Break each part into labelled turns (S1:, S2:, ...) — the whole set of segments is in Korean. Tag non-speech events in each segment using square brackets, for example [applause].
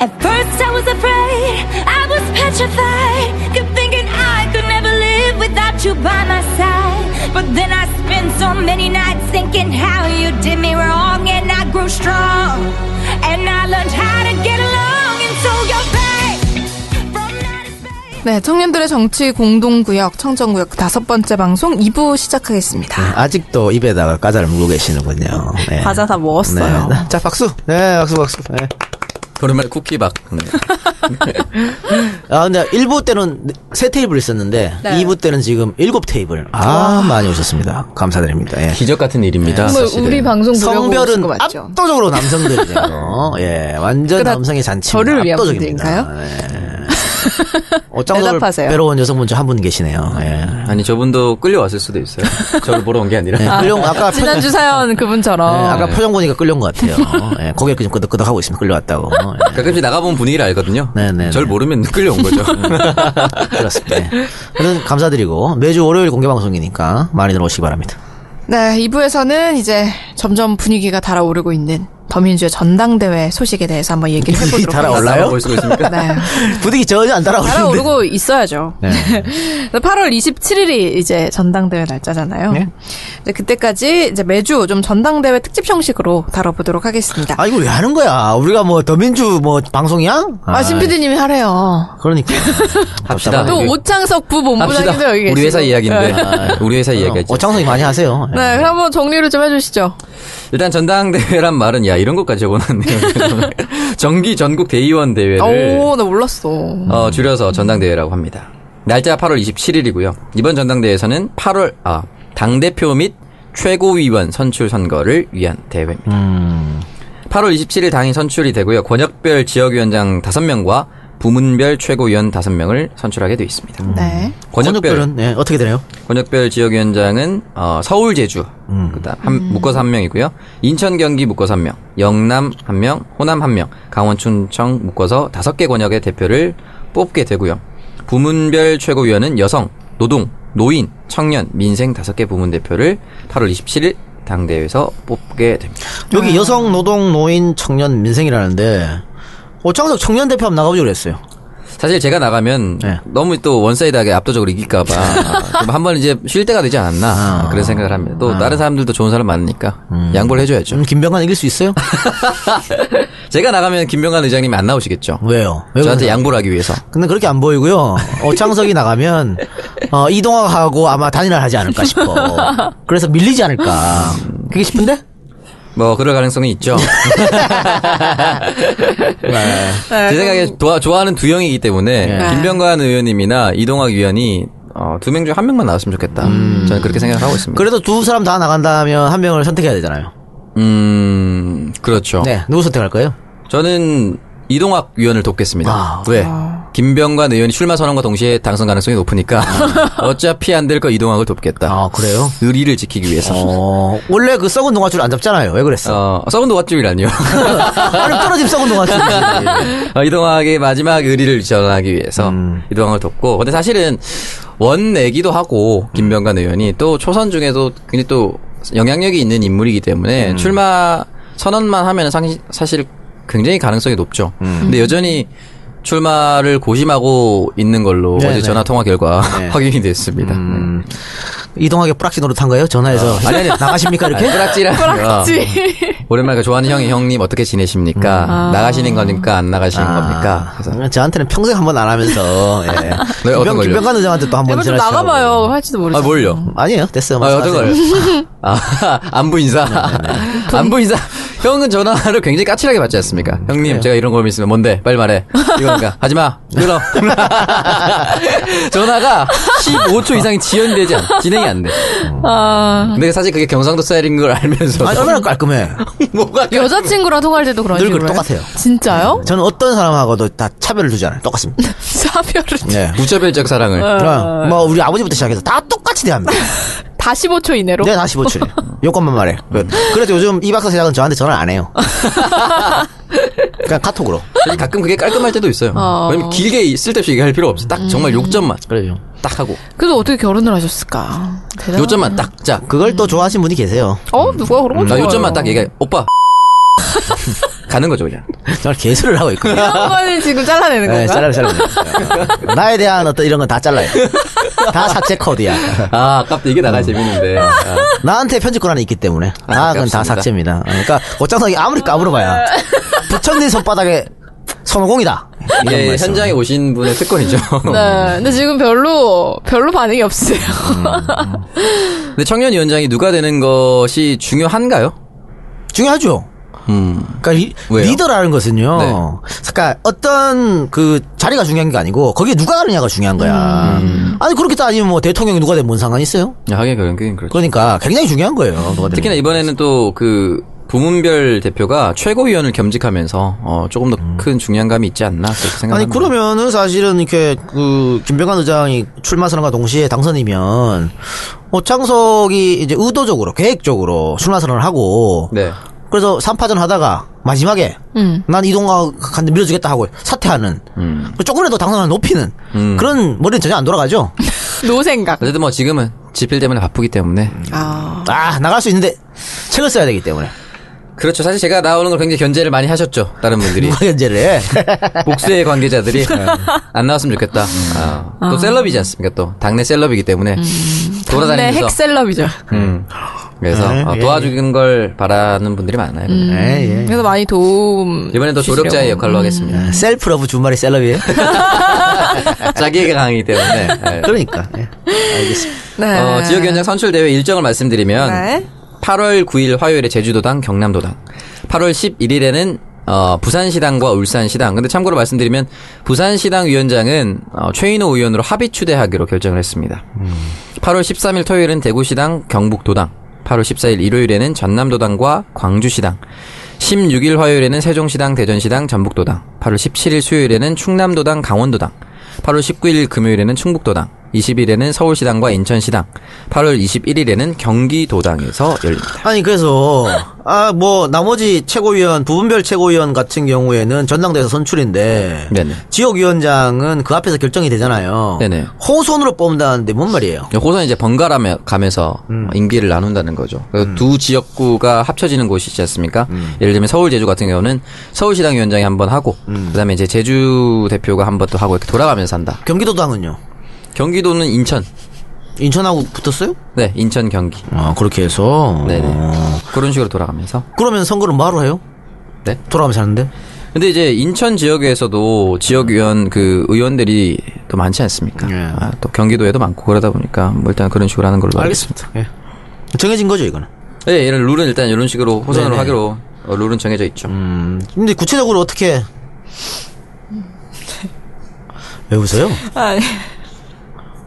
S1: At first I was afraid, I was petrified, kept thinking I could never live without you by my side. But then I spent so many nights thinking how you did me wrong, and I grew strong, and I learned how to get along, and so you're back from outer space.
S2: 네, 청년들의 정치 공동구역 청정구역 그 다섯 번째 방송 2부 시작하겠습니다.
S3: 아직도 입에다가 과자를 물고 계시는군요. 네.
S2: 과자 다 먹었어요.
S3: 네. 자, 박수. 네, 박수, 박수. 네.
S4: 오랜만에 쿠키박. 네.
S3: 아, 근데 1부 때는 세 테이블 있었는데,
S2: 네.
S3: 이 2부 때는 지금 7테이블. 아, 많이 오셨습니다. 감사드립니다. 예.
S4: [laughs] 기적 같은 일입니다.
S2: 정말
S4: 네, 사실은.
S2: 우리 방송 보려고 오신
S3: 성별은
S2: 거 맞죠? [laughs]
S3: 압도적으로 남성들이네요. 예, 완전
S2: 그러나
S3: 남성의 잔치.
S2: 저를 위한
S3: 압도적입니다.
S2: 분들인가요? [laughs]
S3: 네. 어, 짱돌
S2: 대답하세요.
S3: 배러 온 여성분 중 한 분 계시네요. 예.
S4: 아니 저분도 끌려왔을 수도 있어요. 저를 보러 온
S2: [laughs]
S4: 게 아니라.
S3: 네, 끌려온, 아까 표-
S2: 지난주 어. 사연 그분처럼.
S3: 예, 아까 표정 보니까 끌려온 것 같아요. 예, 고개 좀 끄덕끄덕하고 있으면 끌려왔다고. 예.
S4: 가끔씩 나가보면 분위기를 알거든요.
S3: 네, 네,
S4: 절
S3: 네.
S4: 모르면 끌려온 [laughs] 거죠.
S3: 그렇습니다. 예. 하여튼 감사드리고 매주 월요일 공개 방송이니까 많이들 오시기 바랍니다.
S2: 네, 2부에서는 이제 점점 분위기가 달아오르고 있는 더민주의 전당대회 소식에 대해서 한번 얘기를 해보도록 하겠습니다.
S3: 달아올라요?
S4: 볼 수가 있습니까?
S2: 네.
S3: 부득이 전혀 안 따라오는데.
S2: 달아오르고 있어야죠. [laughs]
S3: 네.
S2: 8월 27일이 이제 전당대회 날짜잖아요.
S3: 네.
S2: 이제 그때까지 이제 매주 좀 전당대회 특집 형식으로 다뤄보도록 하겠습니다.
S3: 아 이거 왜 하는 거야? 우리가 뭐 더민주 뭐 방송이야?
S2: 아, 신 PD님이 하래요. [laughs]
S3: 그러니까
S4: 갑시다.
S2: 또
S4: 여기-
S2: 오창석 부본부장님도 음, 여기 계시고.
S4: 아, 우리 회사 이야기인데.
S3: 아,
S4: 우리 회사 이야기죠.
S3: 어창성이 예. 많이 하세요. 예.
S2: 네, 그럼 한번 정리를 좀 해주시죠.
S4: 일단 전당대회란 말은 야 이런 것까지 적어놨네요. [laughs] 정기 전국 대의원 대회를
S2: 오, 나 몰랐어.
S4: 어, 줄여서 전당대회라고 합니다. 날짜 8월 27일이고요. 이번 전당대회에서는 8월 아, 당 대표 및 최고위원 선출 선거를 위한 대회입니다.
S3: 음,
S4: 8월 27일 당이 선출이 되고요. 권역별 지역위원장 5명과 부문별 최고위원 5명을 선출하게 되어 있습니다.
S2: 네.
S4: 권역별
S3: 권역별은 예, 어떻게 되나요?
S4: 권역별 지역위원장은 어, 서울 제주 그다음 한, 묶어서 한 명이고요. 인천 경기 묶어서 한 명, 영남 한 명, 호남 한 명, 강원 춘청 묶어서 다섯 개 권역의 대표를 뽑게 되고요. 부문별 최고위원은 여성, 노동, 노인, 청년, 민생 다섯 개 부문 대표를 8월 27일 당대회에서 뽑게 됩니다.
S2: 음.
S3: 여기 여성, 노동, 노인, 청년, 민생이라는데 오창석 청년 대표 한번 나가보지 그랬어요.
S4: 사실 제가 나가면
S3: 네.
S4: 너무 또 원사이드하게 압도적으로 이길까봐
S3: [laughs]
S4: 한번 이제 쉴 때가 되지
S3: 아.
S4: 않았나 그런 생각을 합니다. 또 다른 사람들도 좋은 사람 많으니까
S3: 음.
S4: 양보를 해줘야죠.
S3: 좀 김병관 이길 수 있어요?
S4: 제가 나가면 김병관 의장님이 안 나오시겠죠.
S3: 왜요? 왜
S4: 저한테
S3: 그러세요?
S4: 양보를 하기 위해서.
S3: 근데 그렇게 안 보이고요. 어, 오창석이 나가면 어, 이동학하고 아마 단일화를 하지 않을까 싶어. 그래서 밀리지 않을까. 그게 싶은데?
S4: 뭐 그럴 가능성이 있죠. 제 생각에 도와- 좋아하는 두 형이기 때문에
S3: 네.
S4: 김병관 의원님이나 이동학 의원이 어, 두 명 중 한 명만 나왔으면 좋겠다.
S3: 음.
S4: 저는 그렇게 생각을 하고 있습니다.
S3: 그래도 두 사람 다 나간다면 한 명을 선택해야 되잖아요.
S4: 음 그렇죠.
S3: 네. 누구 선택할 거예요?
S4: 저는 이동학 의원을 돕겠습니다.
S3: 아.
S4: 왜? 김병관 의원이 출마 선언과 동시에 당선
S3: [laughs]
S4: 가능성이 높으니까 [laughs] 어차피 안 될 거 이동학을 돕겠다.
S3: 아, 그래요?
S4: 의리를 지키기 위해서. 어,
S3: 어, 원래 그 썩은 동아줄 안 잡잖아요. 왜 그랬어?
S4: 썩은 도화줄이라니요.
S3: 아니, 떨어진 썩은 동아줄.
S4: 어, 이동학의 마지막 의리를 전하기 위해서 이동학을 돕고 근데 사실은 원내기도 하고 김병관 의원이 또 초선 중에도 굉장히 또 영향력이 있는 인물이기 때문에 출마 선언만 하면 상, 사실 굉장히 가능성이 높죠. 근데 여전히 출마를 고심하고 있는 걸로
S3: 네,
S4: 어제
S3: 네.
S4: 전화 통화 결과 [laughs] 확인이 됐습니다.
S3: 이동학의 뿌락지 노릇한 거예요? 전화해서.
S4: 어. 아니, 네. 아니.
S3: 나가십니까? 이렇게?
S4: 뿌락지라.
S2: [laughs]
S4: 오랜만에 그 좋아하는 형이 형님 어떻게 지내십니까? 나가시는 겁니까? 안 나가시는 겁니까? 그래서
S3: 아, 저한테는 평생 한 번 안 하면서, 예.
S4: 네, 어떤
S3: 김병-
S4: 걸요?
S3: 김병관 의장한테 또 한
S2: 이거
S3: 번
S2: 좀
S3: 전화
S2: 나가봐요. 할지도 모르죠.
S4: 아 뭘요?
S3: 아니에요. 됐어요.
S4: 아, 어떤
S3: 말씀하세요. 네,
S4: 거요?
S3: [laughs]
S4: 아, 안부 인사. [laughs] 안부 인사. 형은 전화를 굉장히 까칠하게 받지 않습니까? 형님,
S3: 네.
S4: 제가 이런 고민 있으면 뭔데? 빨리 말해.
S3: [laughs]
S4: 이거니까. 하지 마. 끊어. 전화가 15초 이상이 지연되지 않, 진행이 안 돼. 근데 사실 그게 경상도 스타일인 걸 알면서.
S3: 아. [laughs] 아니, 얼마나 깔끔해.
S4: [laughs] 뭐가.
S2: 여자친구랑 통화할 때도 그런
S3: 늘
S2: 식으로 해요?
S3: 똑같아요.
S2: 진짜요?
S3: 저는 어떤 사람하고도 다 차별을 두지 않아요. 똑같습니다.
S4: 네.
S2: [laughs] 사별을
S3: 예.
S4: 무차별적 네, 사랑을.
S3: 어, 뭐 우리 아버지부터 시작해서 다 똑같이 [laughs] 대합니다.
S2: 다 15초 이내로?
S4: 네.
S3: 내가 다시 보충해. 요건만 말해. 그래서 요즘 이 박사 시작은 저한테 전화를 안 [laughs] 해요. 그냥 카톡으로.
S4: 저는 가끔 그게 깔끔할 때도 있어요.
S2: 어.
S4: 왜냐면 길게 쓸데없이 얘기할 필요 없어.
S3: 음.
S4: 딱 정말 요점만.
S3: 그래요.
S4: 딱 하고.
S2: 그래서 어떻게 결혼을 하셨을까?
S3: 음.
S2: 대단.
S4: 요점만 딱. 자. 그,
S3: [laughs] 그걸 또 좋아하시는 분이 계세요.
S2: 어 누가 그런 거
S4: 나
S2: [laughs]
S3: [laughs]
S2: 좋아요?
S4: 요점만 딱 얘기해. 오빠. 가는 거죠 그냥.
S3: 정말 개수를 하고 있거든요.
S2: 이런 거는 지금 잘라내는
S3: 네,
S2: 건가?
S3: 잘라, [laughs] 잘라. 나에 대한 어떤 이런 건 다 잘라요. 다 삭제 코드야.
S4: 아 아깝다 이게
S3: 음.
S4: 나가 재밌는데. 아.
S3: [laughs] 나한테 편집 권한이 있기 때문에 다 그건 다
S4: 아깝습니다.
S3: 삭제입니다. 어, 그러니까 옷장성이 아무리
S4: [laughs]
S3: 까불어봐야 부처님 손바닥에 손오공이다. 이런 말씀.
S4: 이게 예,
S3: 음.
S4: 현장에 오신 분의 특권이죠. [laughs]
S2: 네. 근데 지금 별로 별로 반응이 없으세요.
S4: 음. 근데 청년위원장이 누가 되는 것이 중요한가요?
S3: 중요하죠.
S4: 음.
S3: 그러니까 리,
S4: 왜요?
S3: 리더라는 것은요.
S4: 네.
S3: 그러니까 어떤 그 자리가 중요한 게 아니고 거기에 누가 가느냐가 중요한 거야.
S4: 음.
S3: 아니 그렇게 따지면 뭐 대통령이 누가 되면 뭔 상관이 있어요?
S4: 하긴 그런 그렇죠.
S3: 그러니까 굉장히 중요한 거예요. 누가 되면.
S4: 특히나 이번에는 또 그 부문별 대표가 최고위원을 겸직하면서 어, 조금 더 큰 중량감이 있지 않나 그렇게
S3: 음. 아니
S4: 생각합니다.
S3: 그러면은 사실은 이렇게 그 김병관 의장이 출마선언과 동시에 당선이면 오창석이 이제 의도적으로 계획적으로 출마선언을 하고
S4: 네.
S3: 그래서 3파전 하다가 마지막에
S2: 음.
S3: 난 이동학한테 밀어주겠다 하고 사퇴하는 그
S4: 음.
S3: 조금이라도 당선을 높이는 그런 머리는 전혀 안
S4: [laughs]
S3: 돌아가죠.
S2: [laughs] 노 생각.
S4: 어쨌든 뭐 지금은 지필 때문에 바쁘기 때문에
S2: 아.
S3: 아 나갈 수 있는데 책을 써야 되기 때문에 [laughs]
S4: 그렇죠. 사실 제가 나오는 걸 굉장히 견제를 많이 하셨죠. 다른
S3: [laughs]
S4: 분들이
S3: 누가 견제를 해? 네.
S4: 복수의 관계자들이 안 나왔으면 좋겠다.
S3: 음.
S4: 아, 또 셀럽이지 않습니까? 또 당내 셀럽이기 때문에
S3: 음.
S2: 네,
S4: 돌아다니면서
S2: 핵셀럽이죠.
S4: 음. 그래서
S3: 네,
S4: 어,
S3: 예,
S4: 도와주는 걸 바라는 분들이 많아요.
S2: 음.
S3: 예, 예.
S2: 그래서 많이 도움.
S4: 네. 이번엔 또
S2: 주시려고.
S4: 조력자의 역할로 하겠습니다.
S3: 셀프 러브 준말이 셀럽이에요.
S4: 자기에게 강하기 때문에. 네.
S3: [laughs] 그러니까 예. 알겠습니다.
S2: 네.
S4: 어, 지역위원장 선출대회 일정을 말씀드리면
S2: 네.
S4: 8월 9일 화요일에 제주도당, 경남도당. 8월 11일에는 어, 부산시당과 울산시당. 근데 참고로 말씀드리면 부산시당 위원장은 어, 최인호 의원으로 합의 추대하기로 결정을 했습니다. 8월 13일 토요일은 대구시당, 경북도당. 8월 14일 일요일에는 전남도당과 광주시당. 16일 화요일에는 세종시당, 대전시당, 전북도당. 8월 17일 수요일에는 충남도당, 강원도당. 8월 19일 금요일에는 충북도당. 20일에는 서울시당과 인천시당. 8월 21일에는 경기도당에서 열립니다.
S3: 아니
S4: [laughs]
S3: 그래서 아 뭐 나머지 최고위원 부분별 최고위원 같은 경우에는 전당대회에서 선출인데
S4: 네네.
S3: 지역위원장은 그 앞에서 결정이 되잖아요.
S4: 네네.
S3: 호선으로 뽑는다는데 뭔 말이에요?
S4: 호선 이제 번갈아며 가면서 임기를 나눈다는 거죠. 그래서 두 지역구가 합쳐지는 곳이지 않습니까? 예를 들면 서울 제주 같은 경우는 서울시당 위원장이 한 번 하고, 그다음에 이제 제주 대표가 한 번 또 하고 이렇게 돌아가면서 한다.
S3: 경기도당은요?
S4: 경기도는 인천,
S3: 인천하고 붙었어요?
S4: 네 인천 경기,
S3: 아 그렇게 해서
S4: 네네
S3: 어.
S4: 그런 식으로 돌아가면서.
S3: 그러면 선거를 뭐하러 해요?
S4: 네.
S3: 돌아가면서 하는데?
S4: 근데 이제 인천 지역에서도 지역위원 그 의원들이 또 많지 않습니까?
S3: 예.
S4: 아, 또 경기도에도 많고 그러다 보니까 뭐 일단 그런 식으로 하는 걸로
S3: 알겠습니다. 예. 정해진 거죠 이거는.
S4: 알겠습니다. 네, 이런 룰은 일단 이런 식으로 호선으로
S3: 네네.
S4: 하기로 어, 룰은 정해져 있죠.
S3: 음, 근데 구체적으로 어떻게
S4: 음.
S3: 왜 웃어요?
S2: 아니,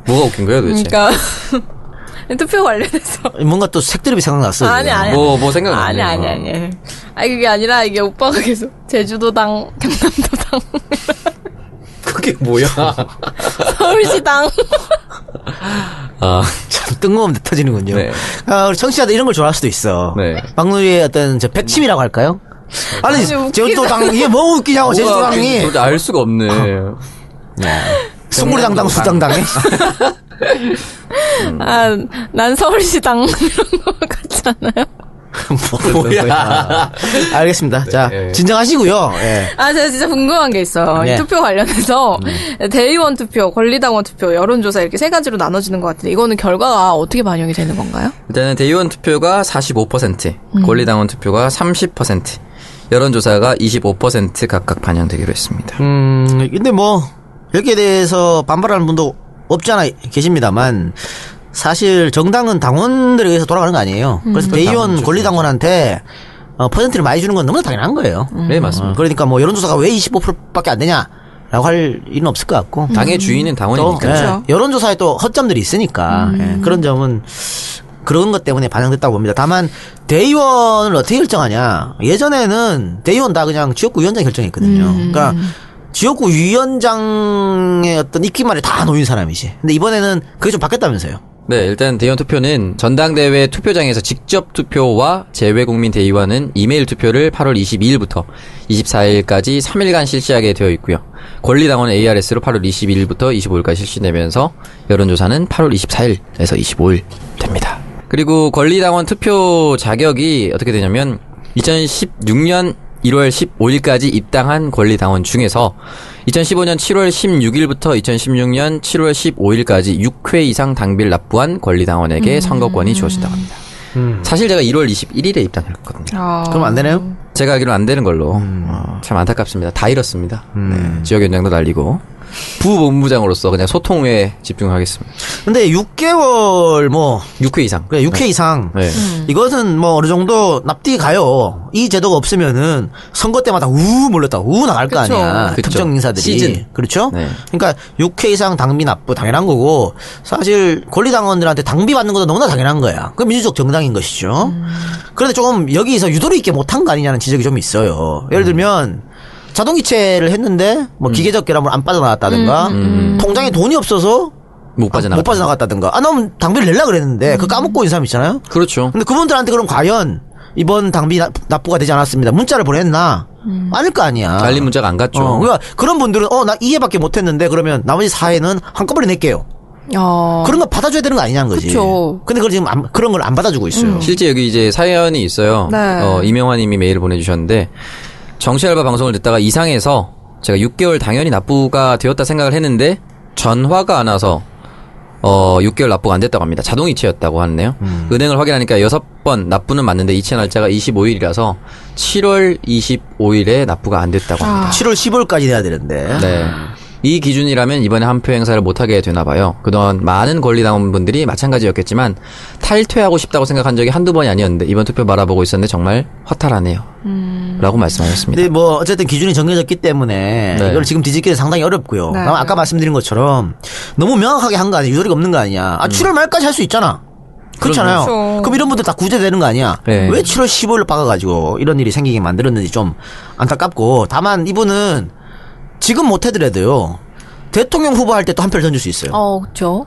S4: 뭐가 웃긴 거예요, 도대체?
S2: 그러니까. [laughs] 투표 관련해서.
S3: 뭔가 또 색드립이 생각났어요.
S2: 아니,
S3: 지금.
S2: 아니.
S4: 뭐, 뭐 생각
S2: 아니, 아니, 아니. 아니, 그게 아니라 이게 오빠가 계속 제주도당, 경남도당,
S4: [laughs]
S2: [laughs]
S4: 그게 뭐야?
S2: 서울시당.
S4: 아,
S3: 참 뜬금없는 데 터지는군요.
S4: 네.
S3: 아, 우리 청취자들 이런 걸 좋아할 수도 있어.
S4: 네.
S3: 박누리의 어떤 저 백침이라고 할까요? 아니,
S2: 아니, 웃기다.
S3: 제주도 당, 이게 뭐 웃기냐고, 제주도
S4: 뭐가
S3: 당이.
S4: 도대체 알 수가 없네.
S3: 송구리당당, 수당당에.
S2: 아, 난 서울시당. [laughs] 이런 거 같잖아요.
S3: 뭐야. [laughs] 알겠습니다. 자,
S4: 네.
S3: 진정하시고요. 예.
S2: 아, 제가 진짜 궁금한 게 있어요.
S3: 네.
S2: 이 투표 관련해서
S4: 음.
S2: 대의원 투표, 권리당원 투표, 여론조사 이렇게 세 가지로 나눠지는 것 같은데 이거는 결과가 어떻게 반영이 되는 건가요?
S4: 일단은 대의원 투표가 45%,
S2: 음.
S4: 권리당원 투표가 30%, 여론조사가 25% 각각 반영되기로 했습니다.
S3: 음, 근데 뭐, 여기에 대해서 반발하는 분도 없지 않아 계십니다만, 사실 정당은 당원들에 의해서 돌아가는 거 아니에요. 그래서 대의원 권리당원한테 어, 퍼센트를 많이 주는 건 너무나 당연한 거예요.
S2: 음.
S4: 네, 맞습니다.
S3: 어, 그러니까 뭐 여론조사가 왜 25%밖에 안 되냐? 라고 할 일은 없을 것 같고.
S4: 당의 주인은
S3: 또,
S4: 당원이니까.
S2: 음. 그렇죠. 음.
S3: 예, 여론조사에 또 허점들이 있으니까. 예, 그런 점은 그런 것 때문에 반영됐다고 봅니다. 다만 대의원을 어떻게 결정하냐. 예전에는 대의원 다 그냥 지역구 위원장이 결정했거든요.
S2: 음.
S3: 그러니까 지역구 위원장의 어떤 입김만에 다 놓인 사람이지. 근데 이번에는 그게 좀 바뀌었다면서요.
S4: 네, 일단 대의원 투표는 전당대회 투표장에서 직접 투표와 재외국민 대의원은 이메일 투표를 8월 22일부터 24일까지 3일간 실시하게 되어 있고요. 권리당원 ARS로 8월 22일부터 25일까지 실시되면서 여론조사는 8월 24일에서 25일 됩니다. 그리고 권리당원 투표 자격이 어떻게 되냐면 2016년 1월 15일까지 입당한 권리당원 중에서 2015년 7월 16일부터 2016년 7월 15일까지 6회 이상 당비를 납부한 권리당원에게 선거권이 주어진다고 합니다.
S3: 음.
S4: 사실 제가 1월 21일에 입당했거든요.
S2: 어,
S3: 그럼 안 되나요?
S4: 제가 알기로 안 되는 걸로
S3: 음.
S4: 어, 참 안타깝습니다. 다 잃었습니다. 네, 지역 연장도 날리고 부본부장으로서 그냥 소통에 집중하겠습니다.
S3: 근데 6개월 뭐
S4: 6회 이상.
S3: 그래 6회 이상
S4: 네.
S2: 음.
S3: 이것은 뭐 어느 정도 납득이 가요. 이 제도가 없으면은 선거 때마다 우 몰렸다 우 나갈 거
S2: 그쵸.
S3: 아니야.
S4: 그쵸.
S3: 특정 인사들이
S4: 시즌.
S3: 그렇죠.
S4: 네.
S3: 그러니까 6회 이상 당비 납부 당연한 거고 사실 권리당원들한테 당비 받는 것도 너무나 당연한 거야. 그 민주적 정당인 것이죠.
S2: 음.
S3: 그런데 조금 여기서 유도리 있게 못한 거 아니냐는 지적이 좀 있어요.
S4: 음.
S3: 예를 들면 자동이체를 했는데 뭐 기계적 결함으로 안
S2: 음.
S3: 빠져나갔다든가 통장에 돈이 없어서
S4: 못
S3: 아,
S4: 빠져나갔다. 음.
S3: 못 빠져나갔다든가. 아, 나면 당비를 낼라 그랬는데 그 까먹고 있는 사람 있잖아요.
S4: 그렇죠.
S3: 근데 그분들한테 그럼 과연 이번 당비 나- 납부가 되지 않았습니다. 문자를 보냈나? 아닐 거 아니야.
S4: 알림 음. 문자가 안 갔죠.
S3: 어, 그러니까 그런 분들은 어 나 이해밖에 못했는데 그러면 나머지 사회는 한꺼번에 낼게요.
S2: 어,
S3: 그런 거 받아줘야 되는 거 아니냐는 거지.
S2: 그쵸.
S3: 근데 그걸 지금 안- 그런 걸 안 받아주고 있어요.
S4: 실제 여기 이제 사연이 있어요.
S2: 네.
S4: 어, 이명환님이 메일 보내주셨는데 정치알바 방송을 듣다가 이상해서 제가 6개월 당연히 납부가 되었다 생각을 했는데 전화가 안 와서 어 6개월 납부가 안 됐다고 합니다. 자동 이체였다고 하네요. 은행을 확인하니까 여섯 번 납부는 맞는데 이체 날짜가 25일이라서 7월 25일에 납부가 안 됐다고 합니다.
S3: 7월 15일까지 내야 되는데.
S4: 네. 이 기준이라면 이번에 한 표 행사를 못하게 되나 봐요. 그동안 많은 권리당원분들이 마찬가지였겠지만 탈퇴하고 싶다고 생각한 적이 한두 번이 아니었는데 이번 투표 바라보고 있었는데 정말 허탈하네요.
S2: 음.
S4: 라고 말씀하셨습니다.
S3: 근데 뭐 어쨌든 기준이 정해졌기 때문에
S4: 네.
S3: 이걸 지금 뒤집기는 상당히 어렵고요.
S2: 네.
S3: 아까 말씀드린 것처럼 너무 명확하게 한 거 아니야. 유도리가 없는 거 아니야. 아 7월 말까지 할 수 있잖아. 그렇잖아요.
S2: 그렇죠.
S3: 그럼 이런 분들 다 구제되는 거 아니야.
S4: 네.
S3: 왜 7월 15일 박아가지고 이런 일이 생기게 만들었는지 좀 안타깝고 다만 이분은 지금 못 해드려도요. 대통령 후보 할 때 또 한 표를 던질 수 있어요.
S2: 어, 그쵸.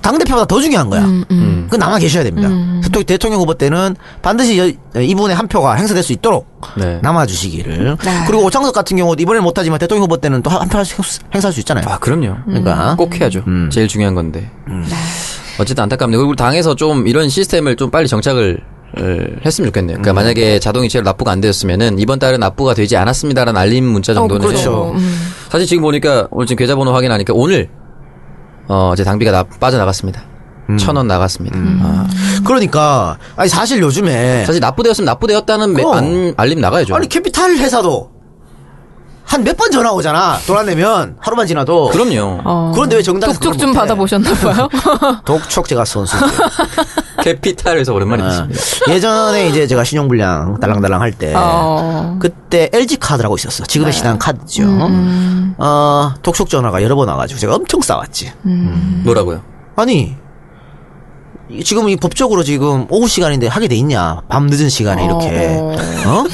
S3: 당대표보다 더 중요한 거야.
S4: 음.
S3: 그건 남아 계셔야 됩니다.
S2: 음.
S3: 또 대통령 후보 때는 반드시 여- 예, 이분의 한 표가 행사될 수 있도록
S4: 네.
S3: 남아주시기를.
S2: 네.
S3: 그리고 오창석 같은 경우도 이번에 못하지만 대통령 후보 때는 또 한 표 행사할 수 있잖아요.
S4: 아,
S2: 음.
S4: 그럼요.
S3: 그러니까.
S4: 꼭 해야죠. 제일 중요한 건데.
S2: 네.
S4: 어쨌든 안타깝네요. 그리고 당에서 좀 이런 시스템을 좀 빨리 정착을 을 했으면 좋겠네요. 그러니까 만약에 자동이체로 납부가 안 되었으면은 이번 달에 납부가 되지 않았습니다라는 알림 문자 정도는
S2: 어, 그렇죠.
S4: 사실 지금 보니까 오늘 지금 계좌번호 확인하니까 오늘 어, 제 당비가 나, 빠져나갔습니다.
S3: 음.
S4: 천 원 나갔습니다. 아,
S3: 그러니까 아니 사실 요즘에
S4: 사실 납부되었으면 납부되었다는 매-
S3: 어.
S4: 안- 알림 나가야죠.
S3: 네. 아니 캐피탈 회사도 한 몇 번 전화 오잖아. 돌아내면 하루만 지나도.
S4: 그럼요.
S2: 어.
S3: 그런데 왜 정당에서
S2: 독촉
S3: 그걸
S2: 좀
S3: 못해? [laughs]
S2: 받아보셨나봐요.
S3: 독촉 제가 선수.
S4: 캐피탈에서 오랜만에
S3: 아.
S4: 듣습니다.
S3: 어. 예전에 이제 제가 신용불량 달랑달랑 할 때
S2: 어. 네.
S3: 그때 LG 카드라고 있었어. 지금의 신한 카드죠.
S2: 음.
S3: 어, 독촉 전화가 여러 번 와가지고 제가 엄청 싸웠지.
S2: 음.
S4: 뭐라고요?
S3: 아니 이- 지금 이 법적으로 지금 오후 시간인데 하게 돼 있냐? 밤 늦은 시간에 이렇게.
S2: 어.
S3: 어?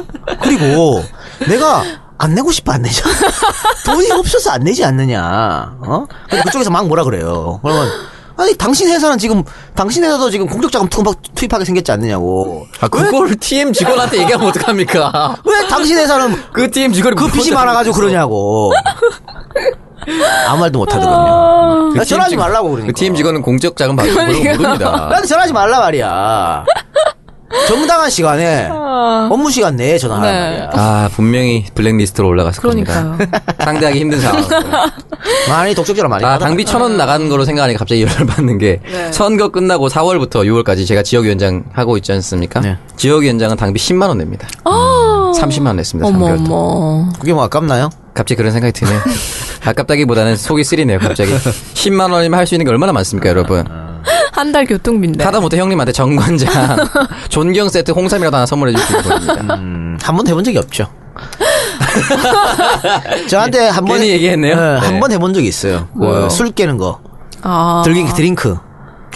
S3: [laughs] 그리고 내가 안 내고 싶어 안 내죠. [laughs] 돈이 없어서 안 내지 않느냐. 어? 근데 그쪽에서 막 뭐라 그래요. 그러면 아니 당신 회사는 지금 당신 회사도 지금 공적 자금 투- 투입하게 생겼지 않느냐고.
S4: 아, 그걸 TM 직원한테 얘기하면 어떡합니까?
S3: [laughs] 왜 당신 회사는
S4: 그 TM 직원이
S3: 그 빚이 많아가지고 그러냐고. 아무 말도 못 하더군요. 나 전화하지 말라고 그러니까.
S4: 그 TM 직원은 공적 자금 받고 그걸
S2: 그러니까.
S4: 모릅니다.
S3: 아. 나한테 전화하지 말라 말이야. 정당한 시간에 업무 시간 내에 전화하란
S2: 아. 네.
S3: 말이야.
S4: 아 분명히 블랙리스트로 올라갔을
S2: 그러니까요.
S3: 네.
S4: 겁니다. 상대하기 힘든 상황.
S3: 많이 독촉적으로 많이.
S4: 아,
S3: 받아봤다.
S4: 당비 천 원 나간 거로 생각하니까 갑자기 [laughs] 열을 받는 게 선거 끝나고 4월부터 6월까지 제가 지역위원장 하고 있지 않습니까?
S3: 네.
S4: 지역위원장은 당비 10만 원 냅니다. 30만 원 냈습니다.
S2: 어머,
S4: 3개월 동안.
S2: 어머.
S3: 그게 뭐 아깝나요?
S4: 갑자기 그런 생각이 드네요. 아깝다기보다는 속이 쓰리네요. 갑자기 10만 원이면 할 수 있는 게 얼마나 많습니까, 여러분?
S2: 한 달 교통비인데.
S4: 하다못해 형님한테 정관장 존경 세트 홍삼이라도 하나 선물해 주시는 겁니다.
S3: 음, 한 번도 해본
S2: [laughs]
S3: 적이 없죠. 저한테 한 번. 예,
S4: 예, 괜히 얘기했네요. 네.
S3: 한 번 해본 적이 있어요. 그
S4: 뭐요?
S3: 술 깨는 거.
S2: 아.
S3: 들기 드링크.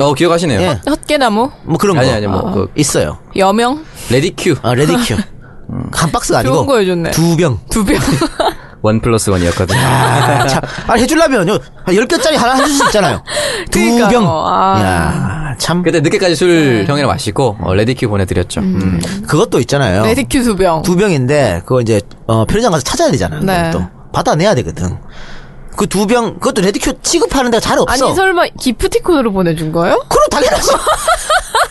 S4: 어 기억하시네요.
S3: 예.
S2: 헛개나무?
S3: 뭐 그런 거.
S4: 아니 아니 뭐 그,
S3: 있어요.
S2: 여명?
S4: 레디큐
S3: 아, 레디큐. 한 박스가
S2: 음.
S3: 아니고.
S2: 좋은 거 해줬네.
S3: 두 병.
S2: 두 병.
S4: 원 플러스 원이었거든요.
S3: 아, 참. 아니, 해주려면요. 한 10개짜리 하나 해줄 수 있잖아요. 두
S2: [laughs] 그러니까요.
S3: 병.
S2: 아.
S3: 야 참.
S4: 그때 늦게까지 술 형이랑 마시고 어, 레디큐 보내드렸죠. 음.
S3: 그것도 있잖아요.
S2: 레디큐 두 병.
S3: 어. 두 병인데 그거 이제 어, 편의점 가서 찾아야 되잖아요.
S2: 네.
S3: 또 받아내야 되거든. 그 두 병 그것도 레디큐 취급하는 데가 잘
S2: 아니,
S3: 없어.
S2: 설마 기프티콘으로 보내준 거예요? [laughs]
S3: 그럼 당연하지.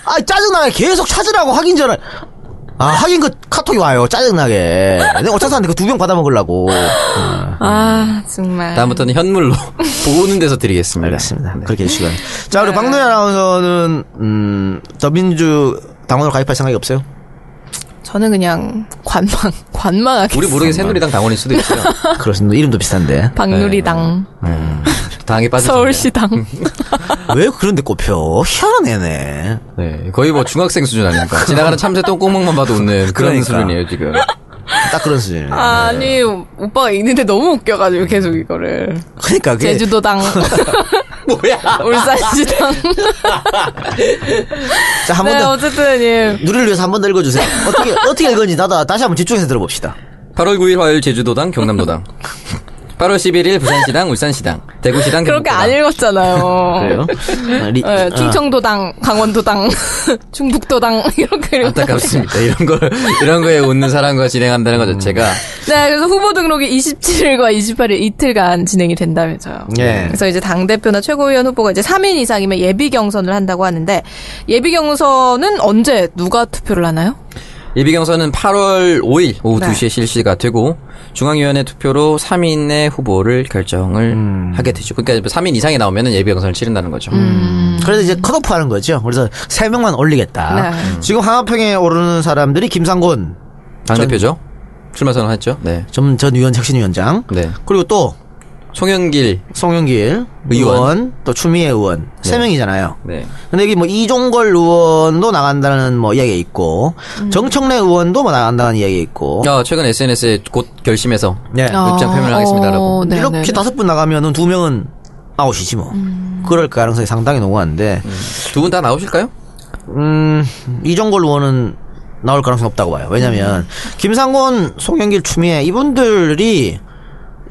S3: 아 짜증나 계속 찾으라고 확인 전화. 아, 하긴 그 카톡이 와요. 짜증나게. 내가 어차피 샀는데 그 두 병 받아 먹으려고. 어,
S2: 아, 정말.
S4: 다음부터는 현물로 보는 데서 드리겠습니다.
S3: 알겠습니다.
S2: 네.
S3: 그렇게 해주시고요. 자, 그리고 박노현 아나운서는, 음, 더민주 당원으로 가입할
S2: [laughs]
S3: 생각이 없어요?
S2: 저는 그냥 관망, 관망 하겠습니다.
S4: 우리 모르게 새누리당 당원일 수도 있어요.
S3: 그렇습니다. 이름도 비슷한데.
S2: 박누리당,
S4: 당에
S3: 네.
S4: 빠져.
S2: 서울시당.
S3: 왜 그런데 꼽혀? 희한한 애네.
S4: 네, 거의 뭐 중학생 수준 아닙니까? 지나가는 참새 똥구멍만 봐도 웃는 그런
S3: 그러니까.
S4: 수준이에요 지금.
S3: 딱 그런 수준이네.
S2: 아니, 오빠가 읽는데 너무 웃겨가지고 계속 이거를.
S3: 그러니까 그게 [laughs]
S2: 제주도당,
S4: 뭐야?
S2: 울산시당.
S3: 자, 한 번
S2: 네,
S3: 더.
S2: 어쨌든, 예.
S3: 누리를 위해서 한 번 더 읽어주세요.
S2: [laughs]
S3: 어떻게, 어떻게 읽었는지 나도 다시 한번 집중해서 들어봅시다.
S4: 8월 9일 화요일 제주도당 경남도당. 8월 11일 부산시당 울산시당 대구시당
S2: 그렇게
S4: 경북도당.
S2: 안 읽었잖아요.
S3: 그래요? 아, 리-
S4: 네.
S2: 예,
S3: 아,
S2: 어. 충청도당, 강원도당, [laughs] 중북도당, [laughs] 이렇게 읽었
S4: 안타깝습니다. 이런 걸 이런 거에 웃는 사람과 진행한다는 것 자체가
S2: 네, 그래서 후보 등록이 27일과 28일 이틀간 진행이 된다면서요. 네,
S3: 예.
S2: 그래서 이제 당대표나 최고위원 후보가 이제 3인 이상이면 예비 경선을 한다고 하는데 예비 경선은 언제 누가 투표를 하나요?
S4: 예비 경선은 8월 5일 오후
S2: 네.
S4: 2시에 실시가 되고 중앙위원회 투표로 3인의 후보를 결정을 하게 되죠. 그러니까 3인 이상이 나오면 예비 경선을 치른다는 거죠.
S3: 그래서 이제 컷오프 하는 거죠. 그래서 세 명만 올리겠다.
S2: 네.
S3: 지금 하나평에 오르는 사람들이 김상곤
S4: 당대표죠. 출마 선언했죠. 네.
S3: 전, 전 의원 혁신위원장.
S4: 네.
S3: 그리고 또
S4: 송영길
S3: 송영길 의원,
S4: 의원.
S3: 또 추미애 의원 세
S4: 네.
S3: 명이잖아요.
S4: 네.
S3: 근데 여기 뭐 이종걸 의원도 나간다는 뭐 이야기가 있고
S2: 음.
S3: 정청래 의원도 뭐 나간다는 이야기가 있고
S2: 어,
S4: 아, 최근 SNS에 곧 결심해서
S3: 네.
S4: 아, 입장 표명을 하겠습니다라고.
S2: 어, 네,
S3: 이렇게
S2: 네, 음. 네.
S3: 다섯 분 나가면은 두 명은 아웃이지 뭐. 그럴 가능성이 상당히 농후한데
S4: 두 분 다 나오실까요?
S3: 음, 이종걸 의원은 나올 가능성이 없다고 봐요. 왜냐면,
S2: 음.
S3: 김상곤, 송영길, 추미애, 이분들이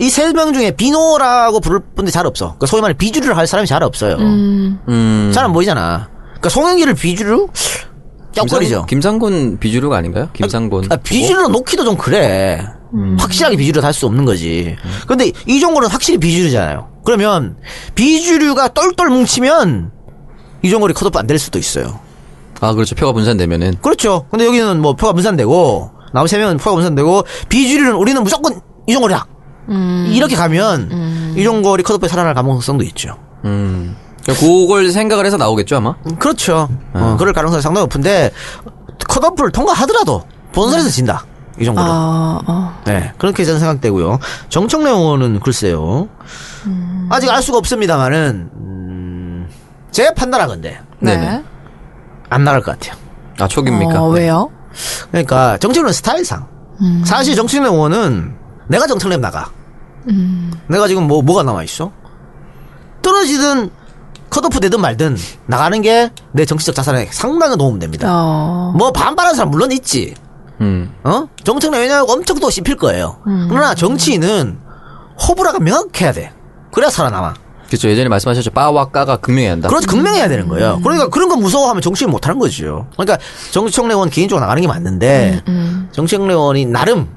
S3: 이 세 명 중에 비노라고 부를 분들이 잘 없어. 그러니까 소위 말해 비주류를 할 사람이 잘 없어요.
S4: 음.
S3: 잘 안 보이잖아. 그러니까 송영길을 비주류? 쩍거리죠.
S4: 김상곤 비주류가 아닌가요? 어? 김상곤.
S3: 아, 비주류로 놓기도 좀 그래. 확실하게 비주류로 할수 없는 거지. 근데 이종걸은 확실히 비주류잖아요. 그러면 비주류가 똘똘 뭉치면 이종걸이 컷오프 안 될 수도 있어요.
S4: 아, 그렇죠. 표가 분산되면은.
S3: 그렇죠. 근데 여기는 뭐 표가 분산되고 나머지 세 명은 표가 분산되고 비주류는 우리는 무조건 이종거리다. 이렇게 가면 이종거리 컷오프에 살아날 가능성도 있죠.
S4: 음. 그걸 생각을 해서 나오겠죠, 아마?
S3: 그렇죠. 어, 그럴 가능성이 상당히 높은데 컷오프를 통과하더라도 본선에서 진다. 이종거리.
S2: 아, 아.
S3: 네. 그렇게 저는 생각되고요. 정청래 의원은 글쎄요. 아직 알 수가 없습니다만은 음, 제 판단하건데
S2: 네.
S4: 네네.
S3: 안 나갈 것 같아요.
S4: 아, 초기입니까?
S2: 어, 왜요?
S3: 그러니까 정치는 스타일상 사실 정치인 의원은 내가 정청래 나가 내가 지금 뭐 뭐가 남아 있어 떨어지든 컷오프 되든 말든 나가는 게 내 정치적 자산에 상당히 도움 됩니다
S2: 어.
S3: 뭐 반발하는 사람 물론 있지
S4: 음.
S3: 어 정청래 왜냐하면 엄청 또 씹힐 거예요 그러나 정치인은 호불호가 명확해야 돼 그래야 살아남아
S4: 그렇죠. 예전에 말씀하셨죠. 바와 까가 극명해야 한다.
S3: 그렇지 극명해야 되는 거예요. 그러니까 그런 거 무서워하면 정치인 못 하는 거죠. 그러니까 정청래 의원 개인적으로 나가는 게 맞는데 정청래 의원이 나름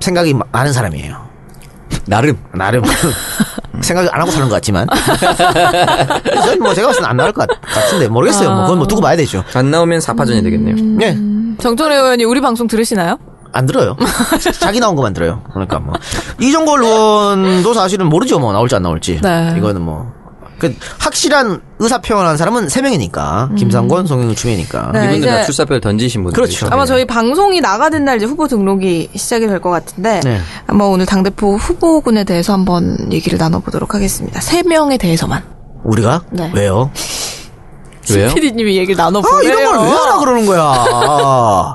S3: 생각이 마- 많은 사람이에요.
S4: 나름.
S3: 나름 생각을 안 하고 사는 것 같지만 저는 뭐 제가 봤을 때 안 나갈 것 같, 같은데 모르겠어요. 뭐 그건 뭐 두고 봐야 되죠.
S4: 안 나오면 사파전이 되겠네요.
S3: 예.
S2: 정철혜 의원이 우리 방송 들으시나요? [laughs]
S3: 안 들어요. 자기 나온 것만 들어요. 그러니까 뭐 이종걸 의원도 사실은 모르죠. 뭐 나올지 안 나올지.
S2: 네.
S3: 이거는 뭐. 그 확실한 의사 표현하는 사람은 세 명이니까 김상권, 송영일, 추미애니까.
S2: 음. 네,
S4: 이분들 다
S2: 이제-
S4: 출사표를 던지신 분들.
S3: 그렇죠.
S2: 아마 저희 방송이 나가는 날 이제 후보 등록이 시작이 될 것 같은데
S3: 네.
S2: 한번 오늘 당대표 후보군에 대해서 한번 얘기를 나눠보도록 하겠습니다. 세 명에 대해서만.
S3: 우리가
S2: 네. 어,
S3: 왜요?
S4: 왜요?
S2: PD님이 얘기를
S3: 아
S2: 나눠보래요.
S3: 이런 걸 왜 하라 그러는 거야?
S2: [laughs]
S3: 아,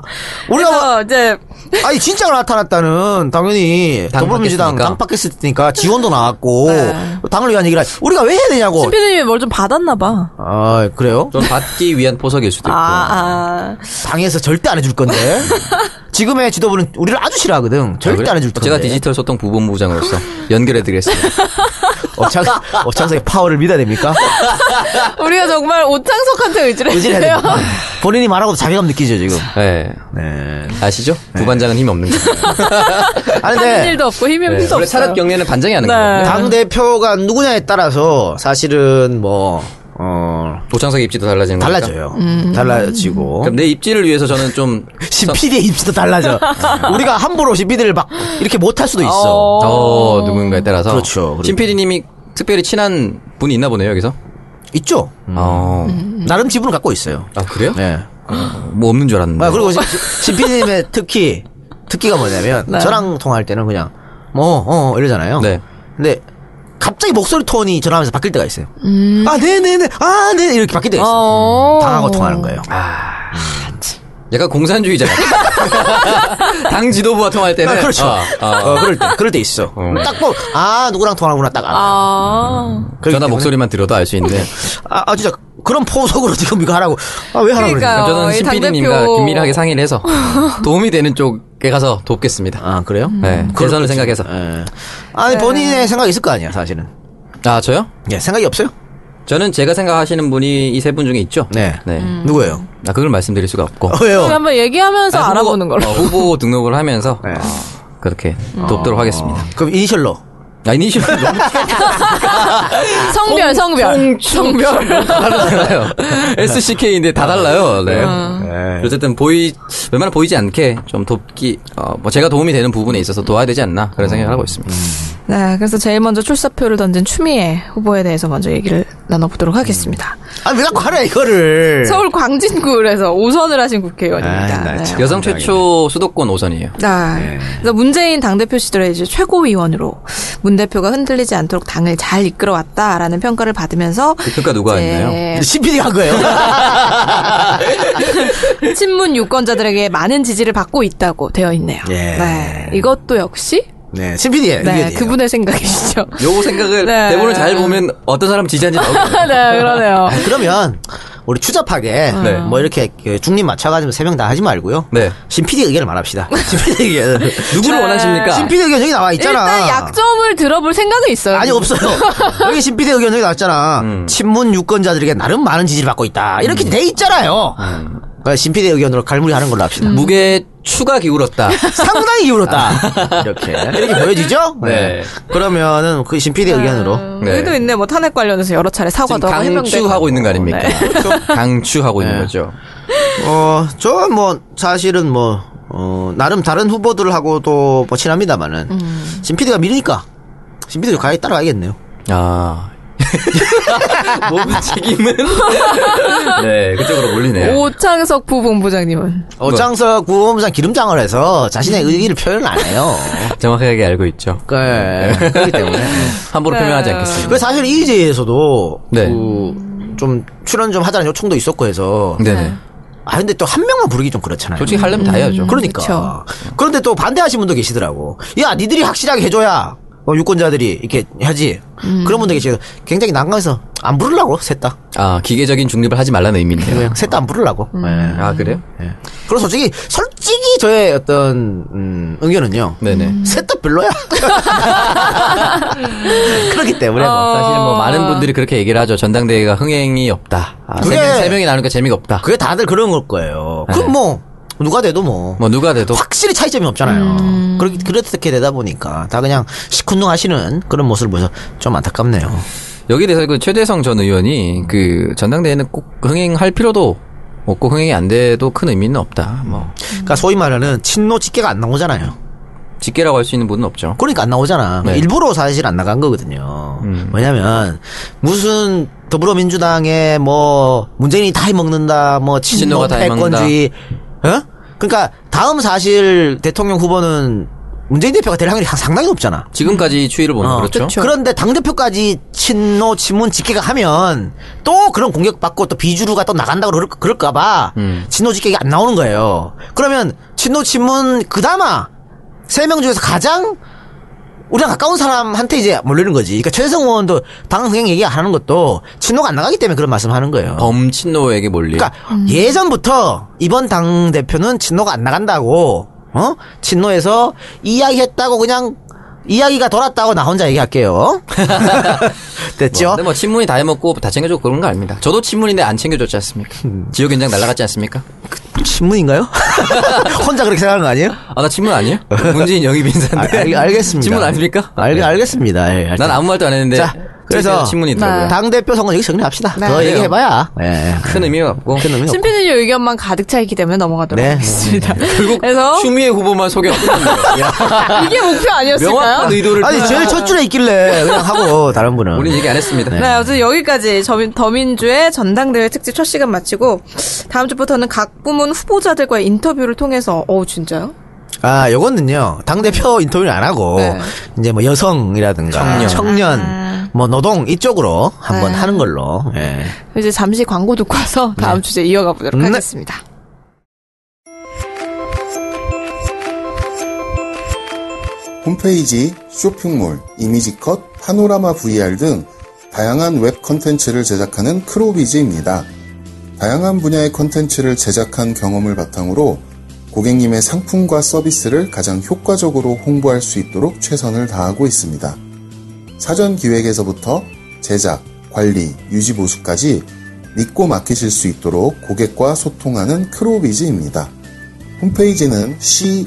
S3: 우리가 뭐-
S2: 그래서 이제
S3: 아니 진짜로 나타났다는 당연히
S4: 당
S3: 더불어민주당
S4: 바뀌었으니까.
S3: 당 바뀌었으니까 지원도 나왔고
S2: 네.
S3: 당을 위한 얘기를 하지. 우리가 왜 해야 되냐고.
S2: 신피디님이 뭘 좀 받았나 봐.
S3: 아 그래요?
S4: 좀 받기 위한 포석일 수도
S2: 아,
S4: 있고.
S2: 아.
S3: 당에서 절대 안 해줄 건데 지금의 지도부는 우리를 아주 싫어하거든. 절대 안 해줄 건데.
S4: 제가 디지털 소통 부본부장으로서 [laughs] 연결해드리겠습니다.
S3: 어창 어창석의 파워를 믿어야 됩니까?
S2: 우리가 정말 오창석한테 의지를
S3: 어. 의지해야
S2: 해요.
S3: 됩니다. 본인이 말하고 자괴감 느끼죠 지금.
S4: 네.
S3: 네.
S4: 아시죠? 부반장은 힘이 없는 거예요.
S3: 아니
S2: 하는
S3: 근데
S2: 일도 없고 힘이
S4: 네.
S2: 없어.
S4: 원래 산업 경례는 반장이 하는
S2: 네.
S4: 거예요.
S3: 당 대표가 누구냐에 따라서 사실은 뭐 어
S4: 도창석의 입지도 달라지는 거니까.
S3: 달라져요. 달라지고
S4: 그럼 내 입지를 위해서 저는 좀
S3: 시 PD의 입지도 달라져. 우리가 함부로 시 PD를 막 이렇게 못 할 수도 있어.
S4: 어, 누군가에 따라서
S3: 그렇죠. 그리고-
S4: 신 PD님이 특별히 친한 분이 있나 보네요 여기서.
S3: 있죠.
S4: 어.
S3: 나름 지분을 갖고 있어요.
S4: 아 그래요?
S3: 예.
S4: 뭐 없는 줄 알았는데.
S3: 아, 그리고 신피님의 특히 특기가 뭐냐면 저랑 통화할 때는 그냥 뭐 어, 어, 이러잖아요.
S4: 네.
S3: 근데 갑자기 목소리 톤이 전화하면서 바뀔 때가 있어요.
S4: 음.
S3: 아, 네네네, 아, 네 이렇게 바뀔 때가 있어요.
S2: 어.
S3: 당하고 통하는 거예요.
S4: 아, 약간 공산주의자 같아. 당 지도부와 통할 때는.
S3: 아, 그렇죠.
S4: 어, 어.
S3: 어, 그럴 때, 그럴 때 있어.
S4: 네.
S3: 딱 보, 아, 누구랑 통하는구나 딱 알아. 어.
S2: 아.
S3: 그렇기
S4: 전화
S3: 때문에-
S4: 목소리만 들어도 알 수 있는데.
S3: 아, 아, 진짜 그런 포석으로 [laughs] 지금 이거 하라고. 아, 왜 하라고
S2: 그러니까요.
S3: 그러지?
S4: 저는
S2: 이
S4: 신PD님과
S2: 당대표-
S4: 긴밀하게 상의를 해서 도움이 되는 쪽에 가서 돕겠습니다.
S3: 아, 그래요?
S4: 네, 대선을 생각해서. 네.
S3: 예. 아니, 본인의 생각이 있을 거 아니야, 사실은.
S4: 아, 저요?
S3: 예, 생각이 없어요?
S4: 저는 제가 생각하시는 분이 이 세 분 중에 있죠?
S3: 네.
S4: 네. 음.
S3: 누구예요? 어,
S4: 아, 그걸 말씀드릴
S3: [laughs]
S4: 수가 없고.
S2: 저희
S3: 왜요?
S2: 한번 얘기하면서
S4: 아,
S2: 알아보는
S4: 후보,
S2: 걸로.
S4: 어, 후보 등록을 하면서
S3: 네.
S4: 어, 그렇게 돕도록 하겠습니다.
S3: 그럼 이니셜로.
S4: 아, 이니셜 너무 [laughs]
S2: 성별, 성별. 성별.
S4: 다르잖아요. SCK인데 다 달라요. 네.
S3: 네.
S4: 어쨌든 보이 웬만하면 보이지 않게 좀 돕기 어, 뭐 제가 도움이 되는 부분에 있어서 도와야 되지 않나 그런 생각을 하고 있습니다.
S2: 네, 그래서 제일 먼저 출사표를 던진 추미애 후보에 대해서 먼저 얘기를 나눠보도록 하겠습니다.
S3: 아, 왜 자꾸 하냐, 이거를.
S2: 서울 광진구에서 5선을 하신 국회의원입니다.
S3: 네. 아, 네. 나
S2: 네.
S3: 참.
S4: 여성 최초 수도권 5선이에요.
S2: 아, 그래서 문재인 당대표 시절에 이제 최고위원으로 문 대표가 흔들리지 않도록 당을 잘 이끌어왔다라는 평가를
S3: [laughs]
S2: 받으면서
S4: 그 평가 누가
S2: 이제
S4: 했나요?
S3: 신PD가
S2: [laughs]
S3: 한 거예요.
S2: 친문 유권자들에게 많은 지지를 받고 있다고 되어 있네요.
S3: 예.
S2: 네, 이것도 역시
S3: 네, 신PD의
S2: 네,
S3: 의견이에요.
S2: 그분의 생각이시죠. [laughs]
S4: 요 생각을
S2: 네.
S4: 대본을 잘 보면 어떤 사람 지지한지 나오거든요.
S2: [laughs] 네, 그러네요.
S3: 아, 그러면, 우리 추잡하게,
S4: 네.
S3: 뭐 이렇게 그 중립 맞춰가지고 세 명 다 하지 말고요.
S4: 네.
S3: 신PD 의견을
S4: [laughs]
S3: 말합시다. 신PD 의견.
S4: 누구를 원하십니까?
S3: 신PD 의견 여기 나와 있잖아.
S2: 일단 약점을 들어볼 생각은 있어요.
S3: 아니 없어요.
S2: [laughs]
S3: 여기 신비대 의견 여기 나왔잖아.
S4: 음.
S3: 친문 유권자들에게 나름 많은 지지를 받고 있다. 이렇게 돼 있잖아요.
S4: 음.
S3: 그러니까 신비대 의견으로 갈무리하는 걸로 합시다.
S2: 음.
S4: 무게 추가 기울었다.
S3: 상당히
S4: 아.
S3: 기울었다. 이렇게 이렇게 보여지죠?
S4: 네.
S3: 그러면은 그 신비대 의견으로.
S4: 네.
S2: 여기도 있네. 뭐 탄핵 관련해서 여러 차례
S4: 지금
S2: 사과도 하고 어, 해명되고.
S4: 강추하고 있는 거 아닙니까?
S2: 네.
S4: [laughs] 강추하고 있는
S3: 네.
S4: 거죠.
S3: 어, 저 뭐 사실은 뭐 어, 나름 다른 후보들하고도 뭐 친합니다만은 신피디가 미리니까 신피디도 가히 따라가야겠네요.
S4: 아. [laughs] 몸 책임은 네 그쪽으로 몰리네요.
S2: 오창석 부본부장님은
S3: 어장석 구호무장 기름장을 해서 자신의 의기를 표현을 안 해요.
S4: 정확하게 알고 있죠.
S3: 음. [laughs] 네. 그렇기 때문에.
S4: 함부로
S2: 네.
S4: 표현하지 않겠습니다.
S3: 그 사실 이제에서도
S4: 네.
S3: 그좀 출연 좀 하자는 요청도 있었고 해서
S4: 네네.
S3: 아 근데 또 한 명만 부르기 좀 그렇잖아요.
S4: 솔직히 하려면 다 해야죠.
S3: 그러니까. 그런데또 반대하신 분도 계시더라고. 야 니들이 확실하게 해줘야 어, 유권자들이 이렇게 하지. 그런 분들 계시고 굉장히 난감해서 안 부르려고 셋다
S4: 아 기계적인 중립을 하지 말라는 의미인데요.
S3: 그냥 셋다 안 부르려고. 예.
S4: 아 그래요?
S3: 예. 그리고 솔직히 솔직히 저의 어떤 음, 의견은요.
S4: 네네.
S3: 셋 다 [laughs] 별로야. 그렇기 때문에 뭐.
S4: 사실 뭐 많은 분들이 그렇게 얘기를 하죠. 전당대회가 흥행이 없다. 아, 세,
S3: 그래.
S4: 명, 세 명이 나누니까 재미가 없다.
S3: 그게 다들 그런 걸 거예요.
S4: 네.
S3: 그럼 뭐 누가 돼도 뭐.
S4: 뭐 누가 돼도
S3: 확실히 차이점이 없잖아요. 그렇게 그렇게 되다 보니까 다 그냥 시큰둥하시는 그런 모습을 보여서 좀 안타깝네요.
S4: 여기 에 대해서 그 최대성 전 의원이 그 전당대회는 꼭 흥행할 필요도 없고 흥행이 안 돼도 큰 의미는 없다. 뭐
S3: 그러니까 소위 말하는 친노 직계가 안 나오잖아요.
S4: 직계라고 할 수 있는 분은 없죠.
S3: 그러니까 안 나오잖아.
S4: 네. 음.
S3: 일부러 사실 안 나간 거거든요. 왜냐면 무슨 더불어민주당에 뭐 문재인이 다 해먹는다, 뭐 친노
S4: 친노가 다
S3: 패권주의, 어? 그러니까 다음 사실 대통령 후보는 문재인 대표가 될 확률이 상당히 높잖아.
S4: 지금까지 추이를
S3: 어.
S4: 보면 그렇죠.
S3: 런데 당대표까지 친노 친문 직계가 하면 또 그런 공격받고 또 비주류가 또 나간다고 그럴, 그럴까봐
S4: 음.
S3: 친노 직계가 안 나오는 거예요. 그러면 친노 친문 그나마 세 명 중에서 가장 우리랑 가까운 사람한테 이제 몰리는 거지. 그러니까 최재성 의원도 당 흥행 얘기 안 하는 것도 친노가 안 나가기 때문에 그런 말씀 하는
S4: 어,
S3: 거예요.
S4: 범친노에게 뭐, 몰리.
S3: 그러니까
S4: 음.
S3: 예전부터 이번 당 대표는 친노가 안 나간다고 어 친노에서 이야기했다고 그냥 이야기가 돌았다고 나 혼자 얘기할게요. [laughs] 됐죠?
S4: 근데 뭐 친문이 다 해먹고 다 챙겨주고 그런 거 아닙니다. 저도 친문인데 안 챙겨줬지 않습니까?
S3: 음.
S4: 지역연장 날라갔지 않습니까?
S3: 신문인가요? [laughs] 혼자 그렇게 생각하는 거 아니에요? 네,
S4: 아 나
S3: [laughs]
S4: 친문 아니에요? 문재인 영입 인사인데.
S3: 알, 겠습니다
S4: 친문 아, 아닙니까?
S3: 알,
S4: 네.
S3: 알겠습니다. 예,
S4: 난 아무 말도 안 했는데.
S3: 자 그래서
S4: 신문이 있더라고요.
S2: 네.
S3: 당 대표 선거 얘기 정리합시다.
S2: 네.
S3: 더
S4: 그래요.
S3: 얘기해봐야 네. 예.
S4: 큰 의미가 없고
S3: 큰 의미 없고.
S2: 심피디님 의견만 가득 차 있기 때문에 넘어가도록
S3: 네.
S2: 하겠습니다.
S4: 결국
S2: 그래서
S4: 추미애 후보만 소개
S2: [laughs] 이게 목표 아니었을까요?
S4: 명확한 의도를
S3: 아니 제일 첫 줄에 있길래 그냥
S4: [laughs]
S3: 하고 다른 분은
S4: 우린 얘기 안 했습니다.
S2: 네, 어쨌든 여기까지 저민- 더민주의 전당대회 특집 첫 시간 마치고 다음 주부터는 각 부문 후보자들과의 인터뷰를 통해서 어우 진짜요?
S3: 아, 요거는요. 당대표 인터뷰를 안 하고,
S2: 네. 아.
S3: 이제 뭐 여성이라든가, 청년, 뭐 노동 이쪽으로 한번
S2: 네.
S3: 하는 걸로, 예.
S2: 이제 잠시 광고 듣고 와서 다음 주제 이어가 보도록
S3: 네.
S2: 하겠습니다.
S5: 홈페이지, 쇼핑몰, 이미지컷, 파노라마 VR 등 다양한 웹 컨텐츠를 제작하는 크로비즈입니다. 다양한 분야의 컨텐츠를 제작한 경험을 바탕으로 고객님의 상품과 서비스를 가장 효과적으로 홍보할 수 있도록 최선을 다하고 있습니다. 사전 기획에서부터 제작, 관리, 유지 보수까지 믿고 맡기실 수 있도록 고객과 소통하는 크로비즈입니다. 홈페이지는 crowiz.co.kr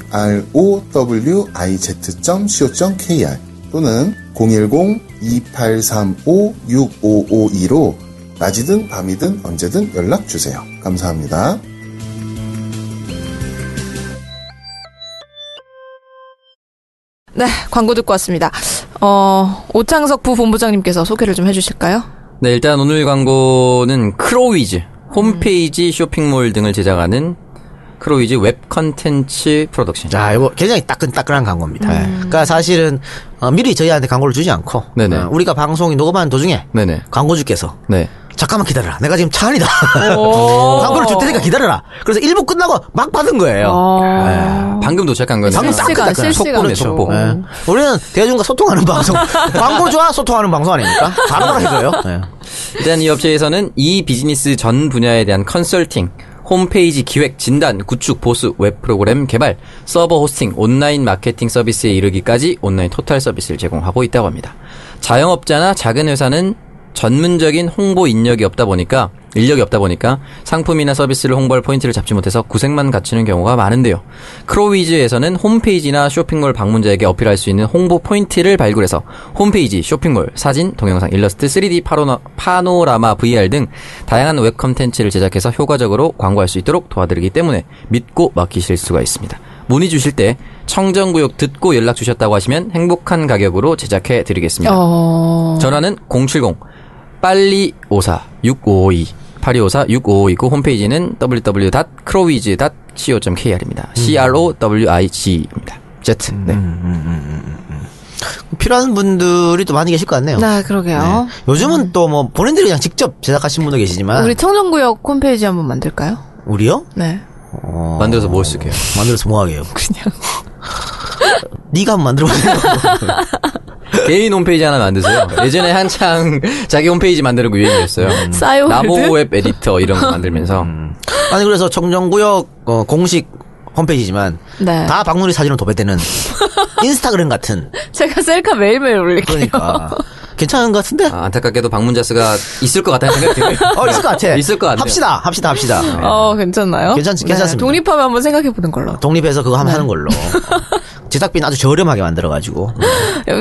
S5: 또는 010-2835-6552로 낮이든 밤이든 언제든 연락주세요. 감사합니다.
S2: 네, 광고 듣고 왔습니다. 어, 오창석 부 본부장님께서 소개를 좀 해주실까요?
S4: 네, 일단 오늘 광고는 크로위즈 홈페이지 쇼핑몰 등을 제작하는 크로위즈 웹 컨텐츠 프로덕션.
S3: 자, 이거 굉장히 따끈따끈한 광고입니다.
S2: 음.
S3: 그러니까 사실은, 어, 미리 저희한테 광고를 주지 않고,
S4: 네네.
S3: 어, 우리가 방송이 녹음하는 도중에,
S4: 네네.
S3: 광고주께서,
S4: 네.
S3: 잠깐만 기다려라. 내가 지금 차 안이다. [laughs] 광고를 줄 테니까 기다려라. 그래서 1부 끝나고 막 받은 거예요.
S4: 방금 도착한 거네요.
S3: 방금
S2: 아, 실시간,
S3: 따끈따끈한
S2: 실시간.
S3: 속보네,
S4: 그렇죠.
S3: 속보. 예. 우리는 대중과 소통하는 [laughs] 방송. 광고주와 소통하는 방송 아닙니까? 바로 해줘요. 예.
S4: 일단 이 업체에서는 이 비즈니스 전 분야에 대한 컨설팅, 홈페이지 기획, 진단, 구축, 보수, 웹 프로그램 개발, 서버 호스팅, 온라인 마케팅 서비스에 이르기까지 온라인 토탈 서비스를 제공하고 있다고 합니다. 자영업자나 작은 회사는 전문적인 홍보 인력이 없다 보니까 인력이 없다 보니까 상품이나 서비스를 홍보할 포인트를 잡지 못해서 구색만 갖추는 경우가 많은데요. 크로위즈에서는 홈페이지나 쇼핑몰 방문자에게 어필할 수 있는 홍보 포인트를 발굴해서 홈페이지, 쇼핑몰, 사진, 동영상, 일러스트, 3D 파로나, 파노라마 VR 등 다양한 웹 컨텐츠를 제작해서 효과적으로 광고할 수 있도록 도와드리기 때문에 믿고 맡기실 수가 있습니다. 문의 주실 때 청정구역 듣고 연락 주셨다고 하시면 행복한 가격으로 제작해 드리겠습니다.
S2: 어,
S4: 전화는 070 빨리 54 6552 8254 6552고 홈페이지는 www.crowiz.co.kr입니다.
S3: 음.
S4: C R O W I G입니다. Z. 네.
S3: 필요한 분들이 또 많이 계실 것 같네요.
S2: 네, 그러게요.
S3: 어. 네. 요즘은 또 뭐 본인들이 그냥 직접 제작하신 분도 계시지만
S2: 우리 청정구역 홈페이지 한번 만들까요?
S3: 우리요?
S2: 네.
S3: 어,
S4: 만들어서 뭘 쓸게요?
S3: 만들어서 뭐하게요?
S2: 그냥.
S3: [laughs] 네가 한번 만들어보세요.
S4: 개인 홈페이지
S3: [laughs]
S4: 하나 만드세요. 예전에 한창 자기 홈페이지 만드는 거 유행이었어요.
S3: 음.
S2: 싸요 [laughs]
S4: 나보
S2: 월드?
S4: 웹 에디터 이런 거 만들면서
S3: 아니 그래서 청정구역 어, 공식 홈페이지지만
S2: 네.
S3: 다 박누리 사진으로 도배되는 인스타그램 같은
S2: 제가 셀카 매일매일 올릴게요.
S3: 그러니까 괜찮은 것 같은데?
S4: 아, 안타깝게도 방문자 수가 있을 것 같다는 생각이 들어요.
S3: 어 있을 것 같아.
S4: 있을 것 같네요.
S3: 합시다, 합시다, 합시다.
S2: 어, 괜찮나요?
S3: 괜찮- 괜찮습니다.
S2: 독립하면 한번 생각해 보는 걸로.
S3: 독립해서 그거 하면 하는 걸로. 제작비는 아주 저렴하게 만들어가지고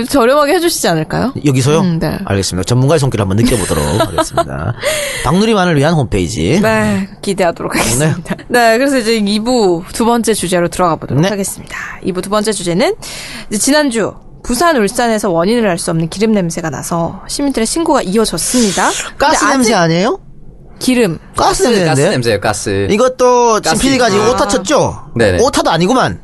S2: 저렴하게 해주시지 않을까요?
S3: 여기서요.
S2: 음, 네.
S3: 알겠습니다. 전문가의 손길을 한번
S2: [laughs]
S3: 느껴보도록 하겠습니다. 박누리만을 위한 홈페이지.
S2: 네, 기대하도록 하겠습니다. [laughs] 네. 그래서 이제 2부 두 번째 주제로 들어가 보도록
S3: 네.
S2: 하겠습니다. 2부 두 번째 주제는 이제 지난주 부산 울산에서 원인을 알 수 없는 기름 냄새가 나서 시민들의 신고가 이어졌습니다.
S3: 가스
S2: 근데
S3: 냄새
S2: 아직
S3: 아니에요?
S2: 기름.
S3: 가스
S4: 가스
S3: 냄새인데?
S4: 냄새예요, 가스.
S3: 이것도
S4: 가스
S3: 진필이가 지금
S4: 있구나.
S2: 아.
S3: 오타 쳤죠?
S4: 네네.
S3: 오타도 아니구만.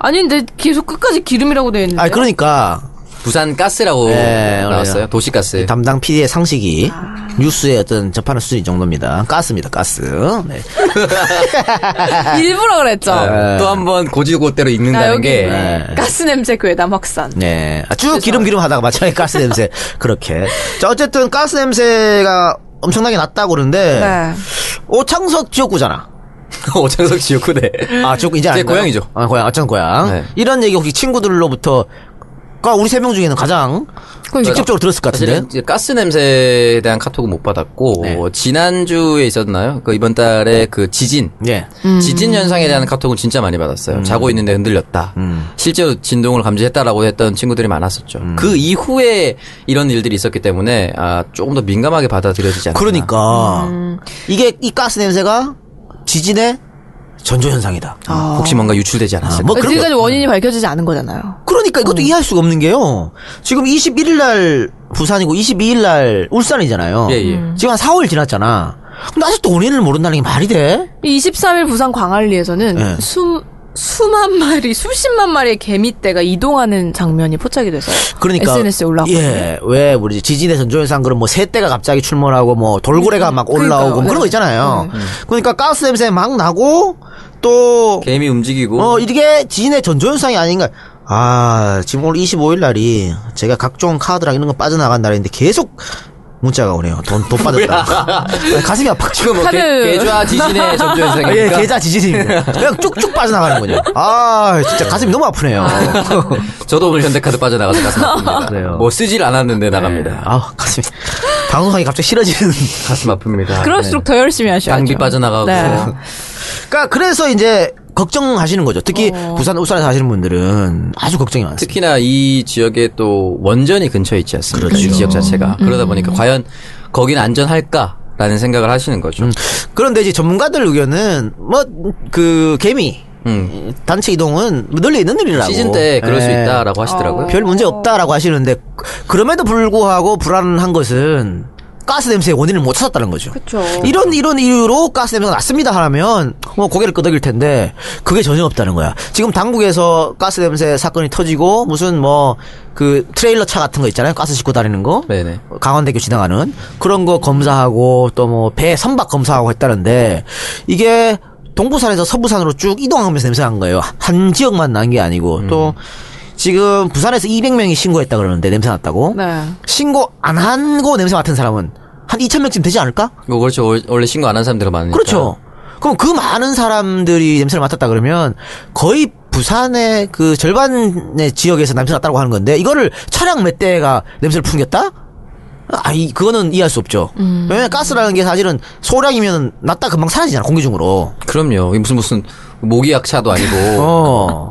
S2: 아니 근데 계속 끝까지 기름이라고 되어 있는데.
S3: 아 그러니까
S4: 부산 가스라고
S3: 네,
S4: 나왔어요.
S3: 그래요.
S4: 도시가스.
S3: 담당 PD의 상식이
S2: 아.
S3: 뉴스에 어떤 접하는 수준 정도입니다. 가스입니다, 가스. 네. 아,
S2: 일부러 그랬죠.
S4: 또 한 번 고지고대로
S2: 아,
S4: 읽는다는
S2: 여기
S4: 게
S2: 있네.
S3: 네.
S2: 가스 냄새 괴담 확산.
S3: 네. 아, 쭉 기름 기름 하다가 마지막에 가스 냄새. 그렇게. 자, 어쨌든 가스 냄새가 엄청나게 났다고 그러는데
S2: 네.
S3: 오창석 지역구잖아.
S4: [laughs] 오창석 지역구대.
S3: 아, 지역구 이제
S4: 제
S3: 아닌가요?
S4: 고향이죠.
S3: 아, 고향, 어쩐 고향.
S4: 네.
S3: 이런 얘기 혹시 친구들로부터 가 우리 세 명 중에는 가장
S2: 그럼 이제
S3: 직접적으로 들었을 것 같은데.
S4: [laughs] 네. 사실은 이제 가스 냄새에 대한 카톡은 못 받았고 어,
S3: 네.
S4: 지난주에 있었나요? 그 이번 달에 그 지진
S3: 예.
S2: 음.
S4: 지진 현상에 대한 카톡은 진짜 많이 받았어요. 자고 있는데 흔들렸다. 실제로 진동을 감지했다라고 했던 친구들이 많았었죠. 그 이후에 이런 일들이 있었기 때문에 아, 조금 더 민감하게 받아들여지지 않나. 음.
S3: 그러니까 이게 이 가스 냄새가 지진의 전조 현상이다.
S2: 아.
S4: 혹시 뭔가 유출되지 않았을까?
S3: 뭐 그런 거-
S2: 지금까지 원인이 밝혀지지 않은 거잖아요.
S3: 그러니까 이것도
S4: 음.
S3: 이해할 수가 없는 게요. 지금 21일 날 부산이고 22일 날 울산이잖아요.
S4: 예, 예. 음.
S3: 지금 한 4월 지났잖아. 근데 아직도 원인을 모른다는 게 말이 돼?
S2: 23일 부산 광안리에서는
S3: 네.
S2: 수, 수만 마리, 수십만 마리의 개미떼가 이동하는 장면이 포착이 돼서
S3: 그러니까
S2: SNS에 올라왔고.
S3: 예, 왜 우리 지진의 전조현상 그런 뭐 새떼가 갑자기 출몰하고 뭐 돌고래가 막
S2: 그러니까요. 예.
S3: 올라오고 뭐
S2: 음.
S3: 그런 거 있잖아요. 그러니까 가스 냄새 막 나고 또
S4: 개미 움직이고
S3: 어, 이게 지인의 전조현상이 아닌가. 아, 지금 오늘 25일 날이 제가 각종 카드랑 이런 거 빠져나간 날인데 계속 문자가 오네요. 돈, 돈 빠졌다. 가슴이 아파가지고.
S4: 지금 뭐 개,
S2: 카드- [laughs]
S4: 계좌 지진의 전조
S3: 아, 예,
S4: 현상이니까
S3: 계좌 지진입니다. 그냥 쭉쭉 빠져나가는 거죠. 아, 진짜 가슴이 너무 아프네요.
S4: [laughs] 저도 오늘 현대카드 빠져나가서 가슴 아픕니다.
S3: [laughs] 그래요.
S4: 뭐 쓰질 않았는데 나갑니다.
S3: 아, 가슴이. 방송하기 갑자기 싫어지는.
S4: 가슴 아픕니다.
S2: 그럴수록
S3: 네.
S2: 더 열심히 하셔야죠.
S4: 당비 빠져나가고
S2: 네.
S3: [laughs] 그러니까 그래서 이제 걱정하시는 거죠. 특히
S4: 어.
S3: 부산, 울산에 사시는 분들은 아주 걱정이 많습니다.
S4: 특히나 이 지역에 또 원전이 근처에 있지 않습니까?
S3: 그렇죠.
S4: 이 지역 자체가
S2: 음.
S4: 그러다 보니까 과연 거긴 안전할까라는 생각을 하시는 거죠.
S3: 음. 그런데 이제 전문가들 의견은 뭐 그 개미
S4: 음.
S3: 단체 이동은 뭐 널리 있는 일이라고
S4: 시즌 때 그럴 수
S3: 예.
S4: 있다라고
S2: 어.
S4: 하시더라고요.
S3: 별 문제 없다라고 하시는데 그럼에도 불구하고 불안한 것은 가스 냄새의 원인을 못 찾았다는 거죠.
S2: 그쵸.
S3: 이런 이런 이유로 가스 냄새가 났습니다 하면 뭐 고개를 끄덕일 텐데 그게 전혀 없다는 거야. 지금 당국에서 가스 냄새 사건이 터지고 무슨 뭐 그 트레일러 차 같은 거 있잖아요. 가스 싣고 다니는 거.
S4: 네네.
S3: 강원대교 지나가는 그런 거 검사하고 또 뭐 배 선박 검사하고 했다는데 이게 동부산에서 서부산으로 쭉 이동하면서 냄새 난 거예요. 한 지역만 난 게 아니고 또 지금 부산에서 200명이 신고했다 그러는데 냄새 났다고.
S2: 네.
S3: 신고 안 한거 냄새 맡은 사람은 한 2,000명쯤 되지 않을까?
S4: 뭐 그렇죠. 월- 원래 신고 안 한 사람들은 많으니까.
S3: 그렇죠. 그럼 그 많은 사람들이 냄새를 맡았다 그러면 거의 부산의 그 절반의 지역에서 냄새 났다고 하는 건데 이거를 차량 몇 대가 냄새를 풍겼다? 아, 이 그거는 이해할 수 없죠. 왜냐면 가스라는 게 사실은 소량이면 났다 금방 사라지잖아 공기 중으로.
S4: 그럼요. 이게 무슨 무슨 모기약차도 아니고
S3: 어.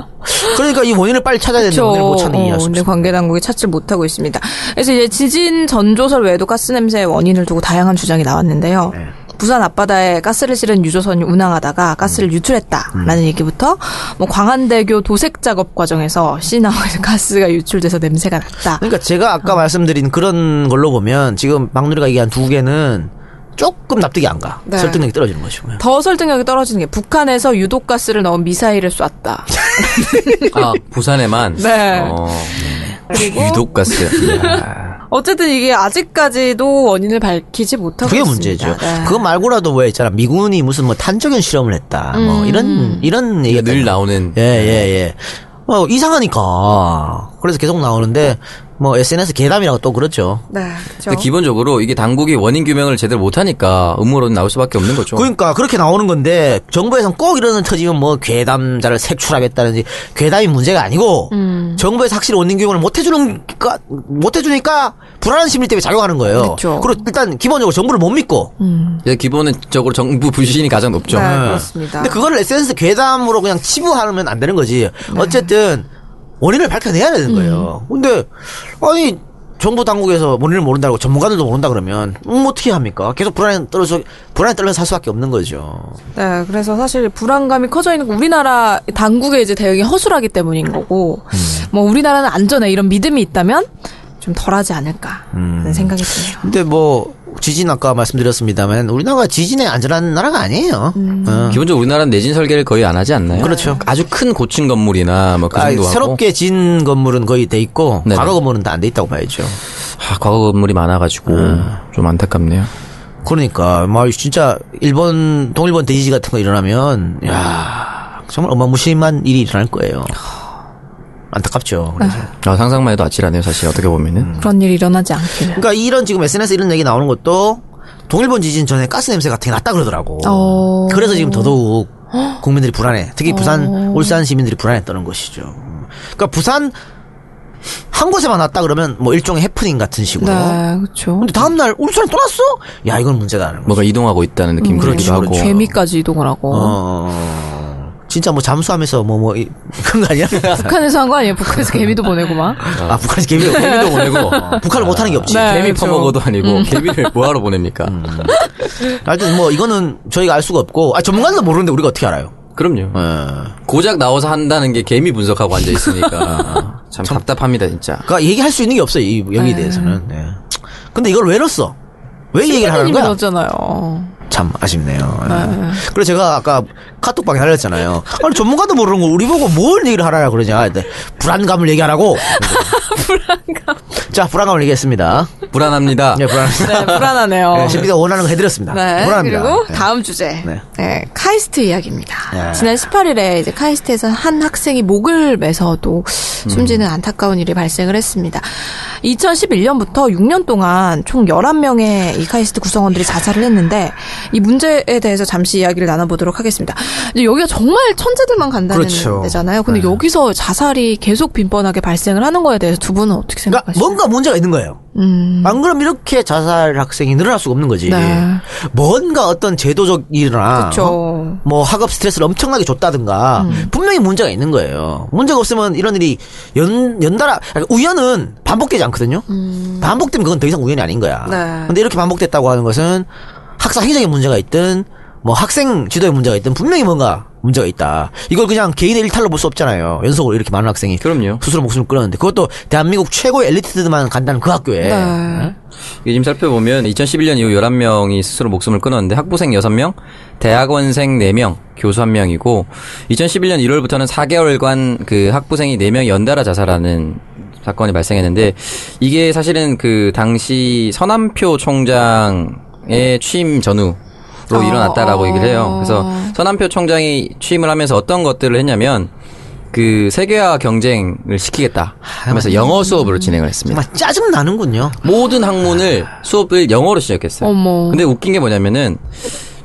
S3: 그러니까 이 원인을 빨리 찾아야 되는데 원인을 못 찾는 게
S2: 어,
S3: 이해할 수
S2: 근데
S3: 없어.
S2: 관계 당국이 찾지 못하고 있습니다. 그래서 이제 지진 전조설 외에도 가스 냄새의 원인을 두고 다양한 주장이 나왔는데요.
S3: 네.
S2: 부산 앞바다에 가스를 실은 유조선이 운항하다가 가스를
S3: 음.
S2: 유출했다라는 얘기부터 뭐 광안대교 도색 작업 과정에서 씨나오는 [laughs] 가스가 유출돼서 냄새가 났다.
S3: 그러니까 제가 아까 말씀드린 그런 걸로 보면 지금 막누리가 얘기한 두 개는 조금 납득이 안 가.
S2: 네.
S3: 설득력이 떨어지는 것이고. 요
S2: 더 설득력이 떨어지는 게 북한에서 유독 가스를 넣은 미사일을 쐈다.
S4: 아 부산에만
S2: 네.
S4: 어, 유독 가스.
S3: 아,
S4: 이야.
S2: 어쨌든 이게 아직까지도 원인을 밝히지 못하고
S3: 그게
S2: 있습니다.
S3: 문제죠.
S2: 네.
S3: 그거 말고라도 왜 있잖아. 미군이 무슨 뭐 탄저균 실험을 했다.
S2: 음.
S3: 뭐 이런 이런 얘기가
S4: 늘 나오는.
S3: 예, 예, 예. 어, 이상하니까. 그래서 계속 나오는데 뭐 SNS 계담이라고 또 그렇죠.
S2: 네, 그렇죠.
S4: 근데 기본적으로 이게 당국이 원인 규명을 제대로 못하니까 음모론 나올 수밖에 없는 거죠.
S3: 그러니까 그렇게 나오는 건데 정부에선 꼭 이러는 터지면 뭐 괴담자를 색출하겠다든지 괴담이 문제가 아니고
S2: 음.
S3: 정부에서 확실히 원인 규명을 못 해주는 까- 못 해주니까 불안한 심리 때문에 작용하는 거예요.
S2: 그쵸. 음.
S3: 리고 일단 기본적으로 정부를 못 믿고
S4: 이제 기본적으로 정부 불신이 가장 높죠.
S2: 네, 그렇습니다.
S3: 어. 근데 그거를 SNS 괴담으로 그냥 치부하면 안 되는 거지.
S2: 네.
S3: 어쨌든 원인을 밝혀내야
S2: 음.
S3: 되는 거예요. 근데 아니 정부 당국에서 원인을 모른다고 전문가들도 모른다 그러면 음, 어떻게 합니까? 계속 불안에 떨어져 불안에 떨면서 살 수밖에 없는 거죠.
S2: 네, 그래서 사실 불안감이 커져 있는 건 우리나라 당국의 이제 대응이 허술하기 때문인 거고,
S3: 음.
S2: 뭐 우리나라는 안전해 이런 믿음이 있다면 좀 덜하지 않을까 하는
S3: 음.
S2: 생각이 드네요.
S3: 근데 뭐 지진 아까 말씀드렸습니다만 우리나라가 지진에 안전한 나라가 아니에요.
S2: 음.
S3: 어.
S4: 기본적으로 우리나라는 내진 설계를 거의 안 하지 않나요?
S3: 그렇죠.
S4: 아주 큰 고층 건물이나 뭐그
S3: 아,
S4: 정도 하고
S3: 새롭게 진 건물은 거의 돼 있고
S4: 네네.
S3: 과거 건물은 다 안 돼 있다고 봐야죠.
S4: 아, 과거 건물이 많아가지고
S3: 음.
S4: 좀 안타깝네요.
S3: 그러니까 막 진짜 일본 동일본 대지지 같은 거 일어나면 야 정말 어마무시한 일이 일어날 거예요. 안타깝죠. 그래서.
S4: 아, 상상만 해도 아찔하네요, 사실 어떻게 보면은.
S3: 음.
S2: 그런 일이 일어나지 않기를.
S3: 그러니까 이런 지금 SNS 이런 얘기 나오는 것도 동일본 지진 전에 가스 냄새 같은 게 났다 그러더라고.
S2: 어.
S3: 그래서 지금 더더욱
S2: 어.
S3: 국민들이 불안해. 특히 부산, 울산 시민들이 불안했다는 것이죠. 음. 그러니까 부산 한 곳에만 났다 그러면 뭐 일종의 해프닝 같은 식으로.
S2: 네, 그렇죠.
S3: 근데 다음날 우리 사람 또 났어? 야, 이건 문제다는 거죠.
S4: 뭔가 이동하고 있다는 느낌
S3: 그렇죠,
S4: 들기도 하고.
S3: 그렇죠.
S2: 개미까지 뭐 이동을 하고
S3: 어, 진짜 뭐 잠수하면서 뭐, 뭐, 이- [laughs] 그런 거 아니야?
S2: 북한에서 한 거 아니에요? 북한에서 개미도 보내고 막.
S3: 아, 북한에서 개미도, [laughs]
S4: 개미도 보내고.
S3: 북한을 못하는 게 없지.
S2: 네.
S4: 개미
S2: 그렇죠.
S4: 퍼먹어도 아니고
S3: 음. [laughs]
S4: 개미를 뭐하러 보냅니까?
S3: 하여튼 뭐, 이거는 저희가 알 수가 없고, 아, 전문가들도 모르는데 우리가 어떻게 알아요?
S4: 그럼요.
S3: 예.
S4: 고작 나와서 한다는 게 개미 분석하고
S3: [laughs]
S4: 앉아 있으니까 참 답답합니다 진짜.
S3: 그러니까 얘기할 수 있는 게 없어요, 이 여기에 대해서는. 네. 근데 이걸 왜 넣었어? 왜 이 얘기를 하는
S2: 선생님이
S3: 거야?
S2: 넣었잖아요.
S3: [laughs] 참 아쉽네요. 예. 그래서 제가 아까 카톡방에 달렸잖아요. 아니 전문가도 모르는 걸 우리 보고 뭘 얘기를 하라 그러냐. 근데 불안감을 얘기하라고. 불안감. 자 불안감을 얘기했습니다.
S4: 불안합니다.
S3: 네 불안합니다.
S2: 네, 불안하네요.
S3: 네, 신비가 원하는 거 해드렸습니다.
S2: 네,
S3: 불안합니다.
S2: 그리고
S3: 네.
S2: 다음 주제.
S3: 네.
S2: 네. 카이스트 이야기입니다.
S3: 네.
S2: 지난 18일에 이제 카이스트에서 한 학생이 목을 매서도
S3: 음.
S2: 숨지는 안타까운 일이 발생을 했습니다. 2011년부터 6년 동안 총 11명의 이 카이스트 구성원들이 자살을 했는데 이 문제에 대해서 잠시 이야기를 나눠보도록 하겠습니다. 이제 여기가 정말 천재들만 간다는
S3: 그렇죠.
S2: 데잖아요. 근데 여기서 자살이 계속 빈번하게 발생을 하는 거에 대해서 두 분은 어떻게
S3: 그러니까
S2: 생각하시나요?
S3: 뭔가 문제가 있는 거예요. 안 그럼 이렇게 자살 학생이 늘어날 수가 없는 거지.
S2: 음. 네.
S3: 뭔가 어떤 제도적이나
S2: 그쵸.
S3: 어? 뭐 학업 스트레스를 엄청나게 줬다든가
S2: 음.
S3: 분명히 문제가 있는 거예요. 문제가 없으면 이런 일이 연 연달아 그러니까 우연은 반복되지 않거든요. 반복되면 그건 더 이상 우연이 아닌 거야.
S2: 음. 네.
S3: 근데 이렇게 반복됐다고 하는 것은 학사 행정의 문제가 있든 뭐 학생 지도의 문제가 있든 분명히 뭔가 문제가 있다. 이걸 그냥 개인의 일탈로 볼 수 없잖아요. 연속으로 이렇게 많은 학생이
S4: 그럼요.
S3: 스스로 목숨을 끊었는데 그것도 대한민국 최고의 엘리트들만 간다는 그 학교에
S2: 네.
S4: 이게 지금 살펴보면 2011년 이후 11명이 스스로 목숨을 끊었는데 학부생 6명, 대학원생 4명, 교수 1명이고 2011년 1월부터는 4개월간 그 학부생이 4명이 연달아 자살하는 사건이 발생했는데 이게 사실은 그 당시 서남표 총장의 취임 전후 로
S2: 어,
S4: 일어났다라고
S2: 어.
S4: 얘기를 해요. 그래서 서남표 총장이 취임을 하면서 어떤 것들을 했냐면 그 세계화 경쟁을 시키겠다 하면서 영어 수업으로 진행을 했습니다.
S3: 정말 짜증 나는군요.
S4: 모든 학문을 수업을 영어로 시작했어요.
S2: 어머.
S4: 근데 웃긴 게 뭐냐면은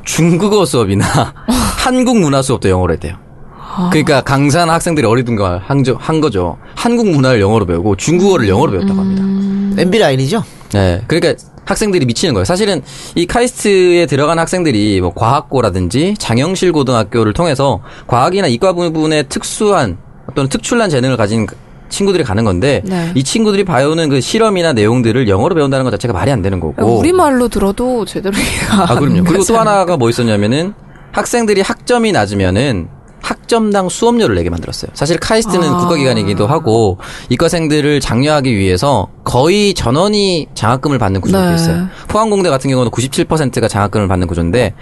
S4: 중국어 수업이나 한국 문화 수업도 영어로 했대요. 그러니까 강사나 학생들이 어리둥가 한, 저- 한 거죠. 한국 문화를 영어로 배우고 중국어를 영어로 배웠다고 합니다.
S2: 음.
S3: MB 라인이죠.
S4: 네. 그러니까 학생들이 미치는 거예요. 사실은 이 카이스트에 들어간 학생들이 뭐 과학고라든지 장영실 고등학교를 통해서 과학이나 이과 부분에 특수한 또는 특출난 재능을 가진 그 친구들이 가는 건데
S2: 네.
S4: 이 친구들이 봐오는 그 실험이나 내용들을 영어로 배운다는 것 자체가 말이 안 되는 거고.
S2: 그러니까 우리말로 들어도 제대로 이해가
S4: 아, 그럼요.
S2: 안
S4: 그리고
S2: 가지
S4: 또 하나가 뭐 있었냐면은 학생들이 학점이 낮으면은 학점당 수업료를 내게 만들었어요. 사실 카이스트는
S2: 아.
S4: 국가기관이기도 하고 이과생들을 장려하기 위해서 거의 전원이 장학금을 받는 구조도
S2: 네.
S4: 있어요. 포항공대 같은 경우는 97%가 장학금을 받는 구조인데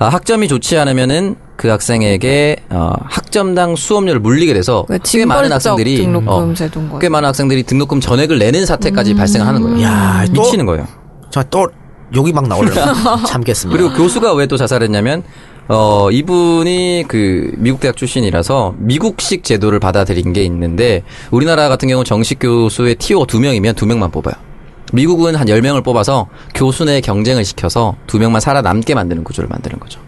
S4: 아, 학점이 좋지 않으면은 그 학생에게 어, 학점당 수업료를 물리게 돼서
S2: 그러니까
S4: 꽤 많은
S2: 징벌적
S4: 학생들이
S2: 등록금
S4: 어,
S2: 제도인 거죠. 음.
S4: 꽤 많은 학생들이 등록금 전액을 내는 사태까지 발생하는 거예요.
S3: 야, 또-
S4: 미치는 거예요.
S3: 정말 또 욕이 막
S2: [laughs]
S3: 나오려고 참겠습니다.
S4: 그리고 교수가 왜 또 자살했냐면 어 이분이 그 미국 대학 출신이라서 미국식 제도를 받아들인 게 있는데 우리나라 같은 경우 정식 교수의 티오가 두 명이면 두 명만 뽑아요. 미국은 한 10명을 뽑아서 교수 내 경쟁을 시켜서 두 명만 살아남게 만드는 구조를 만드는 거죠.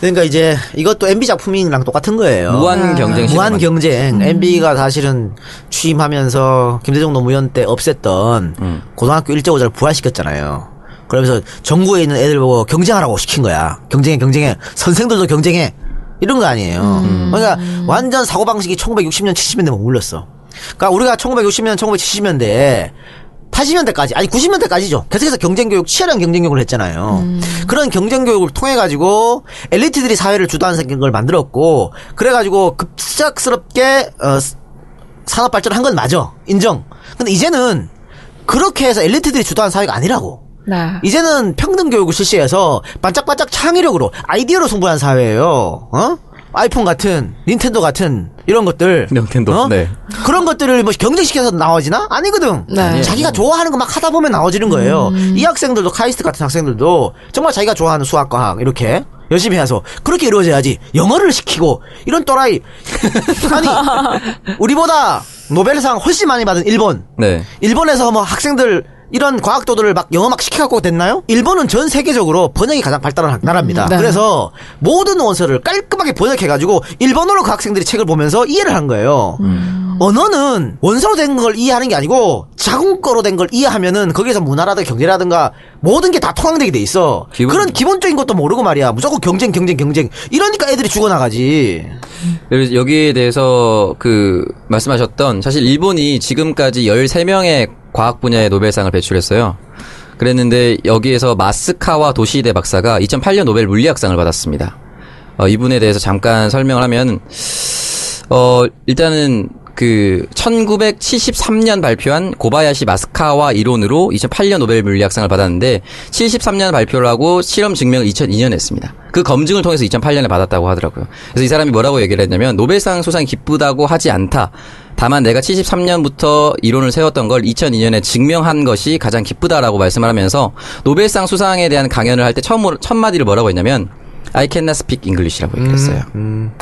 S3: 그러니까 이제 이것도 MB 작품이랑 똑같은 거예요. 음.
S4: 무한 경쟁 음. 시도만.
S3: 아. 무한 경쟁. MB가 사실은 취임하면서 김대중 노무현 때 없앴던
S4: 음.
S3: 고등학교 일제고사를 부활시켰잖아요. 그러면서 전국에 있는 애들 보고 경쟁하라고 시킨 거야. 경쟁해, 경쟁해. 선생들도 경쟁해. 이런 거 아니에요.
S4: 음.
S3: 그러니까 완전 사고방식이 1960년, 70년대 머물렀어. 그러니까 우리가 1960년, 1970년대에 80년대까지 아니 90년대까지죠. 계속해서 경쟁교육 치열한 경쟁교육을 했잖아요. 그런 경쟁교육을 통해 가지고 엘리트들이 사회를 주도하는 생각을 만들었고 그래 가지고 급작스럽게 어, 산업 발전을 한 건 맞아 인정. 근데 이제는 그렇게 해서 엘리트들이 주도한 사회가 아니라고.
S2: 네.
S3: 이제는 평등 교육을 실시해서 반짝반짝 창의력으로 아이디어로 승부하는 사회예요. 어? 아이폰 같은 닌텐도 같은 이런 것들 어?
S4: 닌텐도, 네.
S3: 그런 것들을 뭐 경쟁시켜서 나오지나 아니거든
S2: 네.
S3: 자기가 좋아하는 거 막 하다 보면 나오지는 거예요 이 학생들도 카이스트 같은 학생들도 정말 자기가 좋아하는 수학 과학 이렇게 열심히 해서 그렇게 이루어져야지 영어를 시키고 이런 또라이 [laughs] 아니 우리보다 노벨상 훨씬 많이 받은 일본
S4: 네.
S3: 일본에서 뭐 학생들 이런 과학도들을 막 영어 막 시켜갖고 됐나요? 일본은 전 세계적으로 번역이 가장 발달한 나라입니다.
S2: 네.
S3: 그래서 모든 원서를 깔끔하게 번역해가지고 일본어로 그 학생들이 책을 보면서 이해를 한 거예요. 언어는 원서로 된 걸 이해하는 게 아니고 자국어로 된 걸 이해하면은 거기에서 문화라든가 경제라든가 모든 게 다 통항되게 돼 있어.
S4: 기본-
S3: 그런 기본적인 것도 모르고 말이야. 무조건 경쟁, 경쟁, 경쟁. 이러니까 애들이 죽어나가지.
S4: 네, 그래서 여기에 대해서 그 말씀하셨던 사실 일본이 지금까지 13명의 과학 분야의 노벨상을 배출했어요. 그랬는데 여기에서 마스카와 도시히데 박사가 2008년 노벨 물리학상을 받았습니다. 어, 이분에 대해서 잠깐 설명을 하면 어, 일단은 그 1973년 발표한 고바야시 마스카와 이론으로 2008년 노벨 물리학상을 받았는데 73년 발표를 하고 실험 증명을 2002년 했습니다. 그 검증을 통해서 2008년에 받았다고 하더라고요. 그래서 이 사람이 뭐라고 얘기를 했냐면 노벨상 수상이 기쁘다고 하지 않다. 다만 내가 73년부터 이론을 세웠던 걸 2002년에 증명한 것이 가장 기쁘다라고 말씀을 하면서 노벨상 수상에 대한 강연을 할 때 처음 첫 마디를 뭐라고 했냐면 I cannot speak English라고 얘기를 했어요.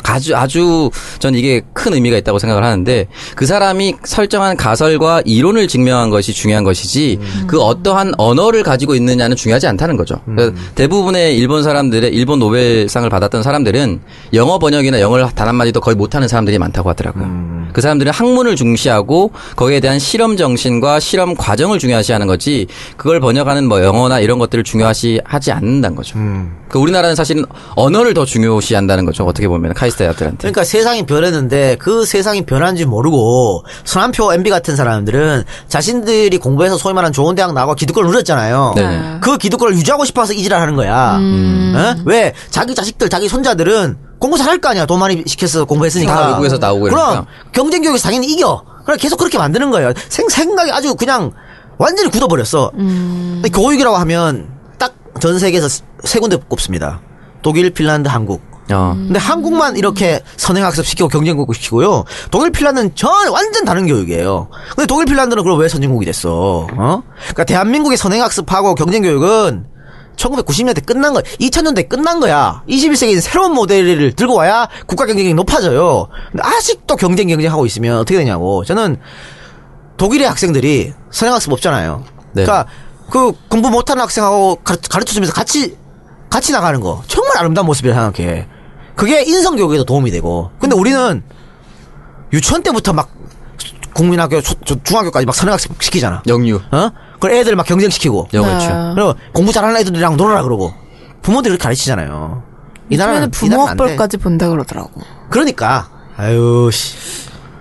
S4: 아주 아주 전 이게 큰 의미가 있다고 생각을 하는데 그 사람이 설정한 가설과 이론을 증명한 것이 중요한 것이지 그 어떠한 언어를 가지고 있느냐는 중요하지 않다는 거죠. 그래서 대부분의 일본 사람들의 일본 노벨상을 받았던 사람들은 영어 번역이나 영어를 단 한마디도 거의 못하는 사람들이 많다고 하더라고요. 그 사람들은 학문을 중시하고 거기에 대한 실험 정신과 실험 과정을 중요시하는 거지 그걸 번역하는 뭐 영어나 이런 것들을 중요시 하지 않는다는 거죠. 그 우리나라는 사실은 언어를 더 중요시한다는 거죠. 어떻게 보면 카이스트들한테.
S3: 그러니까 세상이 변했는데 그 세상이 변한지 모르고 손한표 MB 같은 사람들은 자신들이 공부해서 소위 말하는 좋은 대학 나와 기득권을 누렸잖아요.
S4: 네네. 음.
S3: 그 기득권을 유지하고 싶어서 이질하는 거야. 어? 왜 자기 자식들, 자기 손자들은 공부 잘할 거 아니야. 돈 많이 시켜서 공부했으니까.
S4: 다 외국에서 나오고
S3: 그럼
S4: 이러니까.
S3: 경쟁 교육에서 당연히 이겨. 그럼 계속 그렇게 만드는 거예요. 생, 생각이 아주 그냥 완전히 굳어버렸어. 근데 교육이라고 하면 딱 전 세계에서 세 군데 꼽습니다. 독일, 핀란드, 한국.
S4: 어.
S3: 근데 한국만 이렇게 선행학습 시키고 경쟁국 시키고요. 독일 핀란드는 전 완전 다른 교육이에요. 근데 독일 핀란드는 그럼 왜 선진국이 됐어? 어? 그러니까 대한민국의 선행학습하고 경쟁교육은 1990년대 끝난 거야. 2000년대 끝난 거야. 21세기는 새로운 모델을 들고 와야 국가 경쟁력이 높아져요. 근데 아직도 경쟁 경쟁하고 있으면 어떻게 되냐고. 저는 독일의 학생들이 선행학습 없잖아요.
S4: 네.
S3: 그러니까 그 공부 못하는 학생하고 가르쳐 주면서 같이 같이 나가는 거 정말 아름다운 모습이라 생각해. 그게 인성 교육에도 도움이 되고. 근데 우리는 유치원 때부터 막 국민학교 초- 초- 중학교까지 막 선행학습 시키잖아.
S4: 영유.
S3: 어? 그걸 애들 막 경쟁시키고.
S4: 영어 유치
S3: 그리고 공부 잘하는 애들이랑 놀아라 그러고. 부모들이 그렇게 가르치잖아요.
S2: 요즘에는
S3: 이 나라는 이 나라는 안 돼.
S2: 부모학벌까지 본다 그러더라고.
S3: 그러니까 아유 씨.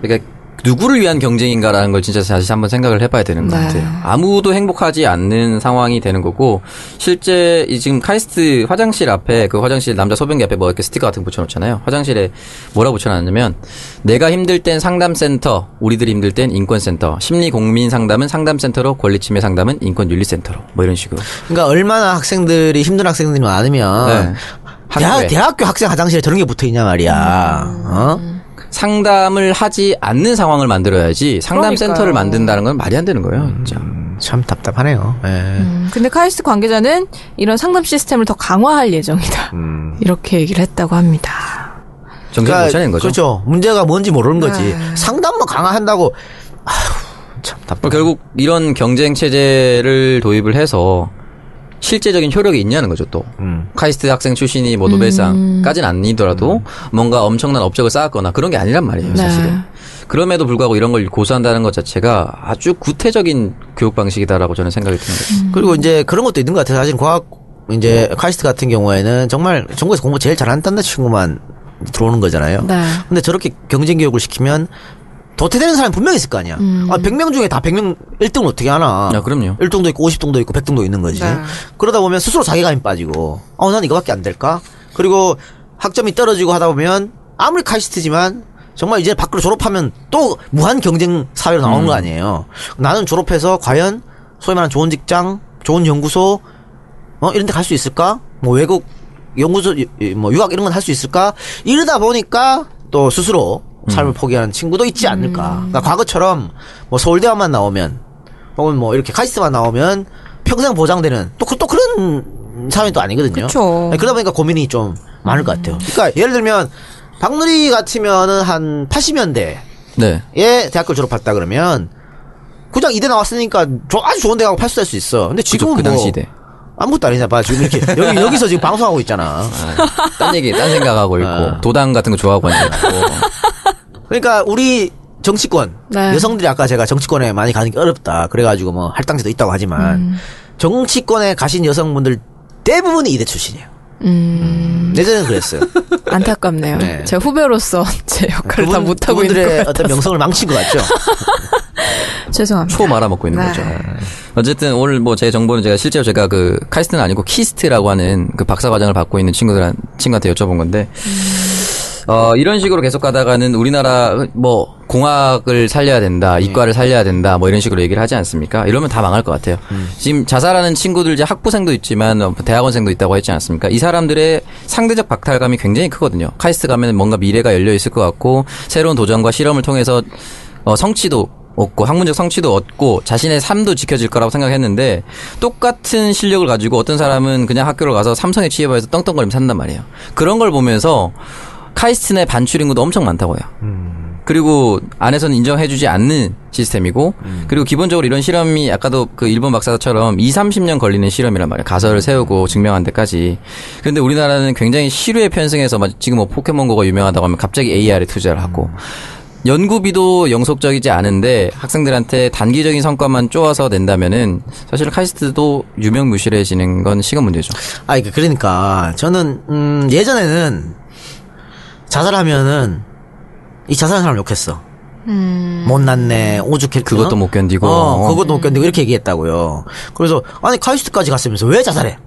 S4: 그러니까 누구를 위한 경쟁인가라는 걸 진짜 다시 한번 생각을 해봐야 되는 것
S2: 네.
S4: 같아요. 아무도 행복하지 않는 상황이 되는 거고 실제 이 지금 카이스트 화장실 앞에 그 화장실 남자 소변기 앞에 뭐 이렇게 스티커 같은 거 붙여놓잖아요. 화장실에 뭐라 붙여놨냐면 내가 힘들 땐 상담센터, 우리들이 힘들 땐 인권센터, 심리 공민 상담은 상담센터로, 권리침해 상담은 인권윤리센터로 뭐 이런 식으로.
S3: 그러니까 얼마나 학생들이 힘든 학생들이 많으면
S4: 네.
S3: 대학,
S4: 학교에.
S3: 대학교 학생 화장실에 저런 게 붙어 있냐 말이야.
S2: 음.
S3: 어?
S4: 상담을 하지 않는 상황을 만들어야지 상담센터를
S2: 그러니까요.
S4: 만든다는 건 말이 안 되는 거예요. 진짜.
S3: 참 답답하네요. 예.
S2: 음, 근데 카이스트 관계자는 이런 상담 시스템을 더 강화할 예정이다. 이렇게 얘기를 했다고 합니다.
S4: 정신 못 차리는 거죠.
S3: 그렇죠. 문제가 뭔지 모르는
S2: 네.
S3: 거지. 상담만 뭐 강화한다고 아휴, 참
S4: 그럼
S3: 답답.
S4: 뭐 결국 이런 경쟁 체제를 도입을 해서 실제적인 효력이 있냐는 거죠 또
S3: 음.
S4: 카이스트 학생 출신이 뭐 노벨상까지는 아니더라도 뭔가 엄청난 업적을 쌓았거나 그런 게 아니란 말이에요
S2: 네.
S4: 사실은 그럼에도 불구하고 이런 걸 고수한다는 것 자체가 아주 구태적인 교육 방식이다라고 저는 생각이 드는 거죠
S3: 그리고 이제 그런 것도 있는 것 같아요. 사실 과학 이제 카이스트 같은 경우에는 정말 전국에서 공부 제일 잘한다는 친구만 들어오는 거잖아요.
S2: 네.
S3: 근데 저렇게 경쟁 교육을 시키면 도태되는 사람이 분명히 있을 거 아니야.
S2: 음.
S3: 아, 100명 중에 다 100명 1등을 어떻게 하나.
S4: 아, 그럼요.
S3: 1등도 있고 50등도 있고 100등도 있는 거지.
S2: 네.
S3: 그러다 보면 스스로 자괴감이 빠지고 어, 난 이거밖에 안 될까? 그리고 학점이 떨어지고 하다 보면 아무리 카이스트지만 정말 이제 밖으로 졸업하면 또 무한 경쟁 사회로 나오는
S4: 음.
S3: 거 아니에요. 나는 졸업해서 과연 소위 말하는 좋은 직장, 좋은 연구소 어 이런 데 갈 수 있을까? 뭐 외국 연구소 유- 유- 뭐 유학 이런 건 할 수 있을까? 이러다 보니까 또 스스로
S4: 음.
S3: 삶을 포기하는 친구도
S2: 음.
S3: 있지 않을까? 그러니까 과거처럼 뭐 서울대학만 나오면 혹은 뭐 이렇게 카이스트만 나오면 평생 보장되는 또, 그- 또 그런 사람이 또 아니거든요.
S2: 그쵸.
S3: 아니, 그러다 보니까 고민이 좀 많을 것 같아요. 그러니까 예를 들면 박누리 같으면은 한 80년대
S4: 네
S3: 예, 대학교 를 졸업했다 그러면 그냥 이대 나왔으니까 조- 아주 좋은 대 가고 팔수될 수 있어. 근데
S4: 그죠
S3: 지금은
S4: 그
S3: 뭐
S4: 당시 대
S3: 아무것도 아니잖아. 봐. 지금 이렇게 여기 여기서 지금 방송하고 있잖아.
S4: 딴 얘기 딴 생각하고
S3: [laughs]
S4: 있고
S3: 아.
S4: 도당 같은 거 좋아하고 앉아있고
S3: 그러니까 우리 정치권
S2: 네.
S3: 여성들이 아까 제가 정치권에 많이 가는 게 어렵다 그래가지고 뭐 할당제도 있다고 하지만
S2: 음.
S3: 정치권에 가신 여성분들 대부분이 이대 출신이에요.
S2: 음.
S3: 음,
S2: [laughs]
S3: 예전에는 그랬어요.
S2: 안타깝네요.
S3: 네.
S2: 제 후배로서 [laughs] 제 역할을 다
S3: 그분-
S2: 못하고 있는
S3: 그분들의
S2: 것 같아서.
S3: 어떤 명성을 망친 것 같죠.
S2: 죄송합니다.
S4: 초 말아먹고 있는
S2: 네.
S4: 거죠. 어쨌든 오늘 뭐 제 정보는 제가 실제로 제가 그 카이스트는 아니고 키스트라고 하는 그 박사 과정을 받고 있는 친구들한 친구한테 여쭤본 건데 어 이런 식으로 계속 가다가는 우리나라 뭐 공학을 살려야 된다, 이과를 살려야 된다, 뭐 이런 식으로 얘기를 하지 않습니까? 이러면 다 망할 것 같아요. 지금 자살하는 친구들 이제 학부생도 있지만 어, 대학원생도 있다고 했지 않습니까? 이 사람들의 상대적 박탈감이 굉장히 크거든요. 카이스트 가면 뭔가 미래가 열려 있을 것 같고 새로운 도전과 실험을 통해서 어, 성취도 얻고 학문적 성취도 얻고 자신의 삶도 지켜질 거라고 생각했는데 똑같은 실력을 가지고 어떤 사람은 그냥 학교를 가서 삼성에 취업해서 떵떵거리며 산단 말이에요. 그런 걸 보면서 카이스트 내 반출 인구도 엄청 많다고 해요. 음. 그리고 안에서는 인정해주지 않는 시스템이고 그리고 기본적으로 이런 실험이 아까도 그 일본 박사처럼 2, 30년 걸리는 실험이란 말이에요. 가설을 세우고 증명한 데까지. 그런데 우리나라는 굉장히 실외 편승해서 막 지금 뭐 포켓몬고가 유명하다고 하면 갑자기 AR에 투자를 하고 연구비도 영속적이지 않은데 학생들한테 단기적인 성과만 쪼아서 낸다면은 사실 카이스트도 유명무실해지는 건 시간 문제죠.
S3: 아, 그러니까, 그러니까 저는 음, 예전에는 자살하면은 이 자살한 사람 욕했어. 못났네, 오죽해.
S4: 그것도 못 견디고.
S3: 어, 그것도 못 견디고 이렇게 얘기했다고요. 그래서 아니 카이스트까지 갔으면서 왜 자살해?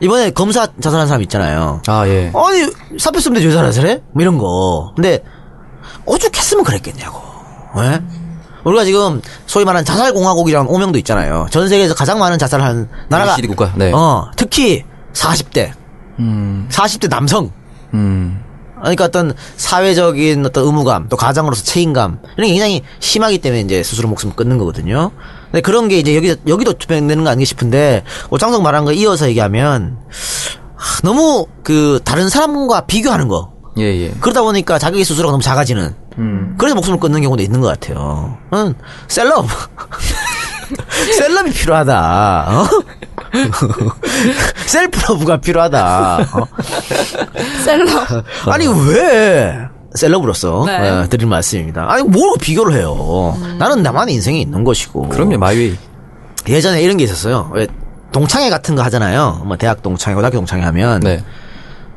S3: 이번에 검사 자살한 사람 있잖아요.
S4: 아 예.
S3: 아니 사표 쓰면 되지 왜 자살해? 뭐 이런 거. 근데 오죽했으면 그랬겠냐고. 예? 우리가 지금 소위 말하는 자살 공화국이라는 오명도 있잖아요. 전 세계에서 가장 많은 자살을 한 나라가
S4: OECD 국가, 네.
S3: 어, 특히 40대. 40대 남성.
S4: 음.
S3: 그러니까 어떤 사회적인 어떤 의무감, 또 가장으로서 책임감 이런 게 굉장히 심하기 때문에 이제 스스로 목숨을 끊는 거거든요. 근데 그런 게 이제 여기 여기도 투명되는 거 아닌가 싶은데 오창석 말한 거 이어서 얘기하면 하, 너무 그 다른 사람과 비교하는 거
S4: 예 예.
S3: 그러다 보니까 자기 스스로가 너무 작아지는
S4: 음.
S3: 그래서 목숨을 끊는 경우도 있는 것 같아요. 응, 셀럽. [laughs] 셀럽이 필요하다. 어? [laughs] 셀프러브가 필요하다. 어?
S2: 셀럽.
S3: 아니 왜 셀럽으로서
S2: 네.
S3: 어, 드릴 말씀입니다. 아니 뭘 비교를 해요. 나는 나만의 인생이 있는 것이고.
S4: 그럼요 마이웨이.
S3: 예전에 이런 게 있었어요. 왜 동창회 같은 거 하잖아요. 뭐 대학 동창회, 고등학교 동창회 하면
S4: 네.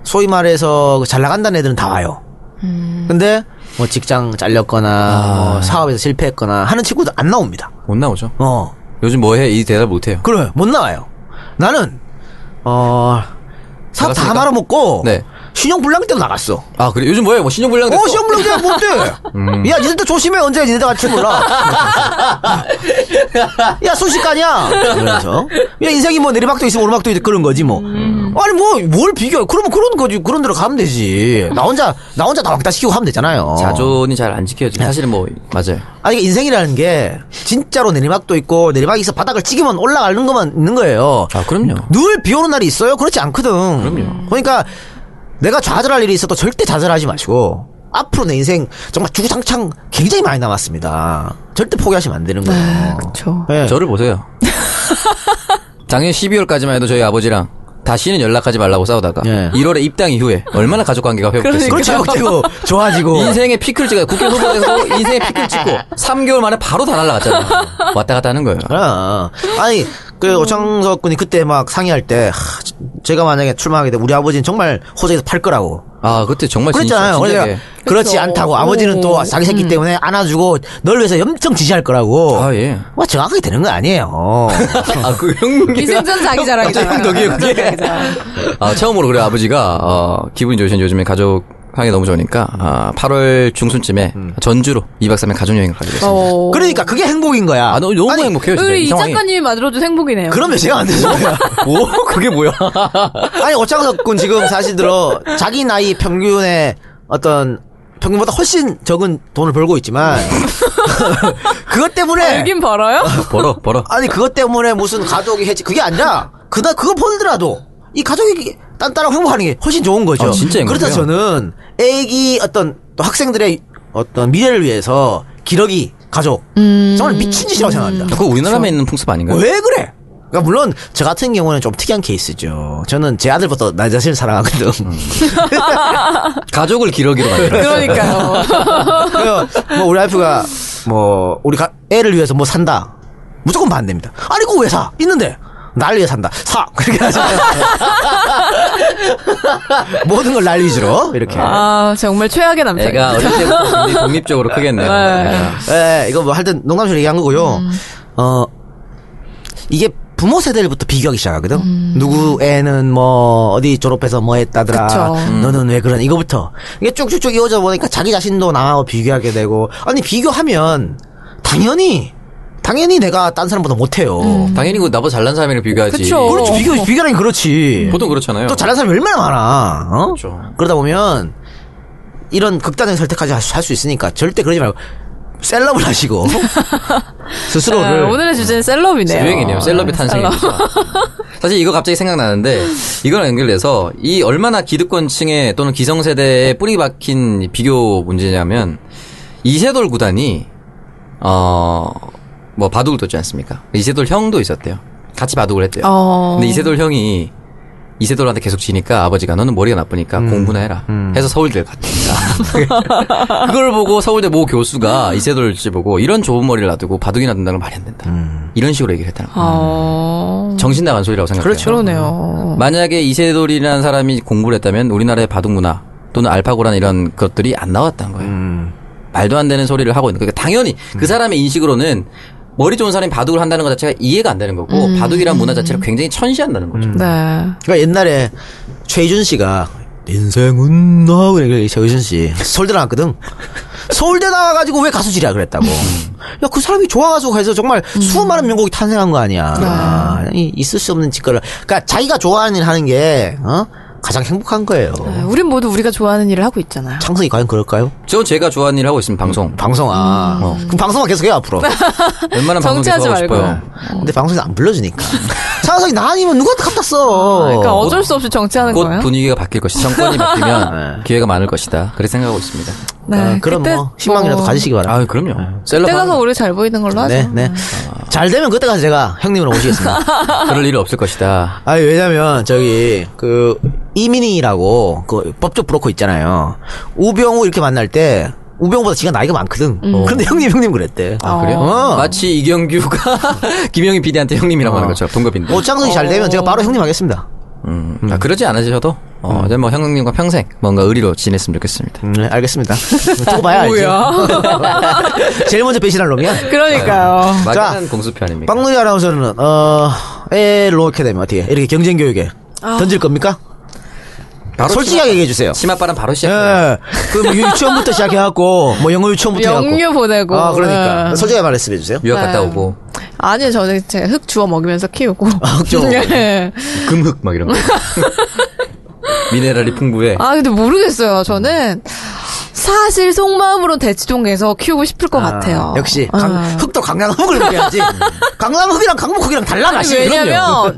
S3: 소위 말해서 그잘 나간다는 애들은 다 와요. 근데 뭐 직장 잘렸거나 뭐 사업에서 실패했거나 하는 친구도 안 나옵니다.
S4: 못 나오죠.
S3: 어
S4: 요즘 뭐해 이 대답 못해요.
S3: 그래 못 나와요. 나는 어 사업 다
S4: 나갔습니까?
S3: 말아먹고
S4: 네.
S3: 신용불량 때문에 나갔어.
S4: 아 그래 요즘 뭐해 뭐 신용불량 됐어. 음.
S3: 어, 시험 불량 때문에 뭔데? 야, 니네들 조심해. 언제 니네들 같이 몰라. 야, 순식간이야. 그래서.
S4: 그렇죠.
S3: 야, 인생이 뭐 내리막도 있으면 오르막도 있고 그런 거지, 뭐. 아니, 뭐, 뭘 비교해. 그러면 그런 거지. 그런 데로 가면 되지. 나 혼자, 나 혼자 다 왕따 시키고 하면 되잖아요.
S4: 어. 자존이 잘 안 지켜지고 사실은 뭐 맞아요.
S3: 아니, 이게 인생이라는 게, 진짜로 내리막도 있고, 내리막에서 바닥을 찍으면 올라가는 것만 있는 거예요.
S4: 아 그럼요.
S3: 늘 비 오는 날이 있어요? 그렇지 않거든. 그럼요. 그러니까 내가 좌절할 일이 있어도 절대 좌절하지 마시고 앞으로 내 인생 정말 주구장창 굉장히 많이 남았습니다. 절대 포기하시면 안 되는 거예요.
S2: 그렇죠.
S3: 네. [laughs]
S4: 저를 보세요. 작년 12월까지만 해도 저희 아버지랑 다시는 연락하지 말라고 싸우다가
S3: 예.
S4: 1월에 입당 이후에 얼마나 가족 관계가 회복됐습니까?
S3: 그렇지, 그렇죠. [laughs] 좋아지고.
S4: 인생의 피클 찍어 국회 후보에서 인생의 피클 찍고 3개월 만에 바로 다 날라갔잖아요. 왔다 갔다 하는 거예요.
S3: 아, 아니 그 오창석 군이 그때 막 상의할 때 하, 저- 제가 만약에 출마하게 되면 우리 아버지는 정말 호적에서 팔 거라고
S4: 아 그때 정말 진짜
S3: 그랬잖아요.
S4: 진짜
S3: 그러니까 그렇지
S2: 그쵸.
S3: 않다고 아버지는 또 자기 새끼 때문에 안아주고 널 위해서 엄청 지시할 거라고.
S4: 아, 예.
S3: 뭐 정확하게 되는 거 [laughs] 아니에요.
S4: 아그 형.
S2: 기생전 자기 자랑이잖아요.
S4: 덕이에요, 그게. 아, 처음으로 그래 아버지가 어, 기분이 좋으신 요즘에 가족 하기 너무 좋으니까 아, 8월 중순쯤에
S3: 음.
S4: 전주로 2박 3일 가족 여행을 가게 됐습니다.
S2: 어.
S3: 그러니까 그게 행복인 거야.
S4: 아 너무 너무 행복해요 진짜
S2: 우리
S4: 이
S2: 이
S4: 상황이.
S2: 작가님이 만들어준 행복이네요.
S3: 그러면 제가 안 [laughs] 되죠.
S4: 오 그게 뭐야?
S3: 아니 오창석 군 지금 사실 들어 자기 나이 평균의 어떤 평균보다 훨씬 적은 돈을 벌고 [laughs] 있지만 그것 때문에
S2: 여긴 벌어요?
S4: 벌어 벌어.
S3: 아니 그것 때문에 무슨 가족이 해지 그게 아니라 그다 그거 벌더라도 이 가족이 딴따라 행복하는 게 훨씬 좋은 거죠.
S4: 아, 진짜 행복해요.
S3: 그렇다 저는 애기 어떤 또 학생들의 어떤 미래를 위해서 기러기 가족 정말 미친 짓이라고 생각합니다.
S4: 그거 우리나라만 있는 풍습 아닌가요?
S3: 왜 그래? 그러니까 물론 저 같은 경우는 좀 특이한 케이스죠. 저는 제 아들보다 나 자신을 사랑하거든.
S4: 음. 가족을 기러기로 만들어.
S2: 그러니까요.
S3: 그래요. 뭐 우리 와이프가 뭐 우리 가- 애를 위해서 뭐 산다. 무조건 반대입니다. 아니 그거 왜 사? 있는데 날 위해 산다. 사 그렇게 하죠. 모든 걸 날 위주로 이렇게.
S2: 아 정말 최악의 남자.
S4: 애가 어릴 때부터 굉장히 독립적으로 크겠네요.
S2: 네.
S4: 네.
S3: 예, 이거 뭐 하여튼 농담처럼 얘기한 거고요.
S2: 음.
S3: 어, 이게 부모 세대를부터 비교하기 시작하거든.
S2: 음.
S3: 누구 애는 뭐 어디 졸업해서 뭐 했다더라.
S2: 그쵸. 음.
S3: 너는 왜 그런 이거부터 이게 쭉쭉쭉 이어져 보니까 자기 자신도 나하고 비교하게 되고 아니 비교하면 당연히 당연히 내가 딴 사람보다 못해요.
S2: 음.
S4: 당연히 그 나보다 잘난 사람이랑 비교하지.
S2: 그쵸.
S3: 그렇지 비교 비교라니 그렇지.
S4: 보통 그렇잖아요.
S3: 또 잘난 사람이 얼마나 많아. 어?
S4: 네. 그렇죠.
S3: 그러다 보면 이런 극단적인 선택까지 할 수 있으니까 절대 그러지 말고 셀럽을 하시고 스스로를
S2: 아, 오늘의 주제는 셀럽이네요.
S4: 유행이네요. 셀럽의 탄생입니다. 사실 이거 갑자기 생각나는데 이거랑 연결돼서 이 얼마나 기득권층에 또는 기성세대에 뿌리 박힌 이 비교 문제냐면 이세돌 구단이 어, 어뭐 바둑을 뒀지 않습니까? 이세돌 형도 있었대요. 같이 바둑을 했대요.
S2: 어.
S4: 근데 이세돌 형이 이세돌한테 계속 지니까 아버지가 너는 머리가 나쁘니까 공부나 해라 해서 서울대를 갔다. [laughs] 그걸 보고 서울대 모 교수가 이세돌 씨 보고 이런 좁은 머리를 놔두고 바둑이나 둔다는 건 말이 안 된다. 이런 식으로 얘기를 했다는 거예요.
S3: 아,
S2: 어.
S4: 정신 나간 소리라고 생각해요.
S2: 그러네요.
S4: 만약에 이세돌이라는 사람이 공부를 했다면 우리나라의 바둑 문화 또는 알파고라는 이런 것들이 안 나왔다는 거예요. 말도 안 되는 소리를 하고 있는 거예요. 그러니까 당연히 그 사람의 인식으로는 머리 좋은 사람이 바둑을 한다는 것 자체가 이해가 안 되는 거고 바둑이란 문화 자체를 굉장히 천시한다는 거죠.
S2: 네.
S3: 그러니까 옛날에 최희준 씨가 인생은 나우 이렇게 최희준 씨 서울대 나왔거든. 서울대 나와가지고 왜 가수질이야 그랬다고. 야 그 사람이 좋아가지고 해서 정말 수많은 명곡이 탄생한 거 아니야. 아, 이- 있을 수 없는 짓거를. 그러니까 자기가 좋아하는 일 하는 게 어? 가장 행복한 거예요.
S2: 네, 우린 모두 우리가 좋아하는 일을 하고 있잖아요.
S3: 창성이 과연 그럴까요?
S4: 저 제가 좋아하는 일 하고 있으면
S2: 음.
S4: 방송.
S3: 방송아. 어. 그럼 방송만 계속해
S2: [laughs]
S3: 앞으로.
S2: 어.
S4: 웬만한 방송 계속
S2: 정치하지
S4: 하고
S2: 말고.
S4: 싶어요.
S3: 근데 방송에서
S2: [laughs]
S3: 안 불러주니까. 창성이 나 아니면 누구한테 갖다 써.
S2: 그러니까 어쩔 수 없이 정치하는
S4: 곧
S2: 거예요. 네.
S4: 분위기가 바뀔 것이
S2: [laughs]
S4: 정권이 바뀌면 기회가 많은 것이다. 그렇게 생각하고 있습니다.
S3: 아, 그럼
S2: 그때
S3: 뭐 희망이라도
S2: 뭐
S3: 가지시기 바랍니다.
S4: 아 그럼요. 셀럽
S2: 그때 가서 우리 잘 보이는 걸로 하죠.
S3: 네, 네.
S2: 아.
S3: 잘 되면 그때 가서 제가 형님으로
S2: [laughs]
S3: 모시겠습니다.
S4: 그럴 일이 없을 것이다.
S3: 아니, 왜냐면, 저기, 그, 이민희라고, 그, 법적 브로커 있잖아요. 우병우 이렇게 만날 때, 우병우보다 지가 나이가 많거든.
S2: 음.
S3: 그런데 형님, 형님 그랬대.
S4: 아 그래요?
S3: 어.
S4: 마치 이경규가 [laughs] 김영희 PD한테 형님이라고 하는 것처럼 동갑인데.
S3: 뭐, 짱성이 잘 되면 제가 바로 형님 하겠습니다.
S4: 어. 음, 아, 그러지 않으셔도 어, 이제 뭐 형님과 평생 뭔가 의리로 지냈으면
S2: 어.
S4: 좋겠습니다.
S3: 음, 네,
S2: [laughs]
S3: 알겠습니다. 두고 봐야 알죠. [laughs] 제일 먼저 배신할 놈이야.
S2: 그러니까요.
S3: 아,
S4: 막연한 공수표 아닙니까?
S3: 빵누리 아나운서는, 어, 애를 놓게 되면 어떻게, 이렇게 경쟁교육에
S2: 아.
S3: 던질 겁니까?
S4: 바로
S3: 솔직하게 얘기해주세요.
S4: 치맛바람 바로 시작해요.
S3: 예. 그 유치원부터 시작해갖고, 뭐 영어 유치원부터
S2: 영유
S3: 해갖고.
S2: 보내고.
S3: 아, 그러니까.
S2: 네.
S3: 솔직하게 말했으면 해주세요.
S4: 유학 갔다
S2: 네.
S4: 오고
S2: 아니요, 저는 제가 흙 주워 먹으면서 키우고.
S3: 아, 흙 주워
S2: [laughs]
S3: 먹고.
S2: 예.
S4: 금흙 막
S2: [laughs]
S4: 이런 거. [laughs] 미네랄이 풍부해.
S2: 아, 근데 모르겠어요. 저는 사실 속마음으로 대치동에서 키우고 싶을 것 같아요.
S3: 역시 강,
S2: 아.
S3: 흑도 강남
S2: [laughs]
S3: 흑을 먹여야지. 강남 흑이랑 강북 흑이랑 달라
S2: 아니,
S3: 맛이
S2: 왜냐면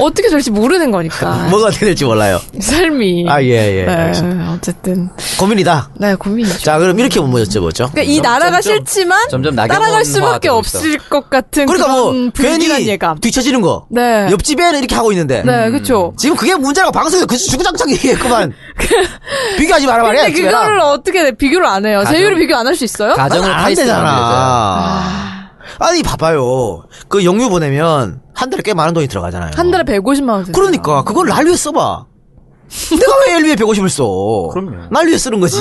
S2: 어떻게 될지 모르는 거니까.
S3: 뭐가 어떻게 될지 몰라요.
S2: 삶이.
S3: 아, 예, 예,
S2: 네,
S3: 알겠습니다.
S2: 어쨌든.
S3: 고민이다.
S2: 네, 고민이죠.
S3: 자 그럼 이렇게 뭐 여쭤보죠.
S2: 그러니까 이
S4: 점점,
S2: 나라가
S4: 점점,
S2: 싫지만
S4: 점점 낙엽
S2: 따라갈
S4: 원화가
S2: 수밖에
S4: 되고
S2: 없을 것 같은
S3: 그러니까 뭐
S2: 그런 불길한
S3: 괜히
S2: 예감.
S3: 뒤처지는 음, 거.
S2: 네.
S3: 옆집 애는 이렇게 하고 있는데.
S2: 네, 그렇죠.
S3: 지금 그게 문제라고 방송에서 그 주구장창
S2: [laughs]
S3: 얘기했구만. 비교하지 마라 아, 말이야.
S2: 그 근데 그거를 어떻게 내- 비교를 안 해요? 제율이 비교 안 할 수 있어요?
S4: 가정을
S3: 안
S4: 타이스로 만들자.
S3: 되잖아. 아니 봐봐요. 그 영유 보내면 한 달에 꽤 많은 돈이 들어가잖아요.
S2: 한 달에 150만 원. 드세요.
S3: 그러니까 그걸 날 위해 써봐.
S2: [laughs]
S3: 내가 왜 엘비에 150을 써?
S4: 그럼요.
S3: 날 위해 쓰는 거지.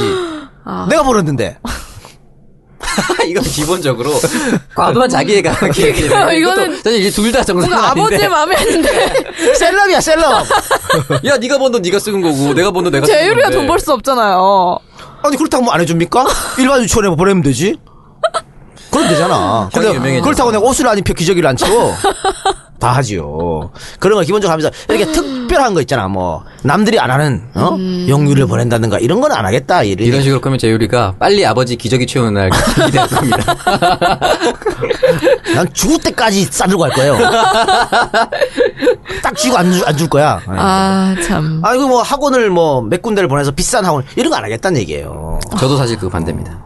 S2: 아.
S3: 내가 벌었는데.
S4: [laughs]
S2: [laughs]
S4: 이건 기본적으로 과도한 자기애가 기획이
S2: 이거는
S4: 사실 이게 둘 다 정상
S2: 뭔가 아버지의 마음에
S3: [laughs]
S2: 드는데
S3: 셀럽이야 셀럽.
S4: [laughs] 야 네가 번 돈 네가 쓰는 거고 내가 번 돈
S2: [laughs]
S4: 내가 쓰는
S2: 제율이
S4: 건데
S2: 가 돈 벌 수 없잖아요.
S3: 아니 그렇다고 뭐 안 해줍니까? 일반 유치원에 뭐 보내면 되지. 그럼
S4: [laughs]
S3: 되잖아. 근데
S4: 형이 유명해져.
S3: 그렇다고 내가 옷을 안 입혀 기저귀를 안 치고 [laughs] 다 하지요. 그런 걸 기본적으로 하면서 이렇게 특별한 거 있잖아. 뭐 남들이 안 하는 어? 영유를 보낸다든가 이런 건 안 하겠다. 이런,
S4: 음. 이런 식으로 하면 제유리가 빨리 아버지 기저귀 채우는 날 기대할 겁니다. [laughs]
S3: 난 죽을 때까지 싸들고 갈
S4: [laughs]
S3: 거예요. 딱 쥐고 안 줄 거야.
S4: 음.
S2: 아 참.
S3: 아, 이거 뭐 학원을 뭐 몇 군데를 보내서 비싼 학원 이런 거 안 하겠다는 얘기예요.
S4: 저도 사실 그거 반대입니다.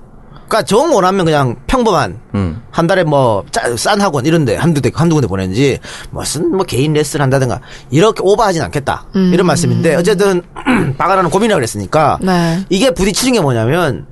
S3: 그러니까 정 원하면 그냥 평범한
S4: 음.
S3: 한 달에 뭐 싼 학원 이런데 한두 대 한두 군데 보내는지 무슨 뭐 개인 레슨 한다든가 이렇게 오버하진 않겠다 이런 말씀인데 어쨌든 [clears throat] 박아라는 고민이라고 그랬으니까
S2: 음. 네.
S3: 이게 부딪히는 게 뭐냐면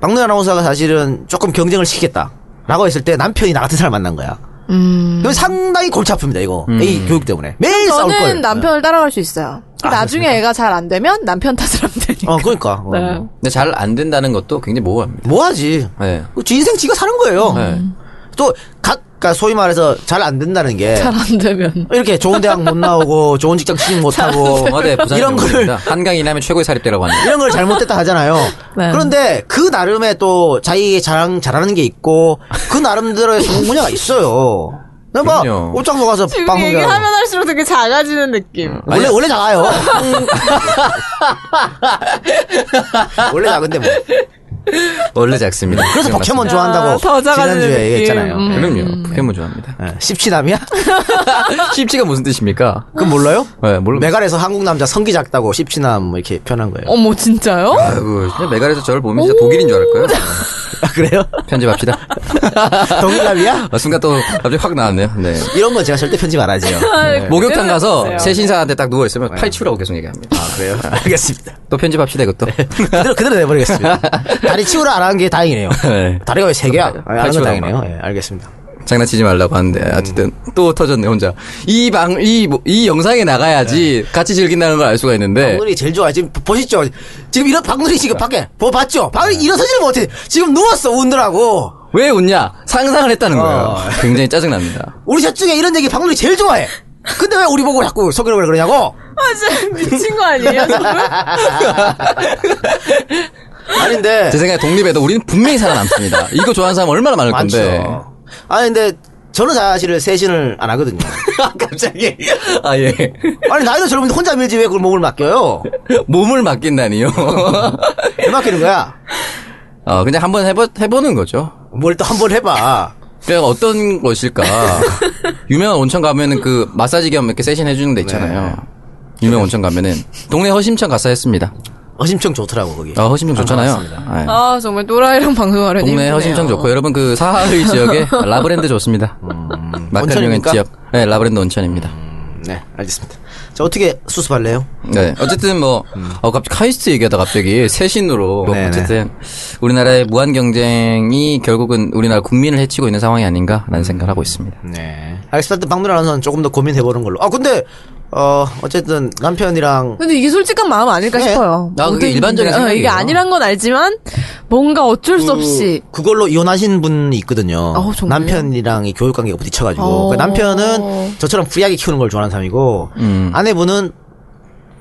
S3: 박노 아나운서가 사실은 조금 경쟁을 시키겠다라고 했을 때 남편이 나 같은 사람 만난 거야.
S2: 음.
S3: 그럼 상당히 골치 아픕니다 이거
S4: 음.
S3: 이 교육 때문에 매일 싸울 걸.
S2: 저는 남편을 따라갈 수 있어요.
S3: 아,
S2: 나중에 애가 잘 안 되면 남편 탓을 하면 되니까.
S3: 어 그러니까 어.
S2: [laughs] 네.
S4: 근데 잘 안 된다는 것도 굉장히 모호합니다.
S3: 뭐하지?
S4: 네.
S3: 그지 인생 지가 사는 거예요.
S4: 네.
S2: 음.
S3: 또 각, 그러니까 소위 말해서 잘 안 된다는 게
S2: 잘 안 되면.
S3: 이렇게 좋은 대학 못 나오고 좋은 직장 취직 못
S2: [laughs]
S3: 하고
S4: 청와대 뭐 부산
S3: 이런 걸
S4: 한강 이남의 최고의 사립대라고 합니다.
S3: 이런 걸 잘못됐다 하잖아요.
S2: 네.
S3: 그런데 그 나름의 또 자기 자랑 잘하는 게 있고 그 나름대로의 성공 분야가 있어요. 내가
S4: 그럼요.
S3: 옷장도 가서
S6: 지금 얘기하면
S3: 방송하고
S6: 할수록 되게 작아지는 느낌.
S3: 원래 원래 작아요. 음. 원래 작은데 뭐.
S4: 원래 작습니다.
S3: 그래서 포켓몬 좋아한다고
S6: 아, 더 작아지는
S3: 지난주에
S6: 느낌.
S3: 얘기했잖아요.
S4: 맞습니다.
S2: 음.
S4: 그럼요. 포켓몬 좋아합니다. [laughs]
S3: 예, 십치남이야?
S4: 십지가 무슨 뜻입니까?
S3: 그건 몰라요?
S4: 네, 몰라.
S3: 메갈에서 한국 남자 성기 작다고 십치남 뭐 이렇게 표현한 거예요.
S2: 어머 진짜요?
S4: 아이고, 진짜 메갈에서 저를 보면 진짜 독일인 줄 알 거예요.
S3: 아, 그래요? [laughs]
S4: 편집합시다.
S3: 동일남이야?
S4: 아, 순간 또 갑자기 확 나왔네요. 네.
S3: 이런 건 제가 절대 편집 안 하지요. 네.
S4: 목욕탕 가서 새 신사한테 딱 누워 있으면 팔치우라고 계속 얘기합니다.
S3: 아, 네. 그래요? [laughs] 알겠습니다.
S4: 또 편집합시다 이것도.
S3: 그대로, 그대로 [laughs] 내버리겠습니다. 다리 치우라 안 한 게 다행이네요.
S4: 네.
S3: 다리가 왜 세 개야? 아니, 안 하는 건
S4: 치우라고
S3: 다행이네요.
S4: 하나.
S3: 예, 알겠습니다.
S4: [laughs] 장난치지 말라고 하는데
S3: 음.
S4: 어쨌든 또 터졌네 혼자. 이 방 이 뭐, 이 영상에 나가야지 같이 즐긴다는 걸 알 수가 있는데.
S3: 박놀이 제일 네. 좋아요. 지금 보시죠. 지금 이런 박놀이 지금 밖에 뭐 봤죠? 박놀이 일어서지를 못해. 지금 누웠어 우느라고.
S4: 왜 웃냐? 상상을 했다는 거예요.
S3: 어.
S4: 굉장히 짜증납니다.
S3: 우리 셋 중에 이런 얘기 박놀이 제일 좋아해. 근데 왜 우리 보고 자꾸 소개를 그러냐고?
S6: 아, 진짜 미친 거 아니에요?
S3: 아닌데. [laughs]
S4: 제 생각에 독립해도 우리는 분명히 살아남습니다. 이거 좋아하는 사람 얼마나 많을 건데.
S3: 많죠. 아니 근데 저는 사실은 세신을 안 하거든요. [laughs] 갑자기.
S4: 아, 예. [laughs]
S3: 아니 나이도 젊은데 혼자 밀지 왜 그걸 몸을 맡겨요?
S4: 몸을 맡긴다니요. [laughs]
S3: 왜 맡기는 거야?
S4: 어, 그냥 한번 해보, 해보는 거죠.
S3: 뭘 또 한 번 해봐.
S4: 그냥 어떤 것일까. 유명한 온천 가면은 그 마사지 겸 이렇게 세신 해주는 데 있잖아요.
S3: 네.
S4: 유명 온천 가면은 동네 허심천 가서 했습니다.
S3: 어심청 좋더라고 거기.
S4: 아, 허심천 좋잖아요. 아, 예.
S3: 어,
S2: 아 정말 또라이랑 방송하려니
S4: 동네
S2: 힘드네요.
S4: 허심천 좋고 여러분
S3: [laughs]
S4: 그 사하의 지역에 라브랜드 좋습니다. 마카령의
S3: 음. 온천입니까?
S4: 지역. 네, 라브랜드 온천입니다.
S3: 네, 알겠습니다. 자 어떻게 수습할래요?
S4: 네. 어쨌든 뭐, 어, 갑자기 카이스트 얘기하다 갑자기 새신으로.
S3: 네네.
S4: 어쨌든 우리나라의 무한 경쟁이 결국은 우리나라 국민을 해치고 있는 상황이 아닌가라는 생각을 하고 있습니다.
S3: 네. 알겠습니다. 박누라 아나운서는 조금 더 고민해보는 걸로. 아 근데 어 어쨌든 남편이랑
S2: 근데 이게 솔직한 마음 아닐까
S3: 네.
S2: 싶어요.
S4: 아, 그게
S2: 모든
S4: 일반적인
S2: 분들의- 어, 이게
S4: 생각이에요.
S2: 아니란 건 알지만 뭔가 어쩔 수 없이
S3: 그걸로 이혼하신 분이 있거든요.
S2: 어, 정말요?
S3: 남편이랑 이 교육 관계가 부딪혀가지고
S2: 어.
S3: 그러니까 남편은 저처럼 부약이 키우는 걸 좋아하는 사람이고
S4: 음.
S3: 아내분은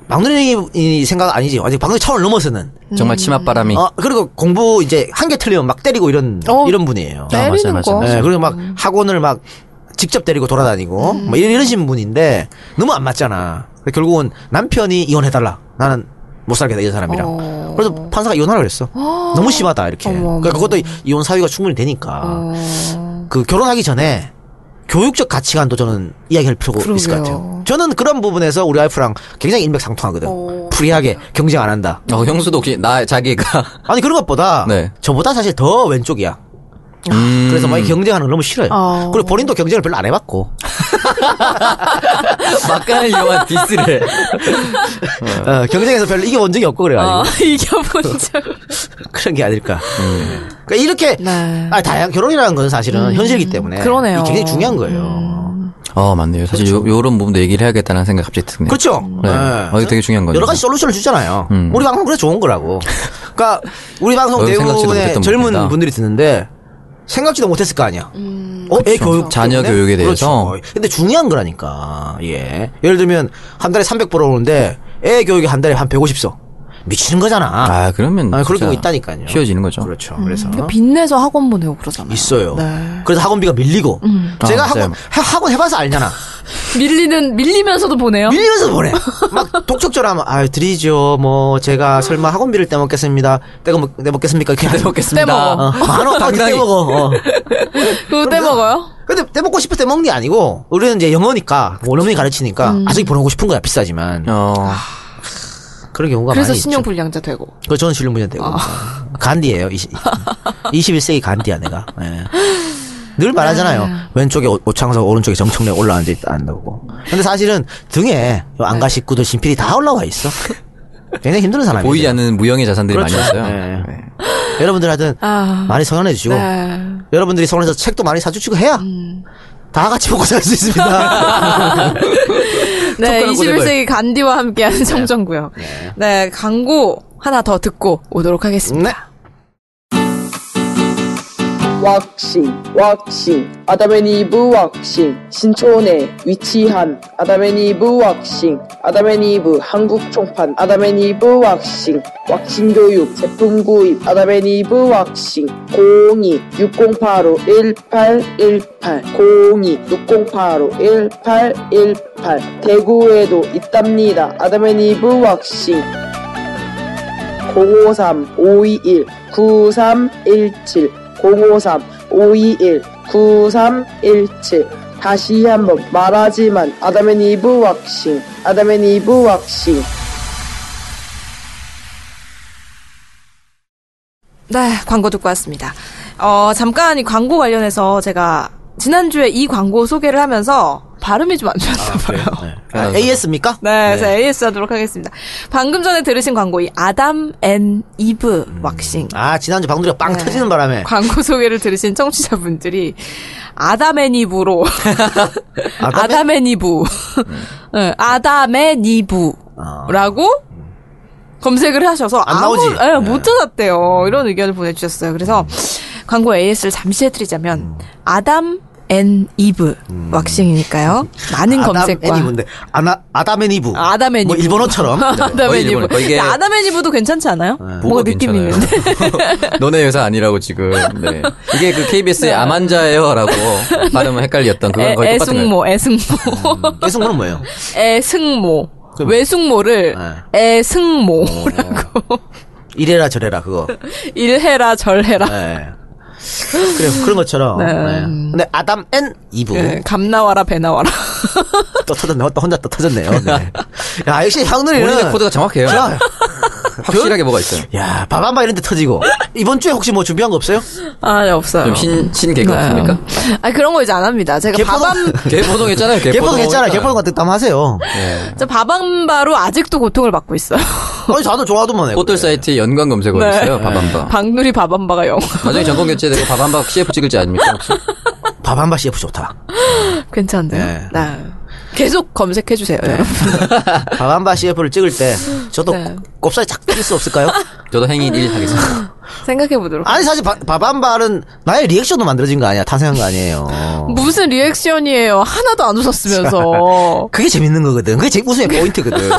S3: 막누리 생각 아니지 아직 막누리 차원 넘어서는
S4: 정말 치맛바람이.
S3: 어, 그리고 공부 이제 한 개 틀리면 막 때리고 이런
S2: 어.
S3: 이런 분이에요.
S4: 아, 맞아요,
S2: 때리는
S4: 맞아요.
S2: 거.
S3: 네, 그리고 막 학원을 막 직접 데리고 돌아다니고 뭐 이런 이러신 분인데 너무 안 맞잖아. 그래서 결국은 남편이 이혼해달라. 나는 못 살겠다 이런 사람이랑. 그래서 판사가 이혼하라 그랬어. 너무 심하다 이렇게. 그러니까 그것도 이혼 사유가 충분히 되니까. 그 결혼하기 전에 교육적 가치관도 저는 이야기할 필요가 있을 것 같아요. 저는 그런 부분에서 우리 와이프랑 굉장히 인맥상통하거든. 프리하게 경쟁 안 한다.
S4: 어, 형수도 혹시 나 자기가
S3: 아니 그런 것보다
S4: 네.
S3: 저보다 사실 더 왼쪽이야.
S4: 음.
S3: 그래서 막 경쟁하는 걸 너무 싫어요.
S2: 어.
S3: 그리고 본인도 경쟁을 별로 안 해봤고.
S4: 막간을 이용한 [laughs] 디스를
S3: 어, 경쟁에서 별로 이겨본 적이 없고
S2: 아,
S4: 어.
S2: [laughs]
S3: 그래가지고
S2: 이겨본 적.
S3: [laughs] 그런 게 아닐까.
S4: 음.
S3: 그러니까 이렇게
S2: 네. 음.
S3: 아, 다양 결혼이라는 건 사실은 현실이기 때문에
S2: 그러네요. 음.
S3: 이게 굉장히 중요한 거예요.
S4: 어 맞네요 사실 요, 요런 부분도 얘기를 해야겠다는 생각 갑자기 드네요
S3: 그렇죠.
S4: 네.
S3: 예.
S4: 어, 이거 되게 중요한 거죠.
S3: 여러 가지 솔루션을 주잖아요.
S4: 음.
S3: 우리 방송 그래 좋은 거라고. 그러니까 우리 방송
S4: 어, 생각지도
S3: 대부분의
S4: 못했던
S3: 젊은
S4: 부분이다.
S3: 분들이 듣는데 생각지도 못했을 거 아니야.
S2: 음.
S3: 어, 애 교육
S4: 자녀
S3: 때문에?
S4: 교육에 대해서.
S3: 그렇죠. 근데 중요한 거라니까. 예. 예를 들면 한 달에 300 벌어오는데 애 교육에 한 달에 한 150 써. 미치는 거잖아.
S4: 아 그러면
S3: 아, 그런
S4: 진짜
S3: 경우 있다니까요.
S4: 쉬워지는 거죠
S3: 그렇죠.
S2: 음.
S3: 그래서
S4: 어?
S2: 빚내서 학원 보내고 그러잖아요.
S3: 있어요.
S2: 네.
S3: 그래서 학원비가 밀리고
S2: 음.
S3: 제가
S4: 아,
S3: 학원
S4: 맞아요.
S3: 하- 학원
S2: [laughs]
S3: 해봐서 알잖아.
S2: 밀리는 밀리면서도 보내요.
S3: 밀려서 보내. 막 독촉절하면 아 드리죠. 뭐 제가 설마 학원비를 떼먹겠습니다. 떼먹 떼먹겠습니까? 이렇게 안
S4: 먹겠습니다.
S2: 떼먹어.
S3: 어, 만원 밖에
S4: 당당히.
S3: 떼먹어. 어.
S2: 그거 떼 먹어요?
S3: 근데 떼먹고 싶을 때 먹는 뭐 게 아니고
S2: 음.
S3: 아, 우리는 이제 영어니까 원어민이 가르치니까 아직 보내고 싶은 거야 비싸지만.
S4: 어
S3: 그런 경우가
S2: 그래서
S3: 많이 있죠.
S2: 신용불량자 되고.
S3: 그 저는 실물문제
S2: 아.
S3: 되고
S2: [laughs]
S3: 간디예요. 20, 21세기 간디야 내가. 예. 늘 말하잖아요.
S2: 네.
S3: 왼쪽에 오- 오창석, 오른쪽에 정청래 올라왔는데 안 나오고. 근데 사실은 등에 요 안가
S2: 네.
S3: 식구들 진필이 다 올라와 있어. 굉장히 힘든 사람이에요.
S4: 보이지 않는 무형의 자산들이
S3: 그렇죠.
S4: 많이 있어요.
S3: 네.
S4: 네.
S3: 여러분들 하여튼 많이 성원해 주시고
S2: 아. 네. 음.
S3: 여러분들이 성원해서 책도 많이 사주시고 해야 다 같이 먹고 살
S2: [laughs]
S3: 수 있습니다.
S2: 네,
S4: 젓가락 꽂은
S2: 21세기 간디와 함께하는 청정구역. 네, 광고 하나 더 듣고 오도록 하겠습니다.
S3: 네.
S7: 왁싱, 왁싱, 아담앤이브 왁싱, 신촌에 위치한 아담앤이브 왁싱, 아담앤이브 한국 총판, 아담앤이브 왁싱, 왁싱 교육, 제품 구입, 아담앤이브 왁싱, 02 6085 1818, 02 6085 1818, 대구에도 있답니다. 아담앤이브 왁싱. 053-521-9317 053-521-9317 다시 한번 말하지만 아담앤 이브 왁싱 아담앤 이브 왁싱
S2: 네, 광고 듣고 왔습니다. 어, 잠깐 이 광고 관련해서 제가 지난주에 이 광고 소개를 하면서 발음이 좀 안 좋았나 봐요.
S3: 아, AS입니까?
S2: [laughs] 네, 그래서 AS 하도록 하겠습니다. 방금 전에 들으신 광고, 이 아담 앤 이브 왁싱.
S3: 아 지난주 방두리가 빵
S2: 네.
S3: 터지는 바람에
S2: 광고 소개를 들으신 청취자분들이 아담 앤
S4: [laughs]
S2: 이브로.
S3: 아담의-
S2: 아담 앤 이브.
S4: 음.
S2: 네, 아담 앤
S4: 아.
S2: 이브라고 검색을 하셔서
S3: 안
S2: 아무-
S3: 나오지?
S4: 네.
S2: 예, 못 찾았대요. 이런 의견을 보내주셨어요. 그래서 광고 AS를 잠시 해드리자면
S4: 음.
S2: 아담 앤 이브 왁싱이니까요. 많은 검색과
S3: 애니브인데 아나 아담앤이브.
S2: 아담 앤
S3: 뭐
S2: 이브.
S3: 일본어처럼.
S2: [laughs] 아담
S4: 거의
S2: 앤 이브.
S4: 일본어. 거의 이게- 네.
S2: 근데 아담 앤 이브도 괜찮지 않아요? 뭔가 느낌이
S4: 괜찮아요.
S2: 있는데.
S4: [laughs]
S2: 네.
S4: 너네 회사 아니라고 지금. 네. 이게 그
S2: [laughs]
S4: KBS의 아만자예요라고 발음을 헷갈렸던 그건
S2: 애-
S4: 거의 똑같은 거예요. 음.
S2: 애승모, 애승모.
S3: 예승모는 뭐예요?
S2: 애승모. 외숙모를 네. 애승모라고
S3: 이래라 저래라 그거.
S2: [laughs] 일해라 절해라
S3: 예. 그래 그런 것처럼.
S2: 네.
S3: 예. 근데 아담 앤 이브
S2: 예, 감 나와라 배 나와라
S3: 또 터졌네. 또 혼자 또 터졌네요. 네. 야 역시
S4: 본인의
S2: 네.
S3: 향누리는
S4: 코드가 정확해요.
S3: 야,
S4: 확실하게 뭐가 있어요.
S3: 야 바밤바 이런데 터지고 이번 주에 혹시 뭐 준비한 거 없어요?
S2: [laughs] 아 네, 없어요.
S4: 좀 신, 신 개그 없습니까?
S2: 네. 아 그런 거 이제 안 합니다. 제가
S3: 개포동-
S2: 바밤
S4: 개포동 했잖아요, 네. 개포동.
S3: 어. 개포동 했잖아. 개포동 같은 땀 하세요.
S2: 저 바밤바로 아직도 고통을 받고
S4: [laughs]
S2: 있어요.
S3: 아니 자도 좋아하더만.
S4: 포털 사이트에 연관 검색어
S2: 네.
S4: 있어요, 밥한바.
S2: 박누리 바밤바가 영화 [laughs]
S4: 나중에 정권 교체되고 밥한바 CF 찍을 지 아닙니까? 혹시?
S3: 바밤바 CF 좋다.
S2: 괜찮네요.
S3: 네.
S2: 네. 계속 검색해 주세요, 여러분. [laughs]
S3: 바밤바 CF를 찍을 때 저도
S2: 네.
S3: 곱살 쫙 뺄 수 없을까요?
S4: 저도 행위 1 하겠습니다.
S2: 생각해 보도록.
S3: 아니 사실 바, 바밤바는 나의 리액션도 만들어진 거 아니야. 탄생한 거 아니에요.
S2: 무슨 리액션이에요? 하나도 안 웃었으면서. [laughs]
S3: 그게 재밌는 거거든. 그게 제 웃음의 포인트거든.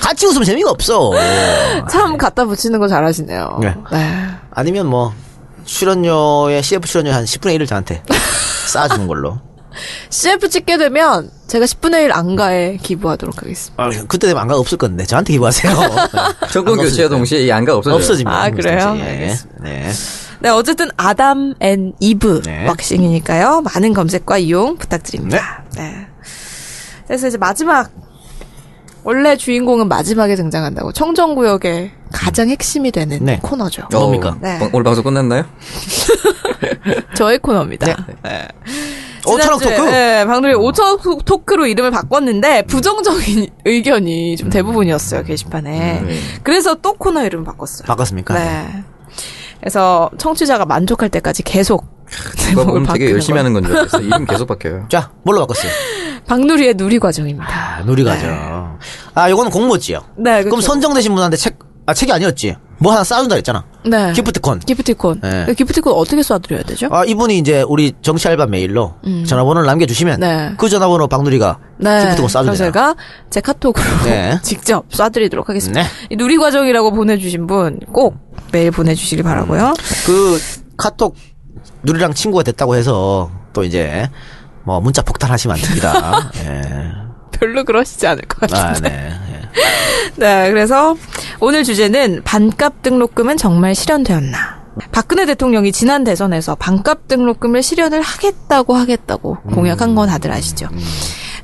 S3: 같이 웃으면 재미가 없어.
S2: 참 갖다 붙이는 거 네. 잘하시네요.
S3: 네.
S2: 네.
S3: 아니면 뭐 출연료에 CF 출연료 한 10분의 1을 저한테 쌓아주는 걸로.
S2: CF 찍게 되면 제가 10분의 1 안가에 기부하도록 하겠습니다.
S3: 아, 그때 되면 안가 없을 건데 저한테 기부하세요.
S2: [laughs]
S4: 정권
S3: 안
S4: 교체와
S3: 없어집니다.
S4: 동시에 이 안가 없어져요.
S3: 없어집니다.
S2: 아, 그래요?
S3: 예.
S2: 알겠습니다.
S3: 네.
S2: 네, 어쨌든 아담 앤 이브
S3: 네.
S2: 왁싱이니까요. 많은 검색과 이용 부탁드립니다. 네. 그래서 이제 마지막 원래 주인공은 마지막에 등장한다고 청정구역의 가장 핵심이 되는
S3: 네.
S2: 코너죠.
S4: 어,
S3: 뭡니까?
S2: 네.
S4: 방- 오늘 방송 끝났나요?
S2: 저의 코너입니다. 네.
S3: 어, 오천억
S2: 지난주에,
S3: 토크?
S2: 네, 방송이 5천억 토크로 이름을 바꿨는데 부정적인 [laughs] 의견이
S3: 음.
S2: 좀 대부분이었어요 게시판에.
S3: 네.
S2: 그래서 또 코너 이름 바꿨어요.
S3: 바꿨습니까?
S2: 네. 그래서 청취자가 만족할 때까지
S3: [laughs]
S2: 계속
S4: 그거
S2: 제목을
S4: 보면 되게
S2: 바꾸는
S4: 열심히
S2: 거.
S4: 하는 건 줄 알았어요. 이름 계속
S3: [laughs]
S4: 바뀌어요.
S3: 자, 뭘로 바꿨어요?
S2: 박누리의 누리 과정입니다.
S3: 아, 누리가죠. 아, 요거는 공모지요.
S2: 네,
S3: 그럼
S2: 그쵸.
S3: 선정되신 분한테 책, 아, 책이 아니었지. 뭐 하나 쌓아준다 그랬잖아.
S2: 네.
S3: 기프트콘.
S2: 기프티콘.
S3: 네.
S2: 네, 기프티콘 어떻게 쏴드려야 되죠?
S3: 아, 이분이 이제 우리 정치 알바 메일로 전화번호를 남겨주시면
S2: 음. 네.
S3: 그 전화번호 박누리가 기프트콘
S2: 그럼
S3: 쏴주세요.
S2: 제가 제 카톡으로
S3: 네.
S2: [laughs] 직접 쏴드리도록 하겠습니다.
S3: 네.
S2: 이 누리 과정이라고 보내주신 분 꼭 메일 보내주시기 바라고요.
S3: 그 카톡 누리랑 친구가 됐다고 해서 또 이제 뭐 문자 폭탄하시면
S2: [laughs]
S3: 안 됩니다. 예.
S2: 별로 그러시지 않을 것 같아요.
S3: 아, 네. 예.
S2: 네, 그래서 오늘 주제는 반값 등록금은 정말 실현되었나? 박근혜 대통령이 지난 대선에서 반값 등록금을 실현을
S3: 음.
S2: 하겠다고 하겠다고 공약한 건 다들 아시죠?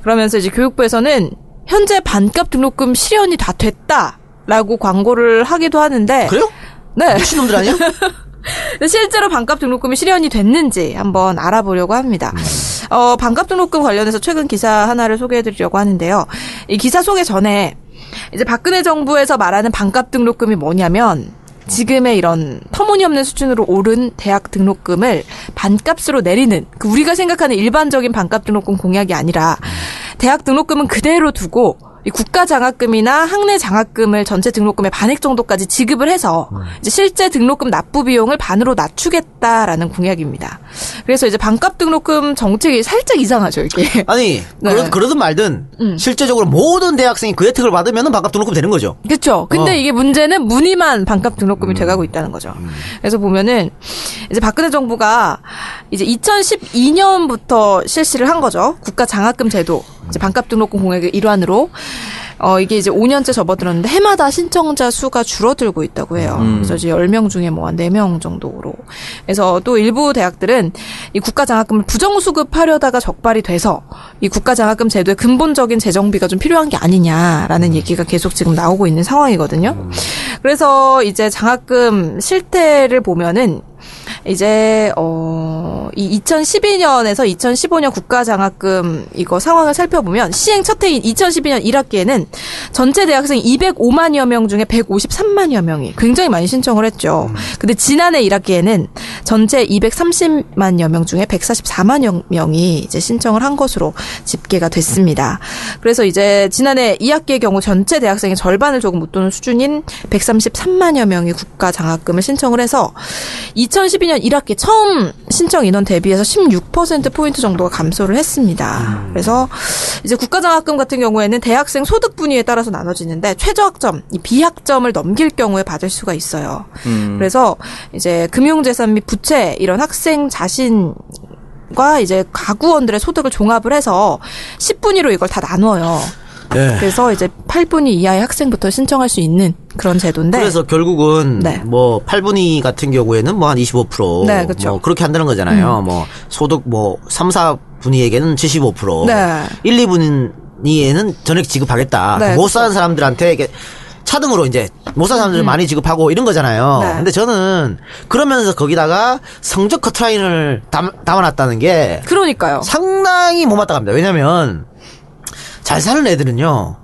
S2: 그러면서 이제 교육부에서는 현재 반값 등록금 실현이 다 됐다라고 광고를 하기도 하는데
S3: 그래요?
S2: 네.
S3: 미친놈들 아니야?
S2: 근데 실제로 반값 등록금이 실현이 됐는지 한번 알아보려고 합니다. 어, 반값 등록금 관련해서 최근 기사 하나를 소개해드리려고 하는데요. 이 기사 소개 전에 이제 박근혜 정부에서 말하는 반값 등록금이 뭐냐면 지금의 이런 터무니없는 수준으로 오른 대학 등록금을 반값으로 내리는 그 우리가 생각하는 일반적인 반값 등록금 공약이 아니라 대학 등록금은 그대로 두고 이 국가 장학금이나 학내 장학금을 전체 등록금의 반액 정도까지 지급을 해서 이제 실제 등록금 납부 비용을 반으로 낮추겠다라는 공약입니다. 그래서 이제 반값 등록금 정책이 살짝 이상하죠 이게.
S3: 아니 그러,
S2: 네.
S3: 그러든 말든
S2: 음.
S3: 실제적으로 모든 대학생이 그 혜택을 받으면 반값 등록금 되는 거죠.
S2: 그렇죠. 근데
S3: 어.
S2: 이게 문제는 문의만 반값 등록금이 돼가고 있다는 거죠. 그래서 보면은 이제 박근혜 정부가 이제 2012년부터 실시를 한 거죠. 국가 장학금 제도 이제 반값 등록금 공약의 일환으로 어 이게 이제 5년째 접어들었는데 해마다 신청자 수가 줄어들고 있다고 해요. 그래서 이제 10명 중에 뭐 한 4명 정도로. 그래서 또 일부 대학들은 이 국가 장학금을 부정 수급하려다가 적발이 돼서 이 국가 장학금 제도의 근본적인 재정비가 좀 필요한 게 아니냐라는 얘기가 계속 지금 나오고 있는 상황이거든요. 그래서 이제 장학금 실태를 보면은 이제 어이 2012년에서 2015년 국가 장학금 이거 상황을 살펴보면 시행 첫 해인 2012년 1학기에는 전체 대학생 205만여 명 중에 153만여 명이 굉장히 많이 신청을 했죠. 근데 지난해 1학기에는 전체 230만여 명 중에 144만여 명이 이제 신청을 한 것으로 집계가 됐습니다. 그래서 이제 지난해 2학기의 경우 전체 대학생의 절반을 조금 못 도는 수준인 133만여 명이 국가 장학금을 신청을 해서 2012년 1학기 처음 신청 인원 대비해서 16%포인트 정도가 감소를 했습니다. 그래서 이제 국가장학금 같은 경우에는 대학생 소득 분위에 따라서 나눠지는데 최저학점, 이 비학점을 넘길 경우에 받을 수가 있어요. 그래서 이제 금융재산 및 부채 이런 학생 자신 과 이제 가구원들의 소득을 종합을 해서 10분위로 이걸 다 나눠요.
S3: 예.
S2: 그래서 이제 8분위 이하의 학생부터 신청할 수 있는 그런 제도인데
S3: 그래서 결국은
S2: 네.
S3: 뭐 8분위 같은 경우에는 뭐 한 25%
S2: 네, 그쵸. 음.
S3: 뭐 그렇게 한다는 거잖아요. 뭐 소득 뭐 3, 4분위에게는 75%.
S2: 네.
S3: 1, 2분위에는 전액 지급하겠다.
S2: 네,
S3: 못 사는 사람들한테 이게 차등으로 이제 못 사는 사람들 많이 지급하고 이런 거잖아요.
S2: 음, 네.
S3: 근데 저는 그러면서 거기다가 성적 커트라인을 담, 담아놨다는 게
S2: 그러니까요.
S3: 상당히 못마땅합니다. 왜냐면 잘 사는 애들은요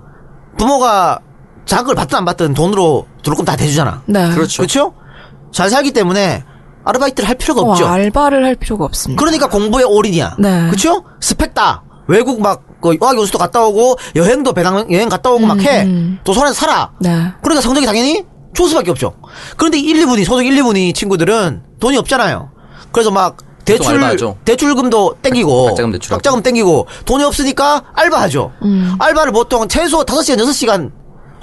S3: 부모가 자극을 받든 안 받든 돈으로 들어금 다 대주잖아.
S2: 네.
S4: 그렇죠.
S3: 그렇죠? 잘 살기 때문에 아르바이트를 할 필요가
S2: 어,
S3: 없죠.
S2: 알바를 할 필요가 없습니다.
S3: 그러니까 공부에 올인이야.
S2: 네.
S3: 그렇죠? 스펙다. 외국 막그 유학 연수도 갔다 오고 여행도 배낭 여행 갔다 오고 막 해.
S2: 음.
S3: 도서관에서 살아.
S2: 네.
S3: 그러니까 성적이 당연히 좋을 수밖에 없죠. 그런데 1, 2분위 소득 1, 2분위 친구들은 돈이 없잖아요. 그래서 막
S4: 보통
S3: 대출
S4: 알바하죠.
S3: 대출금도 땡기고
S4: [laughs] 각자금 대출하고.
S3: 각자금 땡기고 돈이 없으니까 알바하죠. 알바를 보통 최소 5시간 6시간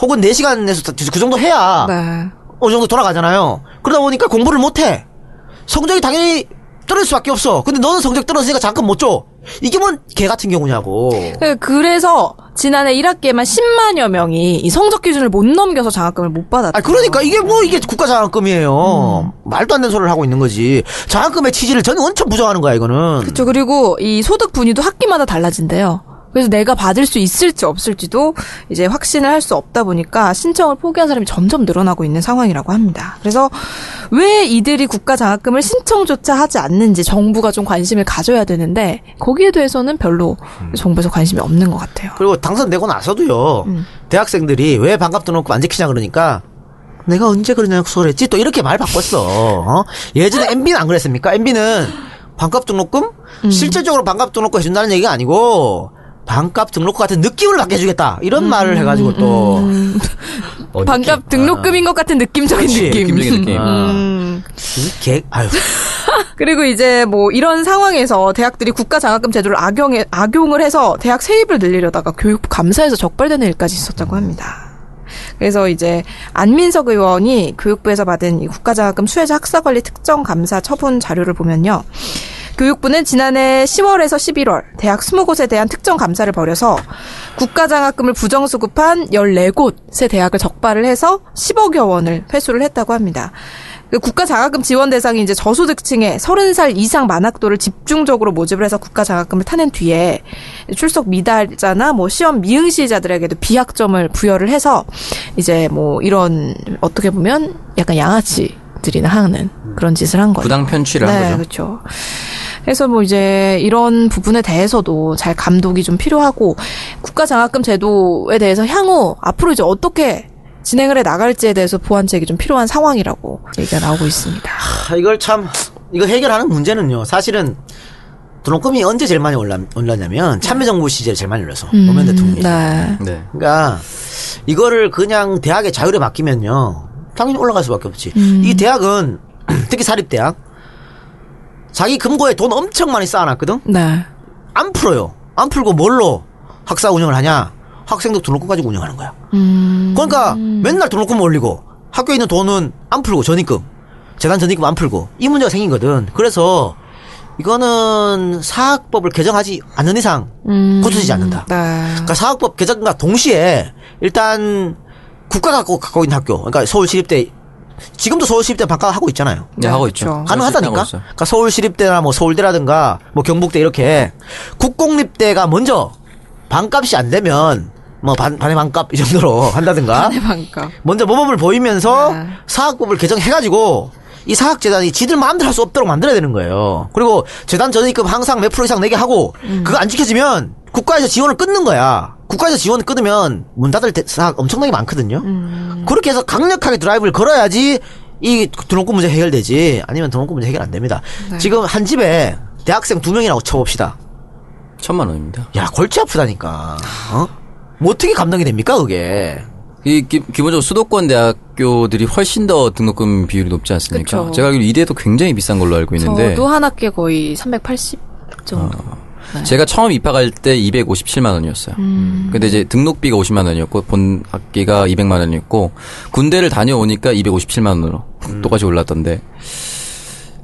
S3: 혹은 4시간에서 그 정도 해야
S2: 네.
S3: 어느 정도 돌아가잖아요. 그러다 보니까 공부를 못 해. 성적이 당연히 떨어질 수밖에 없어. 근데 너는 성적 떨어지니까 잠깐 못 줘. 이게 뭔 개 같은 경우냐고.
S2: 그- 그래서 지난해 1학기에만 10만여 명이 이 성적 기준을 못 넘겨서 장학금을 못 받았다.
S3: 아 그러니까 이게 뭐 이게 국가
S2: 음.
S3: 장학금이에요. 말도 안 되는 소리를 하고 있는 거지. 장학금의 취지를 저는 엄청 부정하는 거야 이거는.
S2: 그렇죠. 그리고 이 소득 분위도 학기마다 달라진대요. 그래서 내가 받을 수 있을지 없을지도 이제 확신을 할 수 없다 보니까 신청을 포기한 사람이 점점 늘어나고 있는 상황이라고 합니다. 그래서 왜 이들이 국가 장학금을 신청조차 하지 않는지 정부가 좀 관심을 가져야 되는데 거기에 대해서는 별로 정부에서 관심이 없는 것 같아요.
S3: 그리고 당선되고 나서도요.
S2: 음.
S3: 대학생들이 왜 반값 등록금 안 지키냐 그러니까 내가 언제 그러냐고 소리했지 또 이렇게 말 바꿨어. 어? 예전에 MB는 안 그랬습니까? MB는 반값 등록금
S2: 음.
S3: 실질적으로 반값 등록금 해준다는 얘기가 아니고. 반값 등록금 같은 느낌을 받게 해주겠다
S2: 음.
S3: 이런 말을 해가지고 또 어,
S2: 반값 등록금인 것 같은 느낌적인
S3: 그치,
S2: 느낌.
S4: 느낌적인 아. 느낌.
S2: 음.
S3: 아. 개 아유
S2: 그리고 이제 뭐 이런 상황에서 대학들이 국가 장학금 제도를 악용해, 악용을 해서 대학 세입을 늘리려다가 교육부 감사에서 적발되는 일까지 있었다고 합니다. 그래서 이제 안민석 의원이 교육부에서 받은 이 국가장학금 수혜자 학사관리 특정 감사 처분 자료를 보면요. 교육부는 지난해 10월에서 11월 대학 20곳에 대한 특정 감사를 벌여서 국가장학금을 부정수급한 14곳의 대학을 적발을 해서 10억여 원을 회수를 했다고 합니다. 그 그 국가 장학금 지원 대상이 이제 저소득층의 30살 이상 만학도를 집중적으로 모집을 해서 국가 장학금을 타낸 뒤에 출석 미달자나 뭐 시험 미응시자들에게도 비학점을 부여를 해서 이제 뭐 이런 어떻게 보면 약간 양아치들이나 하는 그런 짓을 한 거예요.
S4: 부당 편취를 한
S2: 네,
S4: 거죠.
S2: 그렇죠. 그래서 뭐 이제 이런 부분에 대해서도 잘 감독이 좀 필요하고 국가 장학금 제도에 대해서 향후 앞으로 이제 어떻게 진행을 해 나갈지에 대해서 보완책이 좀 필요한 상황이라고 얘기가 나오고 있습니다.
S4: 아,
S3: 하, 아, 이걸 참 이거 해결하는 문제는요. 사실은 드론금이 언제 제일 많이 올라, 올랐냐면 참여정부 시절에 제일 많이 올라서 노무현 대통령이.
S2: 음, 네.
S4: 네.
S3: 그러니까 이거를 그냥 대학의 자율에 맡기면요 당연히 올라갈 수밖에 없지. 이 대학은 [clears throat] 특히 사립 대학 자기 금고에 돈 엄청 많이 쌓아놨거든.
S2: 네.
S3: 안 풀어요. 안 풀고 뭘로 학사 운영을 하냐? 학생들 돈 놓고 가지고 운영하는 거야. 그러니까 맨날 돈 놓고 올리고 학교에 있는 돈은 안 풀고 전입금, 재단 전입금 안 풀고 이 문제가 생기거든. 그래서 이거는 사학법을 개정하지 않는 이상 고쳐지지 않는다.
S2: 네.
S3: 그러니까 사학법 개정과 동시에 일단 국가가 갖고, 갖고 있는 학교, 그러니까 서울시립대 지금도 서울시립대 반값 하고 있잖아요.
S4: 네, 하고 있죠.
S2: 그렇죠.
S3: 가능하다니까.
S4: 하고 있어요.
S3: 그러니까 서울시립대나 뭐 서울대라든가 뭐 경북대 이렇게 국공립대가 먼저 반값이 안 되면 뭐 반, 반의 반값 이 정도로 한다든가
S2: 대방값.
S3: 먼저 모범을 보이면서
S2: 네.
S3: 사학법을 개정해가지고 이 사학재단이 지들 마음대로 할 수 없도록 만들어야 되는 거예요. 그리고 재단 전입금 항상 몇 프로 이상 내게 하고 그거 안 지켜지면 국가에서 지원을 끊는 거야. 국가에서 지원을 끊으면 문 닫을 대- 사학 엄청나게 많거든요. 그렇게 해서 강력하게 드라이브를 걸어야지 이 등록금 문제 해결되지 아니면 등록금 문제 해결 안 됩니다. 지금 한 집에 대학생 두 명이라고 쳐봅시다.
S4: 천만 원입니다.
S3: 야 골치 아프다니까. 어? 뭐 어떻게 감당이 됩니까 그게?
S4: 이 기, 본적으로 수도권 대학교들이 훨씬 더 등록금 비율이 높지 않습니까?
S2: 그쵸.
S4: 제가 알기로 이대도 굉장히 비싼 걸로 알고 있는데
S2: 저도 한 학기에 거의 380 정도.
S4: 제가 처음 입학할 때 257만 원이었어요.
S2: 음.
S4: 근데 이제 등록비가 50만 원이었고 본 학기가 200만 원이었고 군대를 다녀오니까 257만 원으로 똑같이 올랐던데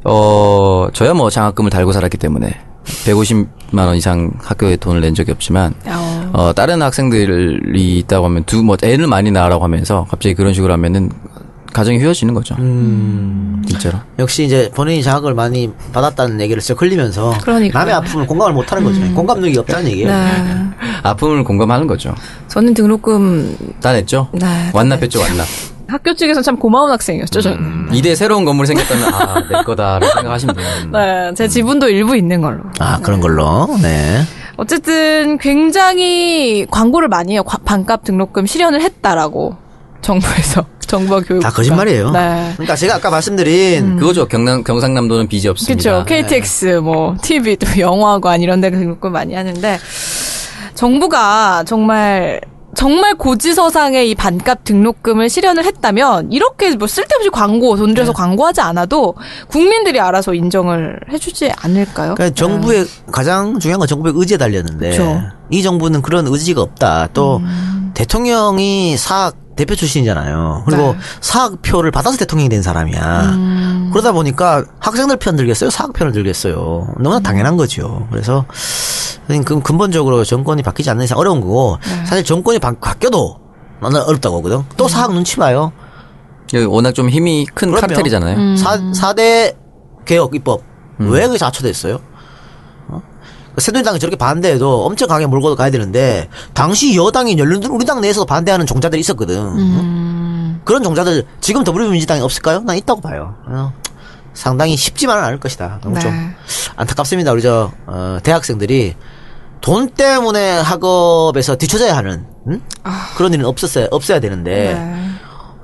S4: 어 저야 뭐 장학금을 달고 살았기 때문에 150만 원 이상 학교에 돈을 낸 적이 없지만
S2: 어.
S4: 어, 다른 학생들이 있다고 하면 두 뭐 애를 많이 낳으라고 하면서 갑자기 그런 식으로 하면은 가정이 휘어지는 거죠. 진짜로.
S3: 역시 이제 본인이 장학을 많이 받았다는 얘기를 진짜 흘리면서
S2: 그러니까요. 음.
S3: 남의 아픔을 공감을 못하는 거죠. 공감력이 없다는
S4: 아.
S3: 얘기예요.
S2: 네.
S4: 아픔을 공감하는 거죠.
S2: 저는 등록금
S4: 따냈죠?
S2: 네, 따냈죠.
S4: 완납했죠, 완납.
S2: 학교 측에서 참 고마운 학생이었죠, 저는.
S4: 음. 이대 새로운 건물이 생겼다면 아, 내 거다라고 생각하시면 돼요.
S2: 네. 제 지분도 일부 있는 걸로.
S3: 아 그런 걸로. 네.
S2: 어쨌든 굉장히 광고를 많이 해요. 과- 반값 등록금 실현을 했다라고 정부에서 [laughs] 정부와 교육
S3: 다 거짓말이에요.
S2: 네.
S3: 그러니까 제가 아까 말씀드린
S4: 음. 그거죠. 경남 경상남도는 빚이 없습니다.
S3: 네.
S2: 그렇죠. KTX 뭐 TV 또 영화관 이런 데 등록금 많이 하는데 정부가 정말 정말 고지서상의 이 반값 등록금을 실현을 했다면 이렇게 뭐 쓸데없이 광고 돈
S3: 네.
S2: 들여서 광고하지 않아도 국민들이 알아서 인정을 해주지 않을까요? 네.
S3: 그러니까 정부의 가장 중요한 건 정부의 의지에 달렸는데
S2: 그쵸. 음.
S3: 이 정부는 그런 의지가 없다. 또 대통령이 사학 대표 출신이잖아요. 그리고
S2: 네. 음.
S3: 사학표를 받아서 대통령이 된 사람이야. 그러다 보니까 학생들 편 들겠어요, 사학 편을 들겠어요. 너무나
S2: 음.
S3: 당연한 거죠. 그래서 그 근본적으로 정권이 바뀌지 않는 이상 어려운 거고
S2: 네.
S3: 사실 정권이 바, 뀌어도 나는 어렵다고 하거든. 또 사학 눈치 봐요.
S4: 여기 그 워낙 좀 힘이 큰
S3: 그럼요.
S4: 카르텔이잖아요. 음.
S3: 사 4대 개혁 입법. 왜 그게 자초됐어요? 어? 새누리당이 저렇게 반대해도 엄청 강하게 몰고 가야 되는데 당시 여당인 열린들 우리 당 내에서도 반대하는 종자들이 있었거든. 어? 그런 종자들 지금 더불어민주당이 없을까요? 난 있다고 봐요. 어, 상당히 쉽지만은 않을 것이다. 너무 좀
S2: 네.
S3: 안타깝습니다. 우리 저 어, 대학생들이 돈 때문에 학업에서 뒤쳐져야 하는 응? 그런 일은 없었어요. 없어야 되는데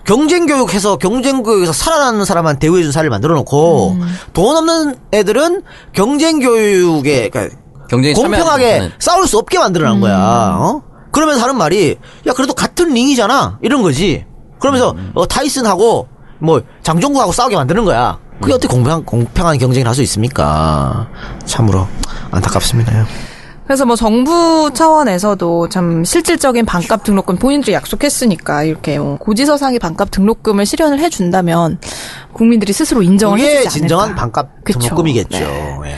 S3: 경쟁 교육해서 경쟁 교육에서 살아나는 사람한테 대우해 준 사례를 만들어 놓고 돈 없는 애들은 경쟁 교육에 그러니까
S4: 경쟁에
S3: 공평하게
S4: 참여하는 음.
S3: 싸울 수 없게 만들어 놓은 거야. 어? 그러면서 하는 말이 야 그래도 같은 링이잖아 이런 거지. 그러면서
S4: 음.
S3: 어, 타이슨하고 뭐 장종국하고 싸우게 만드는 거야.
S4: 음.
S3: 그게 어떻게 공평, 공평한 경쟁을 할 수 있습니까? 참으로 안타깝습니다.
S2: 그래서 뭐 정부 차원에서도 참 실질적인 반값 등록금 본인들이 약속했으니까 이렇게 뭐 고지서상의 반값 등록금을 실현을 해준다면 국민들이 스스로 인정을 해주지
S3: 이게
S2: 않을까.
S3: 진정한 반값
S2: 그쵸.
S3: 등록금이겠죠.
S2: 네.
S3: 예.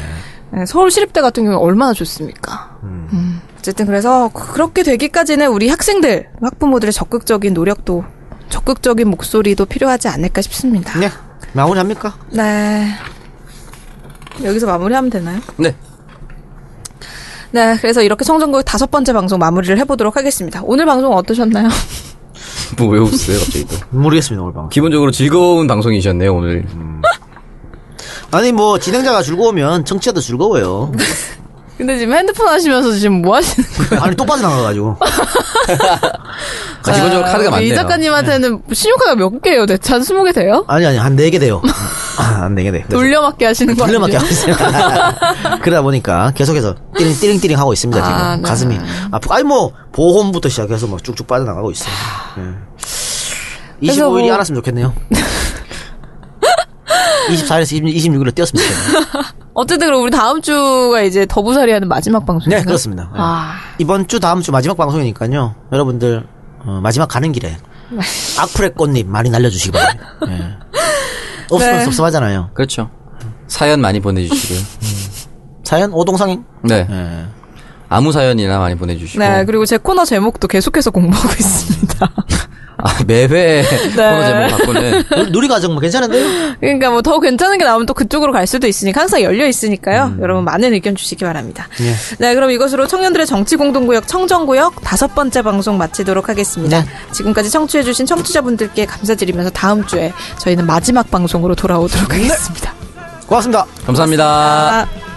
S2: 네, 서울시립대 같은 경우는 얼마나 좋습니까? 음, 어쨌든 그래서 그렇게 되기까지는 우리 학생들, 학부모들의 적극적인 노력도 적극적인 목소리도 필요하지 않을까 싶습니다.
S3: 네. 마무리합니까?
S2: 네. 여기서 마무리하면 되나요?
S4: 네.
S2: 네, 그래서 이렇게 청정구역 다섯 번째 방송 마무리를 해보도록 하겠습니다. 오늘 방송 어떠셨나요?
S4: 뭐 왜 웃으세요, 갑자기 또.
S3: 모르겠습니다 오늘 방송.
S4: 기본적으로 즐거운 방송이셨네요, 오늘.
S3: 아니 뭐 진행자가 즐거우면
S2: [laughs]
S3: 청취자도 즐거워요.
S2: 근데 지금 핸드폰 하시면서 지금 뭐 하시는
S3: 아니 또 빠져나가가지고.
S4: 아, 기본적으로 카드가 많네요.
S6: 이 작가님한테는 신용카드가 몇 개예요? 대체 한 20개 돼요?
S3: 아니 아니 한 네
S2: [laughs]
S3: 개 돼요. 한 네 개 돼.
S6: 돌려막기 하시는 거
S3: 돌려막기
S6: 아니에요?
S3: 하고 있어요. 그러다 보니까 계속해서 띠링 띠링 띠링 하고 있습니다 지금
S2: 아, 네.
S3: 가슴이 아프고 아니 뭐 보험부터 시작해서 막 쭉쭉 빠져나가고 있어요. 네.
S2: 그래서
S3: 25일이
S2: 뭐-
S3: 알았으면
S2: [laughs]
S3: 좋겠네요. 24일에서 26일로
S2: [laughs]
S3: 뛰었으면 좋겠네요.
S2: 어쨌든 그럼 우리 다음 주가 이제 더부살이 하는 마지막 방송이에요.
S3: 네 그렇습니다. 네.
S2: 아,
S3: 이번 주 다음 주 마지막 방송이니까요. 여러분들 어, 마지막 가는 길에
S2: [laughs]
S3: 악플의 꽃잎 많이 날려주시기 바랍니다. 예. 없으면
S2: 네.
S3: 섭섭하잖아요.
S4: 그렇죠. 사연 많이 보내주시고요.
S3: 사연 오동상행.
S4: [laughs] 네.
S3: 예.
S4: 아무 사연이나 많이 보내주시고.
S2: 네 그리고 제 코너 제목도 계속해서 공부하고 [laughs] 있습니다.
S4: 아, 매회 코너 제목 바꾸는.
S3: 누- 누리가 정말 괜찮은데요?
S2: 그러니까 뭐 더 괜찮은 게 나오면 또 그쪽으로 갈 수도 있으니까 항상 열려 있으니까요. 여러분 많은 의견 주시기 바랍니다. 네, 그럼 이것으로 청년들의 정치 공동구역 청정구역 다섯 번째 방송 마치도록 하겠습니다.
S3: 네.
S2: 지금까지 청취해주신 청취자분들께 감사드리면서 다음 주에 저희는 마지막 방송으로 돌아오도록 하겠습니다.
S3: 고맙습니다.
S4: 감사합니다.
S2: 아.